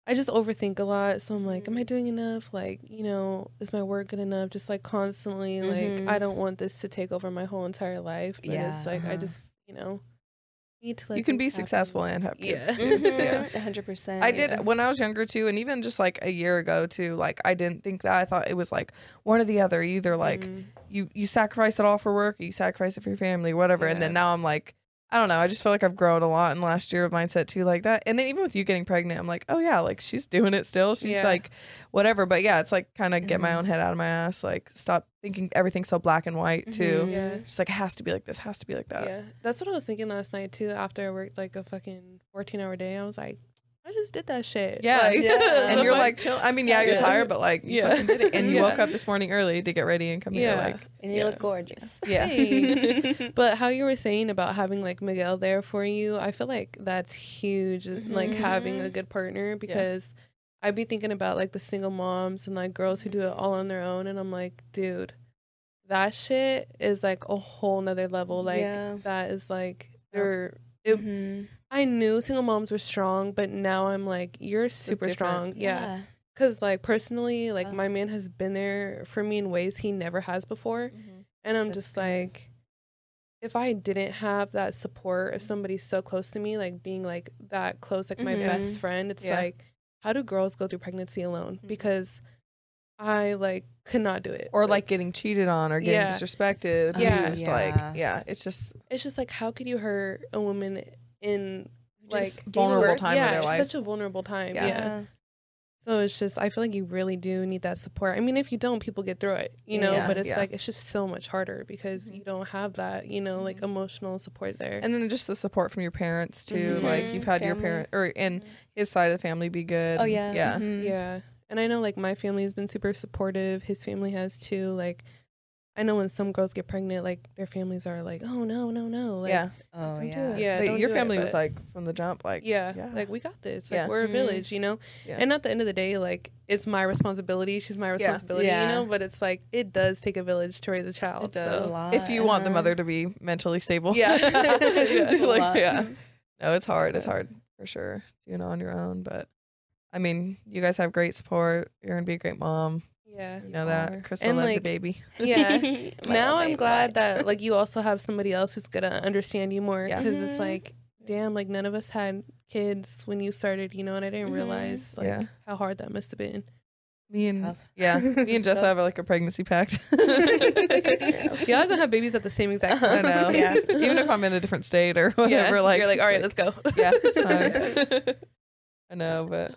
[SPEAKER 4] I just overthink a lot. So I'm like,
[SPEAKER 2] Mm-hmm.
[SPEAKER 4] am I doing enough? Like, you know, is my work good enough? Just like constantly,
[SPEAKER 5] Mhm.
[SPEAKER 2] Mm-hmm.
[SPEAKER 4] like, I don't want this to take over my whole entire life. But
[SPEAKER 5] Yeah.
[SPEAKER 4] it's like, I just, you know, need to like.
[SPEAKER 2] Uh-huh. you can be successful and have kids
[SPEAKER 4] Yeah.
[SPEAKER 2] too. yeah.
[SPEAKER 5] Mhm, 100%.
[SPEAKER 2] I did when I was younger too, and even just like a year ago too. Like I didn't think that. I thought it was like one or the other. Either like
[SPEAKER 4] Mm-hmm.
[SPEAKER 2] you you sacrifice it all for work, or you sacrifice it for your family, whatever. And then
[SPEAKER 4] Yeah.
[SPEAKER 2] now I'm like, I don't know. I just feel like I've grown a lot in last year of mindset too, like that. And then even with you getting pregnant, I'm like, oh yeah, like she's doing it still. She's
[SPEAKER 4] Yeah. Mm-hmm.
[SPEAKER 2] like, whatever. But yeah, it's like kind of get my
[SPEAKER 5] Mhm.
[SPEAKER 2] own head out of my ass. Like stop thinking everything's so black and white too.
[SPEAKER 5] Mhm.
[SPEAKER 4] Mm-hmm. Yeah.
[SPEAKER 2] Just like it has to be like this, has to be like that.
[SPEAKER 4] Yeah. That's what I was thinking last night too. After I worked like a fucking 14 hour day, I was like, I just did that shit.
[SPEAKER 2] Yeah.
[SPEAKER 4] Like,
[SPEAKER 5] Yeah.
[SPEAKER 2] And
[SPEAKER 5] So
[SPEAKER 2] you're
[SPEAKER 5] my-
[SPEAKER 2] like chill. I mean, yeah, you're
[SPEAKER 5] Yeah.
[SPEAKER 2] tired, but like you
[SPEAKER 4] Yeah.
[SPEAKER 2] fucking did it. And you
[SPEAKER 4] Yeah.
[SPEAKER 2] woke up this morning early to get ready and come
[SPEAKER 4] Yeah.
[SPEAKER 2] here. Like
[SPEAKER 5] And you
[SPEAKER 2] yeah.
[SPEAKER 5] look gorgeous.
[SPEAKER 4] Thanks. But how you were saying about having like Miguel there for you, I feel like that's huge. Like
[SPEAKER 2] Mm-hmm.
[SPEAKER 4] having a
[SPEAKER 5] Mhm.
[SPEAKER 4] good partner because I'd be thinking about like the single moms and like girls who do it all on their own, and I'm like, dude, that shit is like a whole nother level. Like
[SPEAKER 5] Yeah.
[SPEAKER 4] that is like
[SPEAKER 2] Yep.
[SPEAKER 4] you're. It-
[SPEAKER 5] Mhm.
[SPEAKER 4] I knew single moms were strong, but now I'm like, you're super
[SPEAKER 2] different.
[SPEAKER 4] strong. Yeah. Because, like, personally, like,
[SPEAKER 5] Tough.
[SPEAKER 4] my man has been there for me in ways he never has before.
[SPEAKER 5] Mhm.
[SPEAKER 4] And I'm
[SPEAKER 5] That's
[SPEAKER 4] just
[SPEAKER 5] good.
[SPEAKER 4] like, if I didn't have that support of somebody so close to me, like being like that close, like my
[SPEAKER 5] Mhm.
[SPEAKER 4] best friend, it's
[SPEAKER 2] Mm-hmm. Yeah. Mm-hmm.
[SPEAKER 4] like, how do girls go through pregnancy alone? Because I like could not do it.
[SPEAKER 2] or like getting cheated on or getting
[SPEAKER 4] Yeah.
[SPEAKER 2] disrespected.
[SPEAKER 4] Yeah.
[SPEAKER 2] abused, like
[SPEAKER 5] Yeah.
[SPEAKER 2] yeah, it's just
[SPEAKER 4] it's just like, how could you hurt a woman in like
[SPEAKER 5] Just
[SPEAKER 2] vulnerable
[SPEAKER 5] birth-
[SPEAKER 2] time
[SPEAKER 4] yeah,
[SPEAKER 2] in their
[SPEAKER 4] it's
[SPEAKER 2] life.
[SPEAKER 4] such a vulnerable time.
[SPEAKER 2] Yeah.
[SPEAKER 4] Yeah.
[SPEAKER 5] Uh-huh.
[SPEAKER 4] So it's just, I feel like you really do need that support. I mean, if you don't, people get through it, you know,
[SPEAKER 2] Yeah,
[SPEAKER 4] but it's
[SPEAKER 2] yeah. Mm-hmm.
[SPEAKER 4] like, it's just so much harder because you don't have that, you know, like emotional support there.
[SPEAKER 2] and then just the support from your parents too. Like
[SPEAKER 5] Mhm.
[SPEAKER 2] you've had your
[SPEAKER 5] Family.
[SPEAKER 2] parent or and his side of the family be good.
[SPEAKER 5] Oh, yeah.
[SPEAKER 2] yeah.
[SPEAKER 5] Mhm.
[SPEAKER 4] Yeah. And I know like my family has been super supportive. His family has too. Like I know when some girls get pregnant, like their families are like, "Oh no, no, no." Like,
[SPEAKER 2] yeah,
[SPEAKER 5] Oh,
[SPEAKER 4] Don't do
[SPEAKER 5] yeah.
[SPEAKER 4] it. Yeah,
[SPEAKER 2] They-
[SPEAKER 4] don't
[SPEAKER 2] your
[SPEAKER 4] do it,
[SPEAKER 2] family was
[SPEAKER 4] but-
[SPEAKER 2] like from the jump, like
[SPEAKER 4] yeah,
[SPEAKER 2] yeah.
[SPEAKER 4] like we got this.
[SPEAKER 2] Yeah. Mm-hmm.
[SPEAKER 4] Like we're a
[SPEAKER 5] Mhm.
[SPEAKER 4] village, you know.
[SPEAKER 2] Yeah.
[SPEAKER 4] And at the end of the day, like it's my responsibility. She's my responsibility,
[SPEAKER 5] Yeah.
[SPEAKER 4] you know. But it's like it does take a village to raise a child.
[SPEAKER 5] It does
[SPEAKER 4] so
[SPEAKER 5] a lot.
[SPEAKER 2] if you want the
[SPEAKER 5] Uh-huh.
[SPEAKER 2] mother to be mentally stable,
[SPEAKER 4] oh. Yeah.
[SPEAKER 5] It's a
[SPEAKER 2] like
[SPEAKER 5] lot. Mm-hmm.
[SPEAKER 2] yeah. No, it's hard. It's hard for sure doing it on your own, but. I mean, you guys have great support. You're gonna be a great mom.
[SPEAKER 4] yeah.
[SPEAKER 2] You know that.
[SPEAKER 5] are.
[SPEAKER 2] Crystal
[SPEAKER 4] And,
[SPEAKER 2] loves a
[SPEAKER 4] like,
[SPEAKER 2] baby.
[SPEAKER 5] My
[SPEAKER 4] Yeah. now
[SPEAKER 5] little
[SPEAKER 4] I'm
[SPEAKER 5] baby boy.
[SPEAKER 4] glad that like you also have somebody else who's gonna understand you more
[SPEAKER 2] Yeah.
[SPEAKER 4] because
[SPEAKER 5] Mhm.
[SPEAKER 4] it's like, damn, like none of us had kids when you started, you know, and I didn't
[SPEAKER 5] Mhm.
[SPEAKER 4] realize like
[SPEAKER 2] Yeah.
[SPEAKER 4] how hard that must have been.
[SPEAKER 2] Me and
[SPEAKER 5] Tough.
[SPEAKER 2] yeah, me and
[SPEAKER 5] It's
[SPEAKER 2] Jess
[SPEAKER 5] tough.
[SPEAKER 2] have like a pregnancy pact.
[SPEAKER 4] Y'all gonna have babies at the same exact
[SPEAKER 2] I
[SPEAKER 4] time.
[SPEAKER 2] know.
[SPEAKER 5] Yeah.
[SPEAKER 2] Even if I'm in a different state or whatever,
[SPEAKER 4] yeah.
[SPEAKER 2] like
[SPEAKER 4] you're like, all right,
[SPEAKER 2] it's
[SPEAKER 4] let's go.
[SPEAKER 2] yeah, it's time. I know, but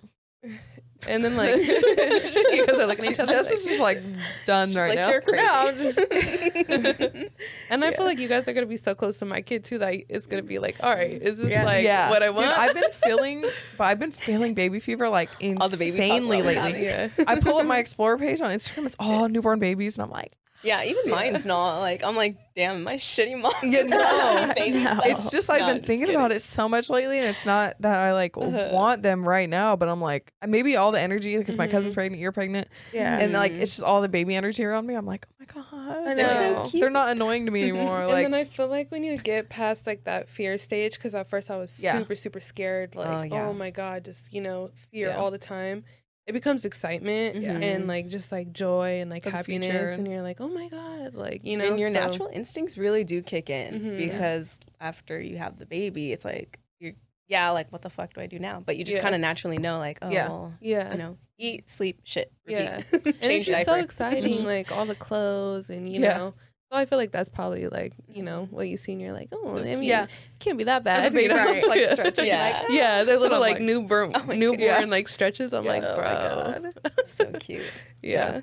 [SPEAKER 4] And then like you guys are looking at each other.
[SPEAKER 2] Jess is just like done
[SPEAKER 5] She's
[SPEAKER 2] right
[SPEAKER 5] like,
[SPEAKER 2] now.
[SPEAKER 5] "You're crazy."
[SPEAKER 2] No, I'm just
[SPEAKER 4] and I feel like you guys are gonna be so close to my kid too that it's gonna be like, all right, is this
[SPEAKER 5] Yeah.
[SPEAKER 4] like what I want?
[SPEAKER 2] Dude, I've been feeling, but I've been feeling baby fever like insanely
[SPEAKER 5] All the baby talk that was
[SPEAKER 2] lately.
[SPEAKER 5] happening.
[SPEAKER 4] yeah.
[SPEAKER 2] I pull up my Explorer page on Instagram. It's all newborn babies, and I'm like,
[SPEAKER 5] Yeah, even mine's not like I'm like, damn, my shitty mom.
[SPEAKER 2] Yeah, no.
[SPEAKER 5] Baby self.
[SPEAKER 2] it's just I've
[SPEAKER 5] Oh, No,
[SPEAKER 2] been
[SPEAKER 5] just
[SPEAKER 2] thinking
[SPEAKER 5] kidding.
[SPEAKER 2] about it so much lately, and it's not that I like want them right now, but I'm like maybe all the energy because my cousin's pregnant, you're pregnant,
[SPEAKER 3] Yeah.
[SPEAKER 2] and like
[SPEAKER 5] Mhm.
[SPEAKER 2] it's just all the baby energy around me. I'm like, oh my god,
[SPEAKER 3] I
[SPEAKER 2] they're
[SPEAKER 3] know.
[SPEAKER 2] so cute. They're not annoying to me anymore. like,
[SPEAKER 4] and then I feel like when you get past like that fear stage, because at first I was
[SPEAKER 2] Yeah.
[SPEAKER 4] super super scared, like oh,
[SPEAKER 5] yeah.
[SPEAKER 4] my god, just you know fear
[SPEAKER 2] Yeah.
[SPEAKER 4] all the time. It becomes excitement
[SPEAKER 5] Yeah.
[SPEAKER 4] and like just like joy and like
[SPEAKER 2] For the
[SPEAKER 4] happiness,
[SPEAKER 2] future.
[SPEAKER 4] and you're like, oh my god, like you know,
[SPEAKER 5] and your
[SPEAKER 4] so-
[SPEAKER 5] natural instincts really do kick in
[SPEAKER 4] Mhm. Yeah.
[SPEAKER 5] because after you have the baby, it's like you're yeah, like what the fuck do I do now? But you just
[SPEAKER 4] Yeah.
[SPEAKER 5] kind of naturally know, like oh,
[SPEAKER 2] Yeah.
[SPEAKER 5] well,
[SPEAKER 4] yeah.
[SPEAKER 5] you know, eat, sleep, shit, repeat.
[SPEAKER 4] Yeah. and
[SPEAKER 5] Change
[SPEAKER 4] it's just so
[SPEAKER 5] diaper.
[SPEAKER 4] exciting, like all the clothes and you
[SPEAKER 2] Yeah.
[SPEAKER 4] know. So I feel like that's probably like you know what you see, and you're like, oh, I mean,
[SPEAKER 2] Yeah.
[SPEAKER 4] can't be that
[SPEAKER 2] the
[SPEAKER 4] bad. you
[SPEAKER 2] baby
[SPEAKER 4] know?
[SPEAKER 2] just like
[SPEAKER 4] Yeah.
[SPEAKER 2] stretching.
[SPEAKER 5] Yeah.
[SPEAKER 2] Like,
[SPEAKER 4] Yeah, they're little
[SPEAKER 2] I'm
[SPEAKER 4] like,
[SPEAKER 2] like,
[SPEAKER 4] newborn,
[SPEAKER 5] oh my
[SPEAKER 4] newborn
[SPEAKER 2] goodness.
[SPEAKER 4] like stretches. I'm like,
[SPEAKER 2] oh my
[SPEAKER 4] bro,
[SPEAKER 2] God.
[SPEAKER 5] so cute.
[SPEAKER 4] yeah.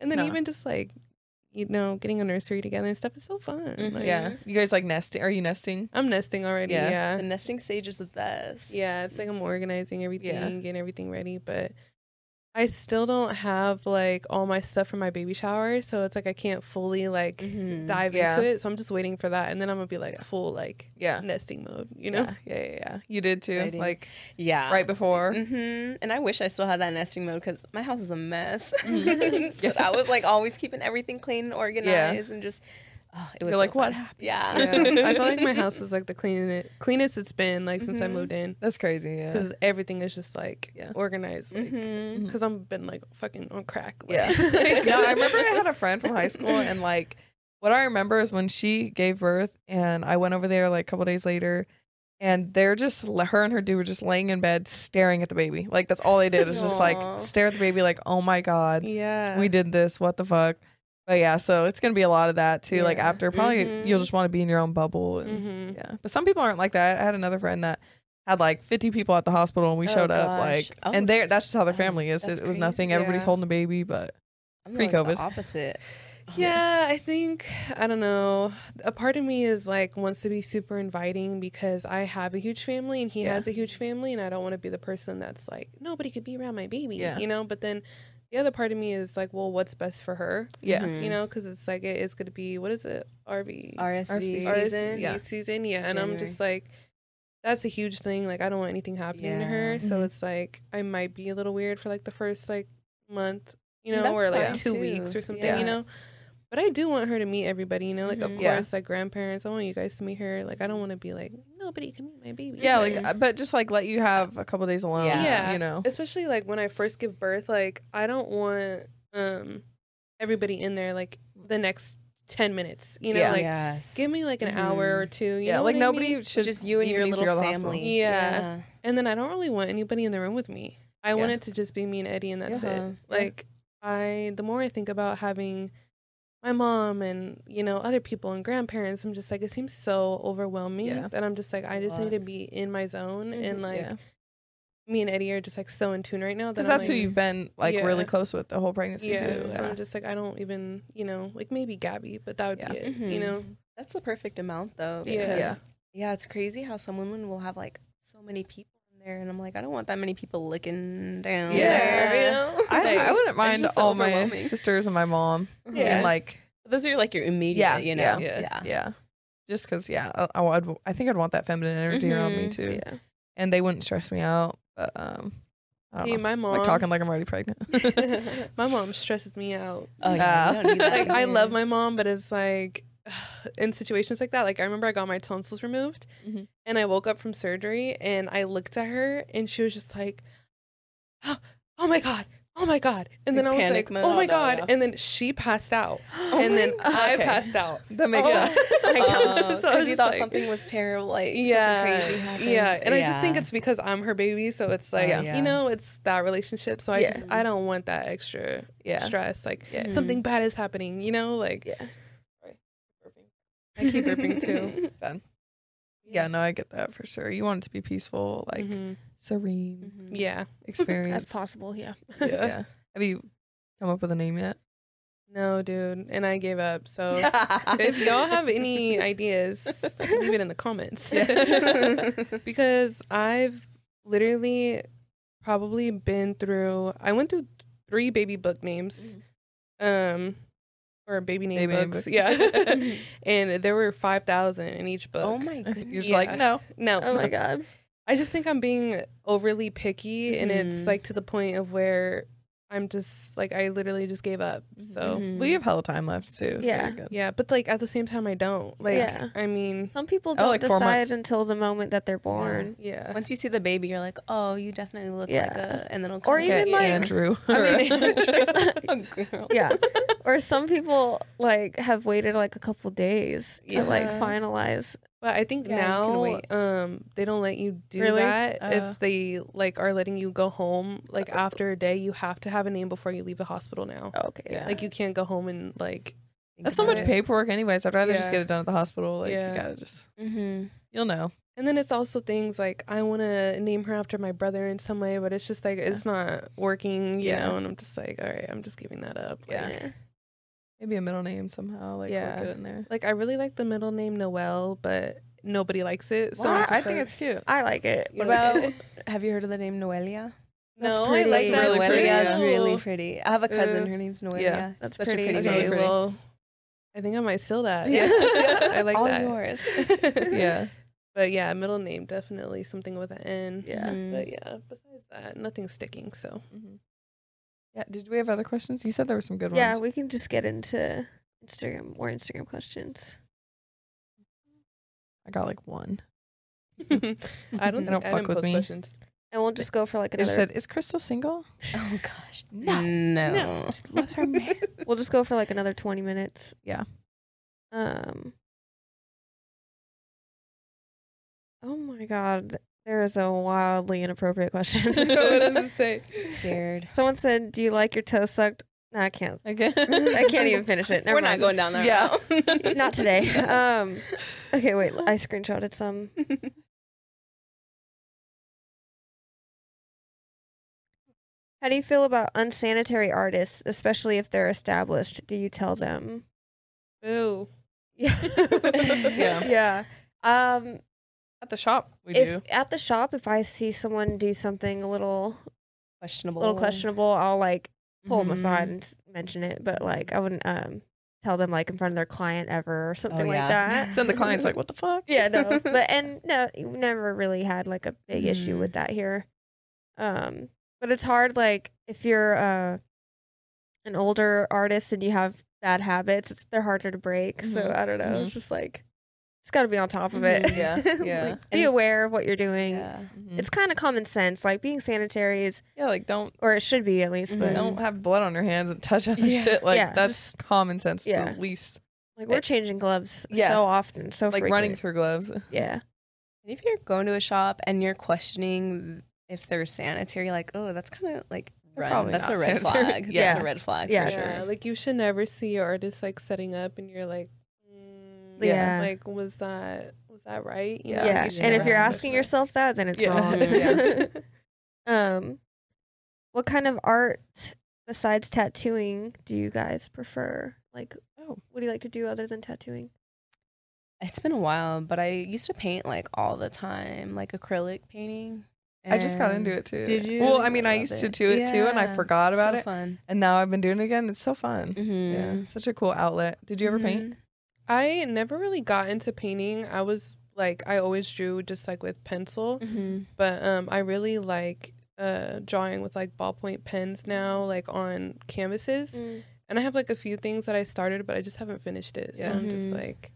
[SPEAKER 4] And then
[SPEAKER 2] Nah.
[SPEAKER 4] even just like, you know, getting a nursery together and stuff is so fun.
[SPEAKER 5] Mhm.
[SPEAKER 4] Like,
[SPEAKER 2] Mm-hmm. yeah. You guys like eh. nesting? Are you nesting?
[SPEAKER 4] I'm nesting already.
[SPEAKER 2] Yeah.
[SPEAKER 4] Yeah.
[SPEAKER 5] The
[SPEAKER 4] Yeah.
[SPEAKER 5] nesting stage is the best.
[SPEAKER 4] It's like I'm organizing everything, getting everything ready. But I still don't have like all my stuff from my baby shower. So it's like I can't fully like
[SPEAKER 5] Mhm.
[SPEAKER 4] dive
[SPEAKER 2] Mm-hmm. Yeah.
[SPEAKER 4] into it. So I'm just waiting for that. And then I'm going to be like full like
[SPEAKER 2] Yeah.
[SPEAKER 4] nesting mode, you know?
[SPEAKER 2] Yeah, yeah, yeah, yeah. You did too.
[SPEAKER 5] Exciting.
[SPEAKER 2] Like
[SPEAKER 5] Yeah.
[SPEAKER 2] right before.
[SPEAKER 5] hmm And I wish I still had that nesting mode because my house is a mess. But I was like always keeping everything clean and organized and just oh, it was
[SPEAKER 2] You're
[SPEAKER 5] so
[SPEAKER 2] like, what
[SPEAKER 5] fun.
[SPEAKER 2] happened?
[SPEAKER 5] Yeah.
[SPEAKER 4] Yeah. I feel like my house is like the cleanest cleanest it's been like since I
[SPEAKER 3] Mhm.
[SPEAKER 4] moved in
[SPEAKER 2] That's crazy. Mm-hmm. Yeah.
[SPEAKER 4] because everything is just like
[SPEAKER 2] Yeah.
[SPEAKER 4] organized. Like,
[SPEAKER 5] Mhm.
[SPEAKER 4] Cause I'm been like fucking on crack. Like,
[SPEAKER 2] Mm. Yeah.
[SPEAKER 4] just, like-
[SPEAKER 2] no, I remember I had a friend from high school, and like, what I remember is when she gave birth, and I went over there like a couple days later, and they're just her and her dude were just laying in bed staring at the baby. Like that's all they did was just
[SPEAKER 5] Aw.
[SPEAKER 2] like stare at the baby, like, oh my god,
[SPEAKER 4] yeah.
[SPEAKER 2] we did this, what the fuck. But yeah, so it's gonna be a lot of that too. Like
[SPEAKER 4] Yeah.
[SPEAKER 2] after, probably
[SPEAKER 5] Mhm.
[SPEAKER 2] you'll just want to be in your own bubble. And,
[SPEAKER 4] Mhm.
[SPEAKER 2] Yeah, but some people aren't like that. I had another friend that had like 50 people at the hospital, and we
[SPEAKER 5] Oh,
[SPEAKER 2] showed up
[SPEAKER 5] gosh.
[SPEAKER 2] like,
[SPEAKER 5] I
[SPEAKER 2] and there
[SPEAKER 5] was-
[SPEAKER 2] that's just how their
[SPEAKER 5] oh,
[SPEAKER 2] family is. It,
[SPEAKER 5] that's
[SPEAKER 2] it was
[SPEAKER 5] crazy.
[SPEAKER 2] nothing. Everybody's
[SPEAKER 4] Yeah.
[SPEAKER 2] holding a baby, but
[SPEAKER 5] I'm like the
[SPEAKER 2] Pre-COVID.
[SPEAKER 5] opposite.
[SPEAKER 2] Oh,
[SPEAKER 4] Yeah, I think I don't know. A part of me is like wants to be super inviting because I have a huge family and he
[SPEAKER 2] Yeah.
[SPEAKER 4] has a huge family and I don't want to be the person that's like nobody could be around my baby,
[SPEAKER 2] Yeah.
[SPEAKER 4] you know? But then the other part of me is like, well, what's best for her?
[SPEAKER 2] yeah,
[SPEAKER 5] Mhm.
[SPEAKER 4] You know, cuz it's like it is going to be what is it? RV
[SPEAKER 5] RSV,
[SPEAKER 2] RSV
[SPEAKER 5] season.
[SPEAKER 4] yeah. season, yeah. And I'm just like that's a huge thing. Like I don't want anything happening to her,
[SPEAKER 5] Yeah.
[SPEAKER 4] so
[SPEAKER 2] Mhm.
[SPEAKER 4] it's like I might be a little weird for like the first like month, you know,
[SPEAKER 5] That's
[SPEAKER 4] or
[SPEAKER 5] fine,
[SPEAKER 4] like 2
[SPEAKER 5] too.
[SPEAKER 4] weeks or something,
[SPEAKER 5] Yeah.
[SPEAKER 4] you know. But I do want her to meet everybody, you know, like of
[SPEAKER 5] Mhm.
[SPEAKER 2] Mm-hmm. Yeah.
[SPEAKER 4] course, like grandparents. I want you guys to meet her. Like I don't want to be like nobody can meet my baby.
[SPEAKER 2] yeah, like, uh, but just like let you have a couple days alone.
[SPEAKER 5] Yeah.
[SPEAKER 4] Yeah.
[SPEAKER 2] you know,
[SPEAKER 4] especially like when I first give birth, like I don't want um everybody in there like the next 10 minutes, you know,
[SPEAKER 2] Yeah. Mm-hmm.
[SPEAKER 4] like
[SPEAKER 5] Oh, yes.
[SPEAKER 4] give me like an hour or two, you
[SPEAKER 2] yeah,
[SPEAKER 4] know
[SPEAKER 2] like
[SPEAKER 4] what I
[SPEAKER 2] nobody
[SPEAKER 4] mean?
[SPEAKER 2] should
[SPEAKER 5] just you and
[SPEAKER 2] even
[SPEAKER 5] your
[SPEAKER 2] needs to go
[SPEAKER 5] little
[SPEAKER 2] to the hospital.
[SPEAKER 5] family.
[SPEAKER 4] Yeah. And then I don't really want anybody in the room with me. I want
[SPEAKER 2] Yeah.
[SPEAKER 4] it to just be me and Eddie, and that's
[SPEAKER 5] Yeah.
[SPEAKER 4] it. Like I, the more I think about having my mom and you know other people and grandparents, I'm just like it seems so overwhelming
[SPEAKER 2] Yeah.
[SPEAKER 4] that I'm just like
[SPEAKER 5] It's a
[SPEAKER 4] I just
[SPEAKER 5] lot.
[SPEAKER 4] need to be in my zone, and
[SPEAKER 3] Mhm.
[SPEAKER 4] like
[SPEAKER 2] Mm-hmm. Yeah.
[SPEAKER 4] me and Eddie are just like so in tune right now. that
[SPEAKER 2] because
[SPEAKER 4] I'm,
[SPEAKER 2] that's who
[SPEAKER 4] like-
[SPEAKER 2] you've been like
[SPEAKER 4] Yeah.
[SPEAKER 2] really close with the whole pregnancy
[SPEAKER 4] Yeah,
[SPEAKER 2] too.
[SPEAKER 4] so I'm just like I don't even you know like maybe Gabby, but that would
[SPEAKER 2] Yeah. Mm-hmm.
[SPEAKER 4] be it.
[SPEAKER 5] Mhm.
[SPEAKER 4] You know,
[SPEAKER 5] That's the perfect amount though.
[SPEAKER 4] Yeah.
[SPEAKER 5] Because, yeah.
[SPEAKER 2] Yeah.
[SPEAKER 5] it's crazy how some women will have like so many people in there and I'm like, I don't want that many people looking down.
[SPEAKER 2] Yeah.
[SPEAKER 5] there, you know?
[SPEAKER 2] I,
[SPEAKER 4] like,
[SPEAKER 2] I wouldn't mind
[SPEAKER 5] just so
[SPEAKER 2] all my
[SPEAKER 5] overwhelming.
[SPEAKER 2] sisters and my mom,
[SPEAKER 5] Yeah.
[SPEAKER 2] and like
[SPEAKER 5] Those are like your immediate,
[SPEAKER 2] Yeah,
[SPEAKER 5] you
[SPEAKER 2] yeah,
[SPEAKER 5] know.
[SPEAKER 4] yeah.
[SPEAKER 2] yeah, just because yeah, I, I, would- I think I'd want that feminine energy around me
[SPEAKER 5] Mhm.
[SPEAKER 2] too.
[SPEAKER 4] yeah.
[SPEAKER 2] and they wouldn't stress me out. But um, I don't
[SPEAKER 4] See,
[SPEAKER 2] know.
[SPEAKER 4] my mom,
[SPEAKER 2] like talking like I'm already pregnant.
[SPEAKER 4] my mom stresses me out.
[SPEAKER 5] Oh yeah. you don't need that
[SPEAKER 4] like I
[SPEAKER 5] either.
[SPEAKER 4] love my mom, but it's like in situations like that. Like I remember I got my tonsils removed,
[SPEAKER 5] Mm-hmm.
[SPEAKER 2] Mhm.
[SPEAKER 4] and I woke up from surgery, and I looked at her, and she was just like, "Oh, oh my god." Oh my god! And then
[SPEAKER 5] Like
[SPEAKER 4] I was
[SPEAKER 5] panic
[SPEAKER 4] like,
[SPEAKER 5] mode.
[SPEAKER 4] "Oh my
[SPEAKER 5] Oh, no,
[SPEAKER 4] god!"
[SPEAKER 5] yeah.
[SPEAKER 4] And then she passed out,
[SPEAKER 5] Oh
[SPEAKER 4] and
[SPEAKER 5] my
[SPEAKER 4] then
[SPEAKER 5] God.
[SPEAKER 4] I
[SPEAKER 2] Okay.
[SPEAKER 4] passed out.
[SPEAKER 2] that makes
[SPEAKER 4] Oh.
[SPEAKER 2] sense.
[SPEAKER 4] God.
[SPEAKER 5] Because
[SPEAKER 4] So I was
[SPEAKER 5] Um, you
[SPEAKER 4] just
[SPEAKER 5] thought
[SPEAKER 4] like-
[SPEAKER 5] something was terrible, like
[SPEAKER 4] yeah,
[SPEAKER 5] something crazy happened.
[SPEAKER 4] yeah. And I just think
[SPEAKER 5] Yeah. Oh,
[SPEAKER 4] it's because I'm her baby, so it's like
[SPEAKER 5] Yeah.
[SPEAKER 4] you know, it's that relationship. So I
[SPEAKER 2] Yeah.
[SPEAKER 4] just I don't want that extra
[SPEAKER 2] Yeah.
[SPEAKER 4] stress. Like
[SPEAKER 2] Yeah.
[SPEAKER 4] something
[SPEAKER 5] Mm-hmm.
[SPEAKER 4] bad is happening, you know. Like
[SPEAKER 2] Yeah.
[SPEAKER 4] I keep burping too.
[SPEAKER 2] It's bad. Yeah, no, I get that for sure. You want it to be peaceful, like
[SPEAKER 4] Mhm.
[SPEAKER 5] mm-hmm.
[SPEAKER 2] serene
[SPEAKER 5] Mhm.
[SPEAKER 4] yeah.
[SPEAKER 2] experience.
[SPEAKER 3] That's possible. Yeah.
[SPEAKER 4] Yeah.
[SPEAKER 2] Yeah. Have you come up with a name yet?
[SPEAKER 4] No, dude, and I gave up. So if y'all have any ideas, leave it in the comments. because I've literally probably been through I went through three baby book names. Um or baby name
[SPEAKER 2] Baby name
[SPEAKER 4] books.
[SPEAKER 2] books.
[SPEAKER 4] Yeah. and there were 5,000 in each book.
[SPEAKER 5] oh my goodness.
[SPEAKER 2] You're just
[SPEAKER 4] Yeah.
[SPEAKER 2] like
[SPEAKER 4] Mm-hmm.
[SPEAKER 2] no.
[SPEAKER 4] no.
[SPEAKER 3] Oh my god.
[SPEAKER 4] I just think I'm being overly picky and
[SPEAKER 5] Mhm.
[SPEAKER 4] it's like to the point of where I'm just like I literally just gave up. So
[SPEAKER 5] Mm-hmm.
[SPEAKER 2] We have hella time left too. So
[SPEAKER 3] Yeah.
[SPEAKER 2] you're good.
[SPEAKER 4] Yeah, but like at the same time, I don't. Like,
[SPEAKER 3] Yeah.
[SPEAKER 4] I mean,
[SPEAKER 3] Some people
[SPEAKER 2] Oh,
[SPEAKER 3] don't
[SPEAKER 2] like four months.
[SPEAKER 3] decide until the moment that they're born.
[SPEAKER 4] yeah.
[SPEAKER 5] Once you see the baby, you're like, oh, you definitely look like
[SPEAKER 3] Yeah.
[SPEAKER 5] a, and then it'll come
[SPEAKER 3] Or
[SPEAKER 5] back.
[SPEAKER 3] even, like-
[SPEAKER 2] Andrew.
[SPEAKER 5] I mean,
[SPEAKER 4] Oh,
[SPEAKER 5] Andrew. girl.
[SPEAKER 3] Yeah. or some people like have waited like a couple days to like
[SPEAKER 5] Yeah.
[SPEAKER 3] finalize.
[SPEAKER 4] But I think
[SPEAKER 5] Yeah, you can
[SPEAKER 4] now,
[SPEAKER 5] wait.
[SPEAKER 4] um, they don't let you do
[SPEAKER 3] Really?
[SPEAKER 4] that
[SPEAKER 2] Uh.
[SPEAKER 4] if they like are letting you go home. Like after a day, you have to have a name before you leave the hospital now.
[SPEAKER 3] Okay.
[SPEAKER 2] Yeah.
[SPEAKER 4] Like you can't go home and like
[SPEAKER 2] That's so much
[SPEAKER 4] Right.
[SPEAKER 2] paperwork, anyways. I'd rather just
[SPEAKER 4] Yeah.
[SPEAKER 2] get it done at the hospital. Like
[SPEAKER 4] Yeah.
[SPEAKER 2] you gotta just,
[SPEAKER 5] Mm-hmm.
[SPEAKER 2] you'll know.
[SPEAKER 4] And then it's also things like I want to name her after my brother in some way, but it's just like it's not working, you
[SPEAKER 2] Yeah.
[SPEAKER 4] know. And I'm just like, all right, I'm just giving that up. Like,
[SPEAKER 2] Yeah. Maybe a middle name somehow. Like yeah.
[SPEAKER 4] Yeah.
[SPEAKER 2] work it in there.
[SPEAKER 4] Like I really like the middle name Noel, but nobody likes it. So
[SPEAKER 3] Why?
[SPEAKER 4] I'm
[SPEAKER 2] I
[SPEAKER 4] just
[SPEAKER 2] think
[SPEAKER 4] like-
[SPEAKER 2] it's cute.
[SPEAKER 3] I like it.
[SPEAKER 5] What
[SPEAKER 4] like
[SPEAKER 5] about? Have you heard of the name Noelia?
[SPEAKER 3] That's
[SPEAKER 4] no,
[SPEAKER 3] pretty.
[SPEAKER 4] I like
[SPEAKER 2] It's
[SPEAKER 4] that.
[SPEAKER 2] really
[SPEAKER 5] Noelia
[SPEAKER 2] pretty.
[SPEAKER 5] is really pretty. I have a cousin. Her name's Noelia.
[SPEAKER 2] Yeah.
[SPEAKER 3] That's
[SPEAKER 5] That's such
[SPEAKER 3] pretty.
[SPEAKER 5] a pretty
[SPEAKER 2] It's
[SPEAKER 4] okay,
[SPEAKER 5] name.
[SPEAKER 2] really pretty.
[SPEAKER 4] well, I think I might steal that.
[SPEAKER 2] Yeah.
[SPEAKER 4] I like
[SPEAKER 5] All
[SPEAKER 4] that.
[SPEAKER 5] yours.
[SPEAKER 2] yeah.
[SPEAKER 4] But yeah, middle name definitely something with an N.
[SPEAKER 2] Yeah.
[SPEAKER 5] Mhm.
[SPEAKER 3] Mm-hmm.
[SPEAKER 4] But yeah, besides that, nothing's sticking. So
[SPEAKER 2] Yeah. Did we have other questions? You said there were some good
[SPEAKER 3] Yeah,
[SPEAKER 2] ones.
[SPEAKER 3] we can just get into Instagram or Instagram questions.
[SPEAKER 2] I got like one.
[SPEAKER 4] I don't think
[SPEAKER 2] They don't
[SPEAKER 4] I
[SPEAKER 2] fuck
[SPEAKER 4] didn't
[SPEAKER 2] with
[SPEAKER 4] post
[SPEAKER 2] me.
[SPEAKER 4] questions.
[SPEAKER 3] And we'll just go for like
[SPEAKER 2] They
[SPEAKER 3] another.
[SPEAKER 2] just said, "Is Crystal single?"
[SPEAKER 5] Oh gosh.
[SPEAKER 2] No.
[SPEAKER 5] No.
[SPEAKER 2] She loves her man.
[SPEAKER 3] we'll just go for like another twenty minutes.
[SPEAKER 2] Yeah.
[SPEAKER 3] Um. Oh my God, there is a wildly inappropriate question.
[SPEAKER 4] what does it say?
[SPEAKER 5] Scared.
[SPEAKER 3] Someone said, "Do you like your toe sucked?" No, I can't.
[SPEAKER 2] Okay.
[SPEAKER 3] I can't even finish it. Never
[SPEAKER 5] We're
[SPEAKER 3] mind.
[SPEAKER 5] not going down there.
[SPEAKER 2] Yeah.
[SPEAKER 3] Not today. Um. Okay, wait. I screenshotted some. How do you feel about unsanitary artists, especially if they're established? Do you tell them?
[SPEAKER 4] Ew.
[SPEAKER 3] Yeah. yeah. Um,
[SPEAKER 2] At the shop, we
[SPEAKER 3] if
[SPEAKER 2] do.
[SPEAKER 3] at the shop, if I see someone do something a little,
[SPEAKER 5] questionable.
[SPEAKER 3] little questionable, I'll like pull them aside and s- mention it. But like, I wouldn't um tell them like in front of their client ever or something like
[SPEAKER 5] yeah.
[SPEAKER 3] that.
[SPEAKER 2] Send the clients like, "What the fuck?"
[SPEAKER 3] yeah, no. But and no, you never really had like a big issue
[SPEAKER 5] Mhm.
[SPEAKER 3] with that here. Um, but it's hard like if you're uh an older artist and you have bad habits, it's they're harder to break. So
[SPEAKER 2] Mhm.
[SPEAKER 3] I don't know. It's just like just got to be on top of it.
[SPEAKER 5] Mhm.
[SPEAKER 2] Yeah,
[SPEAKER 3] Like,
[SPEAKER 2] yeah.
[SPEAKER 3] be aware of what you're doing.
[SPEAKER 5] Yeah.
[SPEAKER 2] Mhm.
[SPEAKER 3] It's kind of common sense. Like being sanitary is,
[SPEAKER 2] yeah, like don't
[SPEAKER 3] or it should be at least. But
[SPEAKER 5] Mhm.
[SPEAKER 2] don't have blood on your hands and touch other
[SPEAKER 5] Yeah.
[SPEAKER 2] shit. Like
[SPEAKER 3] Mm-hmm. Yeah.
[SPEAKER 2] that's common sense.
[SPEAKER 3] Yeah.
[SPEAKER 2] The least
[SPEAKER 3] like we're changing gloves
[SPEAKER 2] Yeah.
[SPEAKER 3] so often, so
[SPEAKER 2] like running through gloves.
[SPEAKER 3] through. Yeah.
[SPEAKER 5] And if you're going to a shop and you're questioning if they're sanitary, like, oh, that's kind of like
[SPEAKER 2] They're
[SPEAKER 5] run.
[SPEAKER 2] probably
[SPEAKER 5] That's a
[SPEAKER 2] not
[SPEAKER 5] red
[SPEAKER 2] sanitary.
[SPEAKER 5] flag.
[SPEAKER 2] Yeah.
[SPEAKER 5] That's a red flag
[SPEAKER 3] Yeah.
[SPEAKER 5] for
[SPEAKER 4] yeah,
[SPEAKER 5] sure.
[SPEAKER 4] like you should never see your artist like setting up and you're like mm,
[SPEAKER 3] Yeah.
[SPEAKER 4] like was that was that right You
[SPEAKER 2] Yeah.
[SPEAKER 4] know,
[SPEAKER 3] Yeah.
[SPEAKER 4] like, you
[SPEAKER 5] you
[SPEAKER 4] should
[SPEAKER 3] And
[SPEAKER 4] never
[SPEAKER 3] if you're
[SPEAKER 4] have a
[SPEAKER 3] asking
[SPEAKER 4] question.
[SPEAKER 3] yourself that, then it's
[SPEAKER 2] Yeah.
[SPEAKER 3] wrong.
[SPEAKER 5] Yeah.
[SPEAKER 3] um, what kind of art besides tattooing do you guys prefer? Like,
[SPEAKER 2] Oh.
[SPEAKER 3] what do you like to do other than tattooing?
[SPEAKER 5] It's been a while, but I used to paint like all the time, like acrylic painting.
[SPEAKER 2] I just got into
[SPEAKER 5] And-
[SPEAKER 2] it too.
[SPEAKER 5] Did you?
[SPEAKER 2] Well, I mean, I
[SPEAKER 5] love
[SPEAKER 2] used to do it too, and I
[SPEAKER 5] Yeah.
[SPEAKER 2] forgot about
[SPEAKER 5] So
[SPEAKER 2] it,
[SPEAKER 5] Fun.
[SPEAKER 2] and now I've been doing it again. It's so fun.
[SPEAKER 5] Mm-hmm.
[SPEAKER 2] Yeah, such a cool outlet. Did you ever paint?
[SPEAKER 4] I never really got into painting. I was like I always drew just like with pencil,
[SPEAKER 5] Mm-hmm.
[SPEAKER 4] but um I really like uh drawing with like ballpoint pens now like on canvases. And I have like a few things that I started but I just haven't finished it. So
[SPEAKER 2] Yeah.
[SPEAKER 4] I'm just
[SPEAKER 5] Mhm.
[SPEAKER 4] like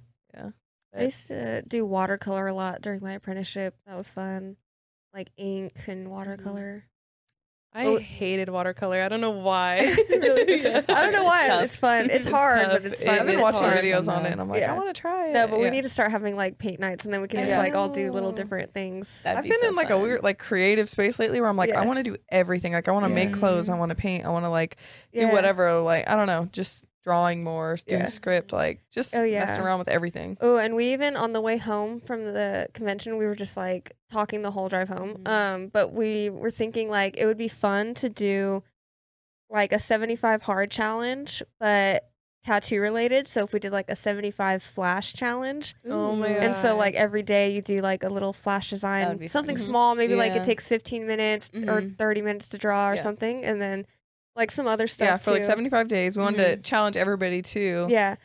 [SPEAKER 3] I used to do watercolor a lot during my apprenticeship. That was fun, like ink and watercolor.
[SPEAKER 4] I
[SPEAKER 3] Oh.
[SPEAKER 4] hated watercolor. I don't know why.
[SPEAKER 5] really
[SPEAKER 3] I don't know why
[SPEAKER 5] It's tough.
[SPEAKER 3] it's fun. It's
[SPEAKER 5] It's
[SPEAKER 3] hard,
[SPEAKER 2] tough.
[SPEAKER 3] but it's
[SPEAKER 2] It-
[SPEAKER 3] fun.
[SPEAKER 2] I've been
[SPEAKER 3] It's
[SPEAKER 2] watching
[SPEAKER 3] hard.
[SPEAKER 2] videos on
[SPEAKER 5] Yeah.
[SPEAKER 2] it, and I'm like,
[SPEAKER 3] Yeah.
[SPEAKER 2] I want to try it.
[SPEAKER 3] No, but we
[SPEAKER 2] Yeah.
[SPEAKER 3] need to start having like paint nights, and then we can
[SPEAKER 4] I
[SPEAKER 3] just like all do little
[SPEAKER 4] know.
[SPEAKER 3] different things.
[SPEAKER 5] That'd
[SPEAKER 2] I've
[SPEAKER 5] be
[SPEAKER 2] been
[SPEAKER 5] so
[SPEAKER 2] in like a
[SPEAKER 5] fun.
[SPEAKER 2] weird like creative space lately where I'm like, I
[SPEAKER 3] Yeah.
[SPEAKER 2] want to do everything. Like I want to make
[SPEAKER 5] Yeah.
[SPEAKER 2] clothes, I want to paint, I want to like do
[SPEAKER 3] Yeah.
[SPEAKER 2] whatever. Like I don't know, just drawing more, doing
[SPEAKER 3] Yeah.
[SPEAKER 2] script, like just
[SPEAKER 3] Oh,
[SPEAKER 2] messing
[SPEAKER 3] yeah.
[SPEAKER 2] around with everything.
[SPEAKER 3] Oh, and we even on the way home from the convention, we were just like talking the whole drive home.
[SPEAKER 5] Mm-hmm.
[SPEAKER 4] Mhm.
[SPEAKER 3] Um, but we were thinking like it would be fun to do like a 75 hard challenge, but tattoo related. So if we did like a 75 flash challenge,
[SPEAKER 4] Oh my
[SPEAKER 5] Ooh.
[SPEAKER 4] God.
[SPEAKER 3] and so like every day you do like a little flash
[SPEAKER 5] That would
[SPEAKER 3] design,
[SPEAKER 5] be
[SPEAKER 3] something
[SPEAKER 5] fun. Mm-hmm.
[SPEAKER 3] small, maybe like
[SPEAKER 5] Yeah.
[SPEAKER 3] it takes 15 minutes or
[SPEAKER 5] Mhm.
[SPEAKER 3] 30 minutes to draw or
[SPEAKER 2] Yeah.
[SPEAKER 3] something, and then like some other stuff.
[SPEAKER 2] Yeah, for
[SPEAKER 3] too.
[SPEAKER 2] like
[SPEAKER 3] Mm-hmm.
[SPEAKER 2] 75 days, we wanted to challenge everybody too,
[SPEAKER 3] Yeah,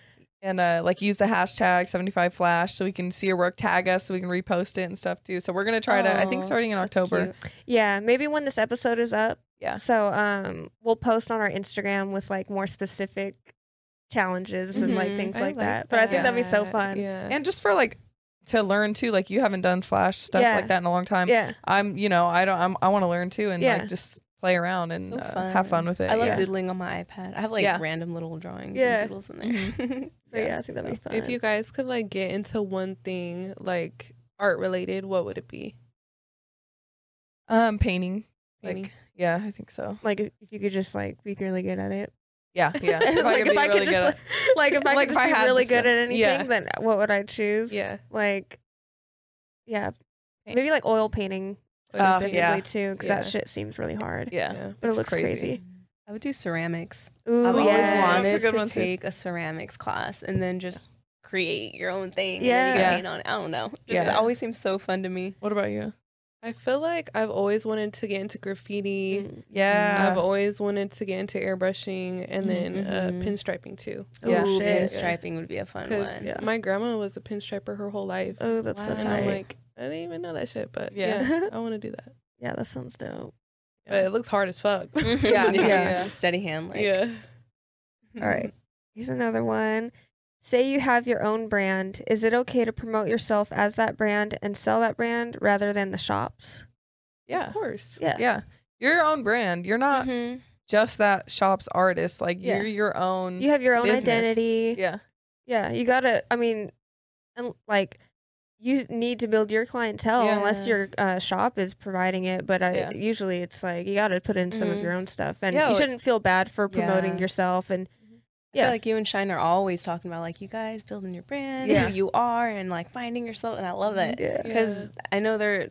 [SPEAKER 2] and uh, like use the hashtag 75 Flash so we can see your work, tag us, so we can repost it and stuff too. So we're gonna try to, I think,
[SPEAKER 5] Aw,
[SPEAKER 2] starting in
[SPEAKER 5] that's
[SPEAKER 2] October.
[SPEAKER 5] cute.
[SPEAKER 3] yeah. Maybe when this episode is up,
[SPEAKER 2] Yeah,
[SPEAKER 3] So um, we'll post on our Instagram with like more specific challenges and like
[SPEAKER 5] Mhm.
[SPEAKER 3] things
[SPEAKER 4] I
[SPEAKER 3] like that. But I think that'd be so
[SPEAKER 4] that.
[SPEAKER 3] fun. Yeah.
[SPEAKER 4] Yeah.
[SPEAKER 2] and just for like to learn too, like you haven't done Flash stuff
[SPEAKER 3] Yeah.
[SPEAKER 2] like that in a long time. I'm, you know, I don't, I'm, I want to learn too, and
[SPEAKER 3] Yeah.
[SPEAKER 2] like just play around and
[SPEAKER 5] So
[SPEAKER 2] uh, have fun with it.
[SPEAKER 5] I love
[SPEAKER 2] yeah.
[SPEAKER 5] doodling on my iPad. I have like
[SPEAKER 2] Yeah. Mm-hmm.
[SPEAKER 5] random little drawings
[SPEAKER 3] Yeah.
[SPEAKER 5] and doodles in
[SPEAKER 3] So
[SPEAKER 5] there.
[SPEAKER 3] yeah, I think that'd be fun.
[SPEAKER 4] If you guys could like get into one thing like art related, what would it be?
[SPEAKER 2] um painting.
[SPEAKER 4] Maybe.
[SPEAKER 2] Like, yeah, I think so.
[SPEAKER 3] like if you could just like be really good at it.
[SPEAKER 2] Yeah, yeah.
[SPEAKER 3] like if I could
[SPEAKER 2] good
[SPEAKER 3] just
[SPEAKER 2] at-
[SPEAKER 3] like if I
[SPEAKER 2] Like,
[SPEAKER 3] could
[SPEAKER 2] if
[SPEAKER 3] just
[SPEAKER 2] I
[SPEAKER 3] be
[SPEAKER 2] had
[SPEAKER 3] really
[SPEAKER 2] the
[SPEAKER 3] good
[SPEAKER 2] skill.
[SPEAKER 3] at anything,
[SPEAKER 2] Yeah.
[SPEAKER 3] then what would I choose?
[SPEAKER 4] yeah.
[SPEAKER 3] Like yeah.
[SPEAKER 2] Paint.
[SPEAKER 3] Maybe like oil painting
[SPEAKER 2] Uh,
[SPEAKER 3] specifically
[SPEAKER 2] yeah.
[SPEAKER 3] too, because that
[SPEAKER 4] Oh, Yeah.
[SPEAKER 3] shit seems really hard.
[SPEAKER 2] yeah.
[SPEAKER 4] yeah.
[SPEAKER 3] But it
[SPEAKER 2] It's
[SPEAKER 3] looks
[SPEAKER 2] crazy.
[SPEAKER 3] crazy.
[SPEAKER 5] I would do ceramics.
[SPEAKER 3] Ooh,
[SPEAKER 5] I've
[SPEAKER 3] yes.
[SPEAKER 5] always
[SPEAKER 2] That's a good
[SPEAKER 5] wanted
[SPEAKER 2] one,
[SPEAKER 5] to
[SPEAKER 2] too.
[SPEAKER 5] take a ceramics class and then just create your own thing.
[SPEAKER 3] Yeah.
[SPEAKER 5] Yeah.
[SPEAKER 2] Yeah.
[SPEAKER 5] paint on it. I don't know. Just,
[SPEAKER 2] Yeah.
[SPEAKER 5] It always seems so fun to me.
[SPEAKER 2] What about you?
[SPEAKER 4] I feel like I've always wanted to get into graffiti.
[SPEAKER 3] Mm.
[SPEAKER 2] Yeah.
[SPEAKER 4] I've always wanted to get into airbrushing and then
[SPEAKER 5] Mhm.
[SPEAKER 4] uh, pinstriping too.
[SPEAKER 2] Yeah.
[SPEAKER 5] Ooh,
[SPEAKER 3] shit.
[SPEAKER 5] Pinstriping would be a fun
[SPEAKER 4] Because
[SPEAKER 5] one.
[SPEAKER 2] Yeah.
[SPEAKER 4] my grandma was a pinstriper her whole life.
[SPEAKER 3] Oh, that's so
[SPEAKER 4] and I'm
[SPEAKER 3] tight.
[SPEAKER 4] like, I didn't even know that shit, but
[SPEAKER 2] Yeah.
[SPEAKER 4] yeah, I want to do that.
[SPEAKER 3] yeah, that sounds dope.
[SPEAKER 4] But it looks hard as fuck.
[SPEAKER 5] yeah.
[SPEAKER 2] Yeah.
[SPEAKER 5] Steady hand. Like.
[SPEAKER 4] yeah.
[SPEAKER 2] Mm-hmm.
[SPEAKER 3] All right. Here's another one. Say you have your own brand. Is it okay to promote yourself as that brand and sell that brand rather than the shops?
[SPEAKER 2] Yeah.
[SPEAKER 4] Of course.
[SPEAKER 3] Yeah.
[SPEAKER 2] Yeah. You're your own brand. You're
[SPEAKER 5] Uh,
[SPEAKER 2] not
[SPEAKER 3] Mhm.
[SPEAKER 2] just that shop's artist. Like
[SPEAKER 3] Yeah.
[SPEAKER 2] you're your own.
[SPEAKER 3] You have your own
[SPEAKER 2] Business.
[SPEAKER 3] identity.
[SPEAKER 2] yeah.
[SPEAKER 3] Yeah, you gotta. I mean, and like, you need to build your clientele
[SPEAKER 2] Yeah.
[SPEAKER 3] unless your uh, shop is providing it. But I,
[SPEAKER 2] Yeah. Mm-hmm.
[SPEAKER 3] usually, it's like you gotta put in some of
[SPEAKER 5] Mhm.
[SPEAKER 3] your own stuff, and
[SPEAKER 2] Yeah,
[SPEAKER 3] you
[SPEAKER 2] like-
[SPEAKER 3] shouldn't feel bad for promoting
[SPEAKER 5] Yeah.
[SPEAKER 3] yourself. And
[SPEAKER 5] I
[SPEAKER 3] Yeah.
[SPEAKER 5] feel like you and Shine are always talking about like you guys building your brand,
[SPEAKER 2] Yeah.
[SPEAKER 5] who you are, and like finding yourself. And I love
[SPEAKER 2] Uh,
[SPEAKER 5] it
[SPEAKER 3] Mm-hmm. yeah,
[SPEAKER 5] because
[SPEAKER 4] Yeah.
[SPEAKER 5] I know there are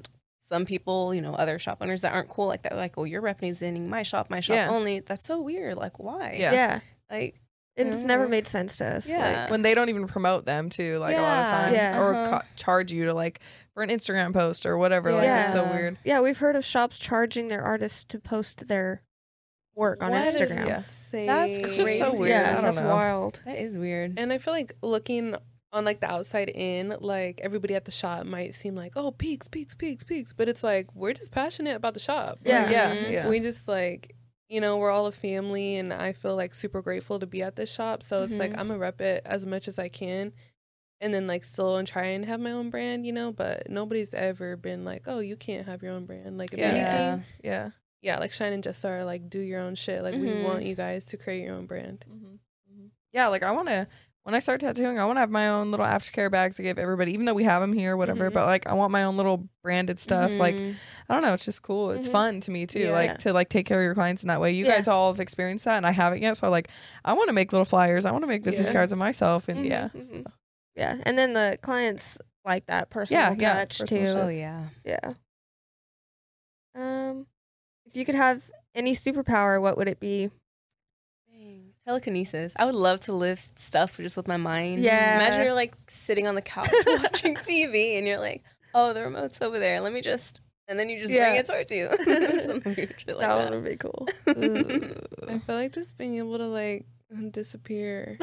[SPEAKER 5] some people, you know, other shop owners that aren't cool like that. Like, oh, you're representing my shop, my shop
[SPEAKER 2] Yeah.
[SPEAKER 5] only. That's so weird. Like, why?
[SPEAKER 3] yeah,
[SPEAKER 4] Yeah.
[SPEAKER 5] Like,
[SPEAKER 3] And
[SPEAKER 2] Mm-hmm.
[SPEAKER 3] it's never
[SPEAKER 5] Mhm.
[SPEAKER 3] made sense to us. like-
[SPEAKER 5] yeah.
[SPEAKER 2] When they don't even promote them too, like a lot of
[SPEAKER 5] Yeah.
[SPEAKER 2] times,
[SPEAKER 3] Yeah.
[SPEAKER 2] or
[SPEAKER 5] Uh-huh.
[SPEAKER 2] ca- charge you to like for an Instagram post or whatever. Like it's so
[SPEAKER 5] Yeah.
[SPEAKER 2] weird.
[SPEAKER 3] yeah, we've heard of shops charging their artists to post their work on
[SPEAKER 5] What is-
[SPEAKER 3] Instagram.
[SPEAKER 2] Yeah.
[SPEAKER 4] Insane.
[SPEAKER 5] That's It's
[SPEAKER 2] It's just so
[SPEAKER 5] Crazy.
[SPEAKER 2] weird.
[SPEAKER 3] Yeah,
[SPEAKER 2] I don't
[SPEAKER 3] that's
[SPEAKER 2] know.
[SPEAKER 3] wild.
[SPEAKER 5] that is weird.
[SPEAKER 4] And I feel like looking on like the outside in, like everybody at the shop might seem like, oh, peaks, peaks, peaks, peaks. But it's like, we're just passionate about the shop.
[SPEAKER 3] Yeah. Mm-hmm.
[SPEAKER 4] Like,
[SPEAKER 2] Yeah,
[SPEAKER 5] Mhm.
[SPEAKER 2] yeah.
[SPEAKER 4] We just like, you know, we're all a family and I feel like super grateful to be at this shop. So it's like,
[SPEAKER 5] Mhm.
[SPEAKER 4] I'm going to rep it as much as I can. And then like still and try and have my own brand, you know, but nobody's ever been like, oh, you can't have your own brand. Like if
[SPEAKER 2] Yeah.
[SPEAKER 4] anything,
[SPEAKER 2] yeah.
[SPEAKER 4] yeah, like Shine and Jess are like, do your own shit. Like we
[SPEAKER 5] Mhm.
[SPEAKER 4] want you guys to create your own brand.
[SPEAKER 2] Mm-hmm. Yeah, like I want to when I start tattooing, I want to have my own little aftercare bags to give everybody, even though we have them here, whatever.
[SPEAKER 4] Mhm.
[SPEAKER 2] But like, I want my own little branded stuff. Like,
[SPEAKER 5] Mhm.
[SPEAKER 2] I don't know, it's just cool. It's
[SPEAKER 3] Mhm.
[SPEAKER 2] fun to me too,
[SPEAKER 4] Yeah.
[SPEAKER 2] like to like take care of your clients in that way. You
[SPEAKER 3] Yeah.
[SPEAKER 2] guys all have experienced that, and I haven't yet. So like, I want to make little flyers. I want to make business
[SPEAKER 4] Yeah.
[SPEAKER 2] cards of myself,
[SPEAKER 5] Mm-hmm,
[SPEAKER 2] and
[SPEAKER 3] Mhm,
[SPEAKER 2] yeah,
[SPEAKER 3] mhm. Yeah. And then the clients like that personal
[SPEAKER 2] Yeah, yeah,
[SPEAKER 3] touch
[SPEAKER 2] personal
[SPEAKER 3] too.
[SPEAKER 2] shit.
[SPEAKER 5] oh yeah.
[SPEAKER 3] Yeah. Um, if you could have any superpower, what would it be?
[SPEAKER 5] Dang. Telekinesis. I would love to lift stuff just with my mind.
[SPEAKER 3] Yeah.
[SPEAKER 5] Imagine you're like sitting on the couch watching TV and you're like, oh, the remote's over there. Let me just, and then you just bring
[SPEAKER 3] Yeah.
[SPEAKER 5] it towards you. Something weird shit like
[SPEAKER 3] that
[SPEAKER 5] that.
[SPEAKER 3] one would be cool.
[SPEAKER 4] I feel like just being able to like mm, disappear,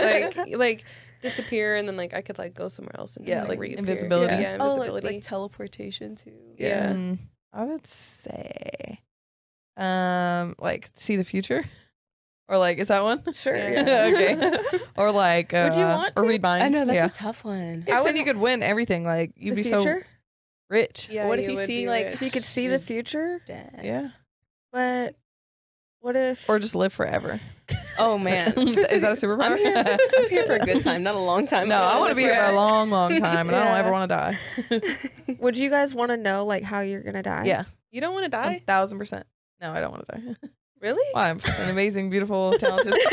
[SPEAKER 4] like like disappear, and then like I could like go somewhere else and
[SPEAKER 2] Yeah,
[SPEAKER 4] just, like,
[SPEAKER 2] like
[SPEAKER 4] reappear.
[SPEAKER 2] invisibility.
[SPEAKER 4] Yeah,
[SPEAKER 5] oh,
[SPEAKER 4] invisibility.
[SPEAKER 5] like, like teleportation too.
[SPEAKER 4] yeah.
[SPEAKER 2] Mm, I would say, um, like see the future, or like is that one?
[SPEAKER 3] Sure.
[SPEAKER 4] Yeah.
[SPEAKER 2] okay, or like uh,
[SPEAKER 3] Would you want
[SPEAKER 2] or
[SPEAKER 3] to?
[SPEAKER 2] read minds?
[SPEAKER 5] I know that's
[SPEAKER 2] yeah.
[SPEAKER 5] a tough one.
[SPEAKER 2] Yeah, 'cause then you could win everything. Like you'd
[SPEAKER 3] the
[SPEAKER 2] be so
[SPEAKER 3] future?
[SPEAKER 2] rich.
[SPEAKER 4] Yeah,
[SPEAKER 5] what if you
[SPEAKER 4] would
[SPEAKER 5] see
[SPEAKER 4] be
[SPEAKER 5] like
[SPEAKER 4] rich.
[SPEAKER 3] If you could see
[SPEAKER 5] Mm.
[SPEAKER 3] the future,
[SPEAKER 5] death?
[SPEAKER 2] Yeah,
[SPEAKER 3] but what if
[SPEAKER 2] or just live forever.
[SPEAKER 5] Oh man,
[SPEAKER 2] is that a superpower?
[SPEAKER 5] I'm here, I'm here for a good time, not a long time.
[SPEAKER 2] No, I want to be here for a long, long time, and I don't
[SPEAKER 3] Yeah.
[SPEAKER 2] ever want to die.
[SPEAKER 3] would you guys want to know like how you're gonna die?
[SPEAKER 2] Yeah,
[SPEAKER 4] you don't want to
[SPEAKER 2] a
[SPEAKER 4] die,
[SPEAKER 5] Um,
[SPEAKER 2] thousand percent. No, I don't want to die.
[SPEAKER 4] really?
[SPEAKER 2] Well, I'm an amazing, beautiful, talented.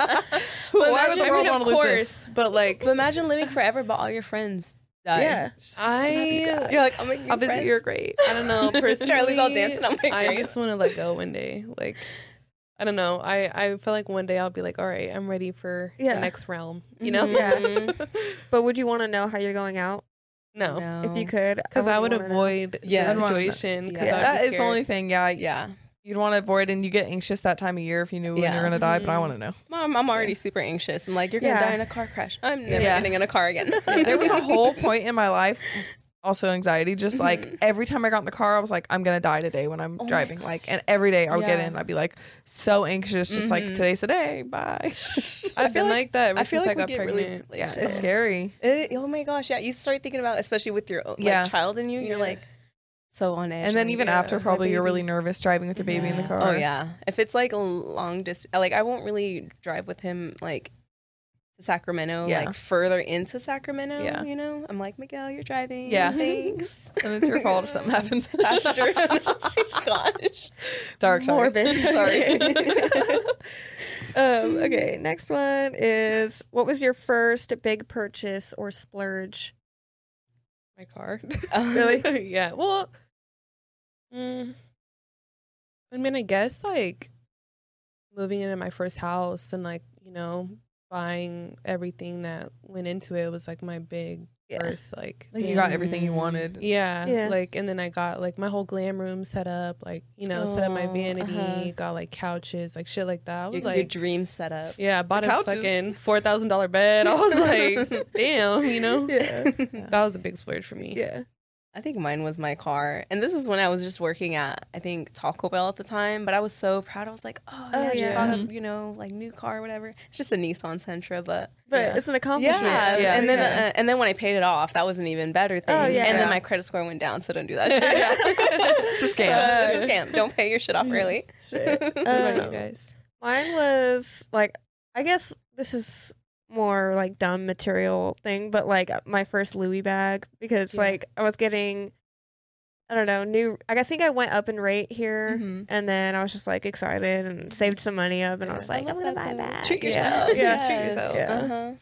[SPEAKER 2] Why would
[SPEAKER 5] imagine-
[SPEAKER 2] the
[SPEAKER 5] I
[SPEAKER 2] world
[SPEAKER 4] mean,
[SPEAKER 2] want
[SPEAKER 4] of
[SPEAKER 2] to lose this?
[SPEAKER 4] course, but like
[SPEAKER 5] But imagine living forever, but all your friends die.
[SPEAKER 3] Yeah.
[SPEAKER 4] I,
[SPEAKER 5] You're like, I'm making
[SPEAKER 2] I'll
[SPEAKER 5] new
[SPEAKER 2] visit
[SPEAKER 5] friends.
[SPEAKER 2] your grave.
[SPEAKER 4] I don't know. Personally,
[SPEAKER 5] Charlie's all dancing on my
[SPEAKER 4] I
[SPEAKER 5] grave.
[SPEAKER 4] just want to let go one day, like. I don't know. I, I feel like one day I'll be like, all right, I'm ready for
[SPEAKER 3] Yeah.
[SPEAKER 4] the next realm. You know?
[SPEAKER 3] Yeah. But would you want to know how you're going out
[SPEAKER 5] Mm-hmm.
[SPEAKER 4] No,
[SPEAKER 3] if you could?
[SPEAKER 4] because I would
[SPEAKER 3] wouldn't wanna know.
[SPEAKER 4] avoid
[SPEAKER 5] Yeah.
[SPEAKER 4] yeah. the situation. 'cause
[SPEAKER 5] Yeah.
[SPEAKER 4] I'd be
[SPEAKER 2] That is the
[SPEAKER 4] scared.
[SPEAKER 2] only thing. Yeah, I-
[SPEAKER 5] Yeah.
[SPEAKER 2] you'd want to avoid, and you get anxious that time of year if you knew when you
[SPEAKER 5] Yeah.
[SPEAKER 2] were gonna die. But I
[SPEAKER 4] Mhm.
[SPEAKER 2] want to know.
[SPEAKER 5] Mom, I'm already super anxious. I'm like, you're gonna
[SPEAKER 3] Yeah.
[SPEAKER 5] die in a car crash. I'm never
[SPEAKER 2] Yeah.
[SPEAKER 5] getting in a car again.
[SPEAKER 2] There was a whole point in my life. Also, anxiety. Just like every time I got in the car, I was like, "I'm gonna die today." When I'm
[SPEAKER 5] Mm-hmm. Oh my
[SPEAKER 2] driving, like, and every day I would get
[SPEAKER 5] Yeah.
[SPEAKER 2] in, I'd be like, so anxious, just like
[SPEAKER 5] Mhm.
[SPEAKER 2] today's the day. Bye.
[SPEAKER 4] I've
[SPEAKER 5] feel
[SPEAKER 4] been
[SPEAKER 5] like-
[SPEAKER 4] like, that ever
[SPEAKER 5] I feel
[SPEAKER 4] since
[SPEAKER 5] like
[SPEAKER 4] I
[SPEAKER 5] we
[SPEAKER 4] got
[SPEAKER 5] get
[SPEAKER 4] pregnant.
[SPEAKER 5] really
[SPEAKER 2] yeah,
[SPEAKER 5] related.
[SPEAKER 2] it's scary.
[SPEAKER 5] It- oh my gosh, yeah. You start thinking about, especially with your own,
[SPEAKER 2] Yeah.
[SPEAKER 5] like, child in you. You're
[SPEAKER 4] Yeah.
[SPEAKER 5] like so on edge.
[SPEAKER 2] And then
[SPEAKER 5] when you
[SPEAKER 2] even
[SPEAKER 5] get
[SPEAKER 2] after,
[SPEAKER 5] my
[SPEAKER 2] probably you're
[SPEAKER 5] baby.
[SPEAKER 2] really nervous driving with your baby in the
[SPEAKER 4] Yeah.
[SPEAKER 2] car.
[SPEAKER 5] Oh yeah. If it's like a long distance, like I won't really drive with him like to Sacramento,
[SPEAKER 2] Yeah.
[SPEAKER 5] like further into Sacramento.
[SPEAKER 2] Yeah.
[SPEAKER 5] You know, I'm like Miguel, you're driving.
[SPEAKER 2] Yeah.
[SPEAKER 5] Thanks.
[SPEAKER 2] and it's your fault if something happens.
[SPEAKER 5] That's true. gosh.
[SPEAKER 2] Dark side.
[SPEAKER 3] Morbid.
[SPEAKER 2] Sorry.
[SPEAKER 3] Um, okay, next one is what was your first big purchase or splurge?
[SPEAKER 4] My car.
[SPEAKER 5] Um,
[SPEAKER 4] really? yeah. Well, mm, I mean, I guess like moving into my first house and like you know buying everything that went into it was like my big
[SPEAKER 3] Yeah.
[SPEAKER 4] first like.
[SPEAKER 2] Like you got
[SPEAKER 4] thing.
[SPEAKER 2] everything you wanted.
[SPEAKER 4] Yeah,
[SPEAKER 3] Yeah.
[SPEAKER 4] like and then I got like my whole glam room set up, like you know, set up my
[SPEAKER 5] Oh,
[SPEAKER 4] vanity,
[SPEAKER 5] uh-huh.
[SPEAKER 4] got like couches, like shit like that. I was
[SPEAKER 5] Your,
[SPEAKER 4] like,
[SPEAKER 5] your dream setup.
[SPEAKER 4] yeah, I bought a
[SPEAKER 2] couches.
[SPEAKER 4] fucking four thousand dollar bed. I was like, damn, you know,
[SPEAKER 3] Yeah.
[SPEAKER 4] that was a big splurge for me.
[SPEAKER 3] Yeah.
[SPEAKER 5] I think mine was my car. And this was when I was just working at, I think, Taco Bell at the time. But I was so proud. I was like, oh, yeah,
[SPEAKER 3] Oh,
[SPEAKER 5] I just
[SPEAKER 3] yeah.
[SPEAKER 5] bought a, you know, like new car or whatever. It's just a Nissan Sentra, but.
[SPEAKER 3] But
[SPEAKER 4] Yeah.
[SPEAKER 3] it's an accomplishment.
[SPEAKER 5] Yeah.
[SPEAKER 2] Yeah.
[SPEAKER 5] And then
[SPEAKER 2] Yeah.
[SPEAKER 5] uh, and then when I paid it off, that was an even better thing.
[SPEAKER 3] Oh, yeah.
[SPEAKER 5] And
[SPEAKER 4] Yeah.
[SPEAKER 5] then my credit score went down, so don't do that shit. it's
[SPEAKER 2] a scam.
[SPEAKER 5] it's a scam. Don't pay your shit off early.
[SPEAKER 4] What about
[SPEAKER 3] Um,
[SPEAKER 4] you guys?
[SPEAKER 3] Mine was like, I guess this is more like dumb material thing, but like uh, my first Louis bag because
[SPEAKER 4] Yeah.
[SPEAKER 3] like I was getting, I don't know, new. Like I think I went up in rate here, and then I was just like excited and saved some money up, and I was like, I'm gonna buy a bag.
[SPEAKER 5] Treat
[SPEAKER 3] Yeah.
[SPEAKER 5] yourself.
[SPEAKER 3] Yeah.
[SPEAKER 4] Treat yourself.
[SPEAKER 2] Yeah.
[SPEAKER 5] Uh-huh.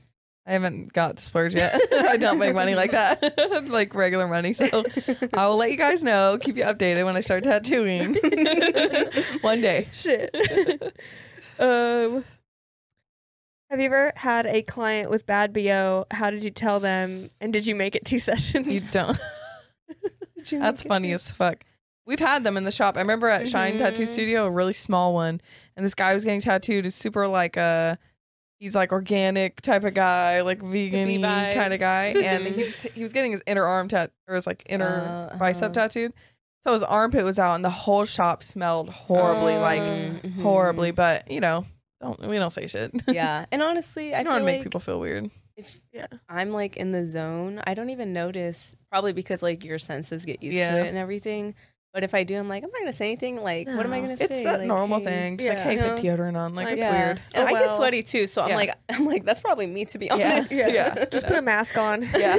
[SPEAKER 2] I haven't got splurge yet. I don't make money like that, like regular money. So I will let you guys know. Keep you updated when I start tattooing.
[SPEAKER 5] uh-huh.
[SPEAKER 2] One day.
[SPEAKER 3] Shit. um, have you ever had a client with bad bo? How did you tell them, and did you make it two sessions?
[SPEAKER 2] You don't. That's funny as fuck. We've had them in the shop. I remember at Shine Tattoo
[SPEAKER 5] Mhm.
[SPEAKER 2] Studio, a really small one, and this guy was getting tattooed. Is super like uh he's like organic type of guy, like vegan
[SPEAKER 4] vibes.
[SPEAKER 2] kind of guy, and he just he was getting his inner arm tat or his like inner
[SPEAKER 5] Oh,
[SPEAKER 2] bicep
[SPEAKER 5] uh-huh.
[SPEAKER 2] tattooed. So his armpit was out, and the whole shop smelled horribly, like
[SPEAKER 5] Mhm.
[SPEAKER 2] horribly. But you know, don't we don't say shit.
[SPEAKER 5] Yeah. And honestly, I
[SPEAKER 2] I don't want to
[SPEAKER 5] feel
[SPEAKER 2] make
[SPEAKER 5] like
[SPEAKER 2] people feel weird.
[SPEAKER 5] if
[SPEAKER 3] Yeah.
[SPEAKER 5] I'm like in the zone, I don't even notice. Probably because like your senses get used
[SPEAKER 2] Yeah.
[SPEAKER 5] to it and everything. But if I do, I'm like, I'm not gonna say anything. Like, what am I
[SPEAKER 3] No.
[SPEAKER 5] gonna say?
[SPEAKER 2] It's a
[SPEAKER 5] Like,
[SPEAKER 2] normal
[SPEAKER 5] hey-
[SPEAKER 2] thing. Just like,
[SPEAKER 5] yeah.
[SPEAKER 2] hey, put
[SPEAKER 5] Yeah.
[SPEAKER 2] deodorant on. Like,
[SPEAKER 3] Like,
[SPEAKER 2] it's
[SPEAKER 5] Yeah.
[SPEAKER 2] weird.
[SPEAKER 5] And
[SPEAKER 3] Oh,
[SPEAKER 5] I
[SPEAKER 3] well.
[SPEAKER 5] get sweaty too, so I'm
[SPEAKER 2] Yeah.
[SPEAKER 5] like, I'm like, that's probably me to be
[SPEAKER 2] Yeah.
[SPEAKER 5] honest.
[SPEAKER 2] Yeah. Yeah.
[SPEAKER 3] Just put a mask on.
[SPEAKER 2] Yeah.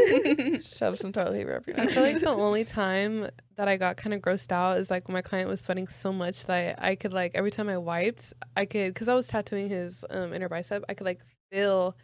[SPEAKER 2] Shove some toilet paper up your
[SPEAKER 4] I
[SPEAKER 2] nose.
[SPEAKER 4] feel like the only time that I got kind of grossed out is like when my client was sweating so much that I could like every time I wiped, I could because I was tattooing his um, inner bicep, I could like feel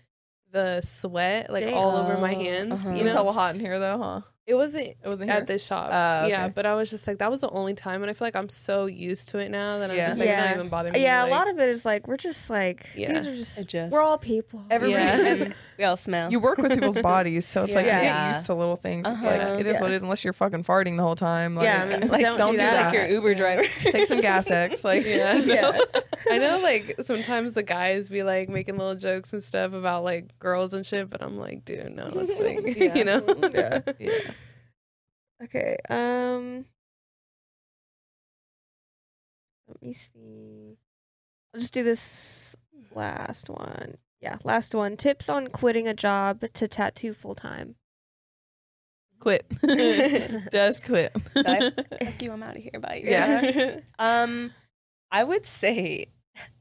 [SPEAKER 4] the sweat like all over my
[SPEAKER 5] Damn.
[SPEAKER 4] hands.
[SPEAKER 5] Uh-huh.
[SPEAKER 4] You
[SPEAKER 2] It was
[SPEAKER 4] know,
[SPEAKER 2] hella hot in here though, huh?
[SPEAKER 4] it wasn't
[SPEAKER 2] It wasn't
[SPEAKER 4] at
[SPEAKER 2] here.
[SPEAKER 4] this shop.
[SPEAKER 2] Oh,
[SPEAKER 4] Yeah,
[SPEAKER 2] okay.
[SPEAKER 4] but I was just like that was the only time, and I feel like I'm so used to it now that I'm
[SPEAKER 2] Yeah.
[SPEAKER 4] just like
[SPEAKER 3] Yeah.
[SPEAKER 4] not even bothering.
[SPEAKER 3] Yeah,
[SPEAKER 4] me,
[SPEAKER 3] a lot of it is like we're just like
[SPEAKER 4] Yeah.
[SPEAKER 3] these are just,
[SPEAKER 5] Adjust.
[SPEAKER 3] we're all people.
[SPEAKER 2] Everybody-
[SPEAKER 4] Yeah.
[SPEAKER 5] And we all smell.
[SPEAKER 2] You work with people's bodies, so it's like you
[SPEAKER 5] Yeah.
[SPEAKER 2] get used to little things. It's
[SPEAKER 5] Uh-huh.
[SPEAKER 2] like it is
[SPEAKER 3] Yeah.
[SPEAKER 2] what it is, unless you're fucking farting the whole time. Like,
[SPEAKER 3] yeah, I mean,
[SPEAKER 5] like
[SPEAKER 3] don't,
[SPEAKER 2] don't
[SPEAKER 3] do
[SPEAKER 2] do
[SPEAKER 3] that.
[SPEAKER 5] like your Uber driver.
[SPEAKER 2] take some gas X. Like,
[SPEAKER 4] Yeah.
[SPEAKER 5] Yeah.
[SPEAKER 4] I know, like sometimes the guys be like making little jokes and stuff about like girls and shit, but I'm like, dude, no, it's like
[SPEAKER 2] Yeah.
[SPEAKER 4] you know,
[SPEAKER 2] yeah, yeah.
[SPEAKER 3] Okay. Um. Let me see. I'll just do this last one. Yeah, last one. Tips on quitting a job to tattoo full time.
[SPEAKER 2] quit, just quit.
[SPEAKER 5] Fuck you, I'm out of here. Bye.
[SPEAKER 2] Yeah.
[SPEAKER 5] um, I would say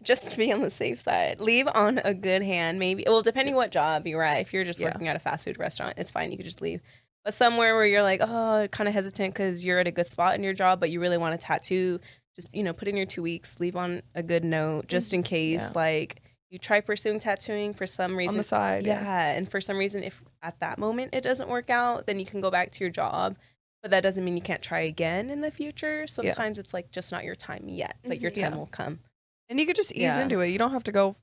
[SPEAKER 5] just to be on the safe side, leave on a good hand. Maybe well, depending what job you're at. If you're just
[SPEAKER 2] Yeah.
[SPEAKER 5] working at a fast food restaurant, it's fine. You could just leave. But somewhere where you're like, oh, kind of hesitant because you're at a good spot in your job, but you really want to tattoo. Just you know, put in your two weeks. Leave on a good note, just in case.
[SPEAKER 2] Mm, Yeah.
[SPEAKER 5] Like you try pursuing tattooing for some reason
[SPEAKER 2] On the side, yeah.
[SPEAKER 5] yeah. And for some reason, if at that moment it doesn't work out, then you can go back to your job. But that doesn't mean you can't try again in the future. Sometimes it's like just not your time yet, but your
[SPEAKER 3] Mhm.
[SPEAKER 5] time
[SPEAKER 2] Yeah.
[SPEAKER 5] will come.
[SPEAKER 2] and you could just ease
[SPEAKER 5] Yeah.
[SPEAKER 2] into it. You don't have to go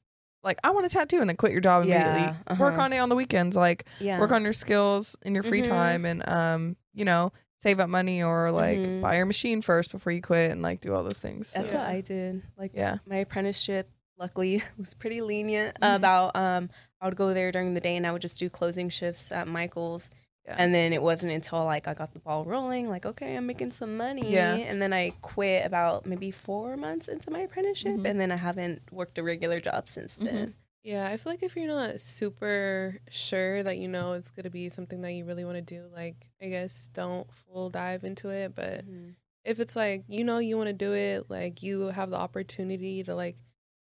[SPEAKER 2] like I want a tattoo and then quit your job
[SPEAKER 5] Yeah,
[SPEAKER 2] immediately. Work
[SPEAKER 5] uh-huh.
[SPEAKER 2] on it on the weekends. Like
[SPEAKER 5] Yeah.
[SPEAKER 2] work on your skills in your free
[SPEAKER 5] Mhm.
[SPEAKER 2] time, and um, you know, save up money or like
[SPEAKER 5] Mhm.
[SPEAKER 2] buy your machine first before you quit, and like do all those things. So,
[SPEAKER 5] That's what I did. Like
[SPEAKER 2] yeah.
[SPEAKER 5] my apprenticeship, luckily, was pretty lenient about um I would go there during the day and I would just do closing shifts at Michael's.
[SPEAKER 2] Yeah.
[SPEAKER 5] And then it wasn't until like I got the ball rolling, like, okay, I'm making some money.
[SPEAKER 2] Yeah.
[SPEAKER 5] And then I quit about maybe four months into my apprenticeship.
[SPEAKER 2] Mhm.
[SPEAKER 5] And then I haven't worked a regular job since
[SPEAKER 2] Mhm.
[SPEAKER 5] then.
[SPEAKER 4] Yeah, I feel like if you're not super sure that you know it's going to be something that you really want to do, like, I guess don't full dive into it. But
[SPEAKER 5] Mm-hmm.
[SPEAKER 4] if it's like, you know, you want to do it, like, you have the opportunity to, like,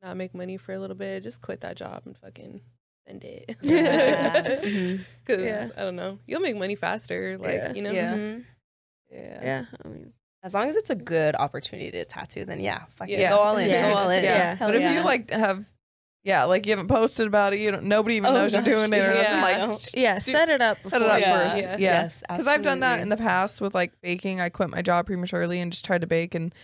[SPEAKER 4] not make money for a little bit, just quit that job and fucking send it.
[SPEAKER 5] Yeah.
[SPEAKER 4] Because,
[SPEAKER 2] Mm-hmm.
[SPEAKER 3] Yeah.
[SPEAKER 4] I don't know, you'll make money faster. Like,
[SPEAKER 3] Yeah.
[SPEAKER 4] you know?
[SPEAKER 2] Yeah.
[SPEAKER 5] Mhm.
[SPEAKER 2] Yeah.
[SPEAKER 3] Yeah, I mean,
[SPEAKER 5] As long as it's a good opportunity to tattoo, then yeah, fucking
[SPEAKER 4] Yeah.
[SPEAKER 5] go all in,
[SPEAKER 3] Yeah.
[SPEAKER 5] go all in.
[SPEAKER 2] Yeah.
[SPEAKER 3] Yeah.
[SPEAKER 5] Hell
[SPEAKER 2] but if
[SPEAKER 5] yeah.
[SPEAKER 2] you like have, yeah, like you haven't posted about it, you don't. Nobody even
[SPEAKER 5] Oh,
[SPEAKER 2] knows
[SPEAKER 5] gosh.
[SPEAKER 2] you're doing it. Or
[SPEAKER 4] Yeah.
[SPEAKER 2] nothing,
[SPEAKER 5] No.
[SPEAKER 2] Like, sh-
[SPEAKER 3] yeah,
[SPEAKER 2] do-
[SPEAKER 3] set it up.
[SPEAKER 2] set it
[SPEAKER 3] before
[SPEAKER 2] up
[SPEAKER 3] you-
[SPEAKER 5] Yeah.
[SPEAKER 2] first.
[SPEAKER 4] Yeah.
[SPEAKER 2] Yeah,
[SPEAKER 5] Yes,
[SPEAKER 2] because I've done that
[SPEAKER 5] absolutely.
[SPEAKER 2] in the past with like baking. I quit my job prematurely and just tried to bake, and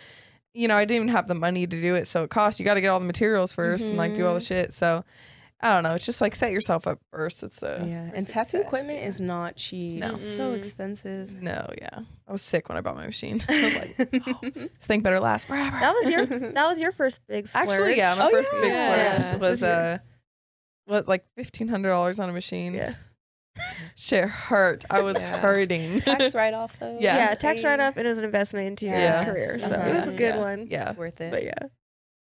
[SPEAKER 2] you know I didn't even have the money to do it, so it costs. You got to get all the materials 1st and like do all the shit. So I don't know. It's just like set yourself up first. It's a
[SPEAKER 5] Yeah, and tattoo equipment is not cheap.
[SPEAKER 2] No.
[SPEAKER 5] It's so
[SPEAKER 4] Mm-mm.
[SPEAKER 5] expensive.
[SPEAKER 2] no. Yeah, I was sick when I bought my machine. I was like, oh, this thing better last forever.
[SPEAKER 3] That was your that was your first big splurge.
[SPEAKER 2] Actually, yeah, my
[SPEAKER 5] Oh,
[SPEAKER 2] first big
[SPEAKER 4] yeah.
[SPEAKER 2] splurge was
[SPEAKER 3] Yeah.
[SPEAKER 2] uh was like fifteen hundred dollars on a machine.
[SPEAKER 3] Yeah.
[SPEAKER 2] Shit hurt. I was
[SPEAKER 4] Yeah.
[SPEAKER 2] hurting.
[SPEAKER 5] Tax write off though.
[SPEAKER 2] Yeah.
[SPEAKER 3] Yeah, tax write off. It is an investment into your
[SPEAKER 2] Yeah.
[SPEAKER 3] career. So
[SPEAKER 5] Uh-huh.
[SPEAKER 3] it was a good
[SPEAKER 2] Yeah.
[SPEAKER 3] one.
[SPEAKER 2] yeah.
[SPEAKER 5] It's worth it.
[SPEAKER 3] But yeah.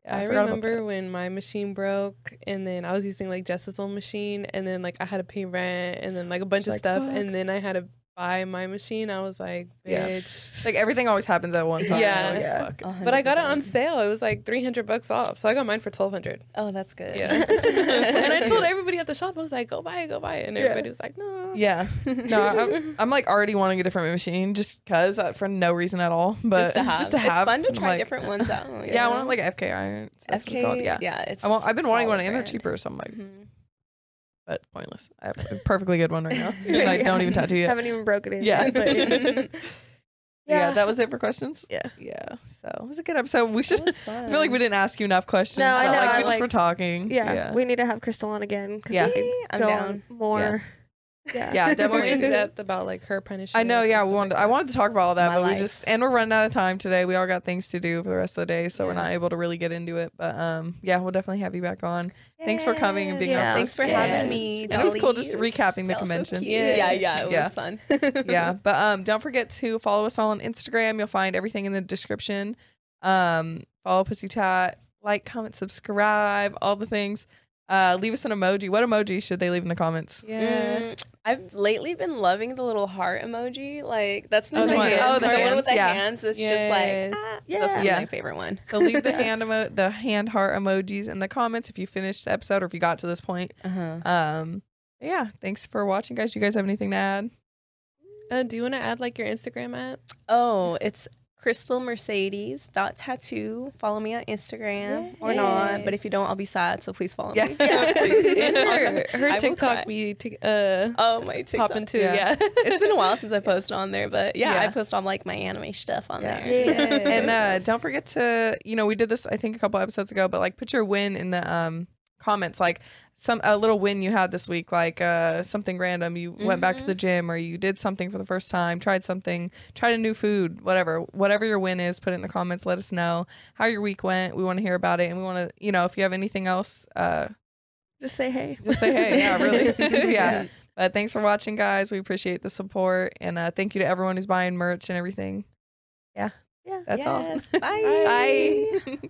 [SPEAKER 2] Yeah,
[SPEAKER 4] I,
[SPEAKER 2] forgot about
[SPEAKER 4] remember
[SPEAKER 2] that.
[SPEAKER 4] when my machine broke, and then I was using like Jess's old machine, and then like I had to pay rent, and then like a bunch
[SPEAKER 2] She's
[SPEAKER 4] of
[SPEAKER 2] like,
[SPEAKER 4] stuff,
[SPEAKER 2] "Fuck."
[SPEAKER 4] and then I had to buy my machine. I was like,
[SPEAKER 2] Yeah.
[SPEAKER 4] bitch.
[SPEAKER 2] Like everything always happens at one time.
[SPEAKER 4] Yeah,
[SPEAKER 2] Like,
[SPEAKER 4] it's
[SPEAKER 2] yeah.
[SPEAKER 4] fuck. But I got it on
[SPEAKER 5] 100%.
[SPEAKER 4] sale. It was like three hundred bucks off, so I got mine for twelve hundred.
[SPEAKER 5] Oh, that's good.
[SPEAKER 4] Yeah. and I told everybody at the shop, I was like, go buy it, go buy it, and
[SPEAKER 2] Yeah.
[SPEAKER 4] everybody was like, no.
[SPEAKER 2] Yeah. No, I'm, I'm like already wanting a different machine just cause uh, for no reason at all. But
[SPEAKER 5] just to have. It's fun to
[SPEAKER 2] I'm
[SPEAKER 5] try
[SPEAKER 2] like-
[SPEAKER 5] different ones out. you
[SPEAKER 2] Yeah, I
[SPEAKER 5] know?
[SPEAKER 2] want like FK iron. That's what it's called,
[SPEAKER 5] FK.
[SPEAKER 2] Yeah.
[SPEAKER 5] yeah, it's.
[SPEAKER 2] I want, I've been wanting
[SPEAKER 5] solid
[SPEAKER 2] one and they're
[SPEAKER 5] brand.
[SPEAKER 2] cheaper, so I'm like,
[SPEAKER 5] Mhm.
[SPEAKER 2] but pointless. I have a perfectly good one right now.
[SPEAKER 5] Yeah.
[SPEAKER 2] Like, don't even tattoo yet.
[SPEAKER 3] Haven't even broken it.
[SPEAKER 2] Yeah.
[SPEAKER 3] yet, but
[SPEAKER 2] yeah.
[SPEAKER 3] Yeah.
[SPEAKER 2] that was it for questions.
[SPEAKER 3] Yeah.
[SPEAKER 2] Yeah. So it was a good episode. We should
[SPEAKER 5] That was
[SPEAKER 2] I feel like we
[SPEAKER 5] fun.
[SPEAKER 2] didn't ask you enough questions.
[SPEAKER 3] No,
[SPEAKER 2] but
[SPEAKER 3] I know,
[SPEAKER 2] like
[SPEAKER 3] I
[SPEAKER 2] we just
[SPEAKER 3] like-
[SPEAKER 2] were talking.
[SPEAKER 3] yeah,
[SPEAKER 2] Yeah.
[SPEAKER 3] we need to have Crystal on again. 'cause
[SPEAKER 2] Yeah.
[SPEAKER 3] we could
[SPEAKER 5] See? I'm
[SPEAKER 3] go
[SPEAKER 5] down.
[SPEAKER 3] on more. Yeah.
[SPEAKER 2] yeah,
[SPEAKER 4] More
[SPEAKER 2] definitely.
[SPEAKER 4] in depth about like her punishment.
[SPEAKER 2] I know, yeah.
[SPEAKER 4] and
[SPEAKER 2] We
[SPEAKER 4] stuff
[SPEAKER 2] wanted,
[SPEAKER 4] like
[SPEAKER 2] I
[SPEAKER 4] that.
[SPEAKER 2] wanted to talk about all that,
[SPEAKER 5] My
[SPEAKER 2] but we
[SPEAKER 5] life.
[SPEAKER 2] just and we're running out of time today. We all got things to do for the rest of the day, so we're
[SPEAKER 4] Yeah.
[SPEAKER 2] not able to really get into it. But um, yeah, we'll definitely have you back on. Thanks for coming and being
[SPEAKER 3] Yes.
[SPEAKER 2] our
[SPEAKER 5] Thanks
[SPEAKER 2] first
[SPEAKER 5] for
[SPEAKER 2] guest.
[SPEAKER 5] having me.
[SPEAKER 2] And it was cool just
[SPEAKER 5] dollies.
[SPEAKER 2] recapping the
[SPEAKER 5] That was so
[SPEAKER 2] convention.
[SPEAKER 5] cute.
[SPEAKER 4] Yeah.
[SPEAKER 5] Yeah, yeah, it
[SPEAKER 2] Yeah.
[SPEAKER 5] was fun.
[SPEAKER 2] yeah, but um, don't forget to follow us all on Instagram. You'll find everything in the description. Um, follow Pussy Tat, like, comment, subscribe, all the things. Uh, leave us an emoji. What emoji should they leave in the comments?
[SPEAKER 4] Yeah.
[SPEAKER 5] Mm, I've lately been loving the little heart emoji. Like that's been
[SPEAKER 4] Oh,
[SPEAKER 5] my
[SPEAKER 4] the
[SPEAKER 5] favorite.
[SPEAKER 4] hands.
[SPEAKER 5] the,
[SPEAKER 4] Oh, the
[SPEAKER 5] one with the
[SPEAKER 2] hands, yeah.
[SPEAKER 5] hands. It's
[SPEAKER 4] Yes.
[SPEAKER 5] just like ah, that's one
[SPEAKER 2] Yeah.
[SPEAKER 5] of my favorite one.
[SPEAKER 2] So leave the hand emo- the hand heart emojis in the comments if you finished the episode or if you got to this point.
[SPEAKER 5] Uh-huh.
[SPEAKER 2] Um, yeah, thanks for watching, guys. You guys have anything to add?
[SPEAKER 4] Uh, do you want to add like your Instagram app?
[SPEAKER 5] Oh, it's Crystal Mercedes dot tattoo. Follow me on Instagram or not, but
[SPEAKER 4] Yes.
[SPEAKER 5] if you don't, I'll be sad. So please follow me.
[SPEAKER 2] Yeah, please.
[SPEAKER 4] And her,
[SPEAKER 5] I
[SPEAKER 4] her
[SPEAKER 5] will cry.
[SPEAKER 4] TikTok be t- uh
[SPEAKER 5] Oh my TikTok.
[SPEAKER 4] popping too.
[SPEAKER 2] Yeah.
[SPEAKER 4] Yeah.
[SPEAKER 5] it's been a while since I posted on there, but yeah,
[SPEAKER 2] Yeah.
[SPEAKER 5] I post on like my anime stuff on
[SPEAKER 2] Yeah.
[SPEAKER 5] there.
[SPEAKER 2] And uh, don't forget to you know we did this I think a couple episodes ago, but like put your win in the um comments like some a little win you had this week like uh something random you went back to the gym or you did something for the first time tried something tried a new food whatever whatever your win is put it in the comments let us know how your week went we want to hear about it and we want to you know if you have anything else uh
[SPEAKER 3] Just say hey.
[SPEAKER 2] just say hey yeah really yeah but thanks for watching guys we appreciate the support and uh thank you to everyone who's buying merch and everything yeah
[SPEAKER 3] Yeah.
[SPEAKER 2] that's all
[SPEAKER 5] Yes. Bye.
[SPEAKER 2] Bye.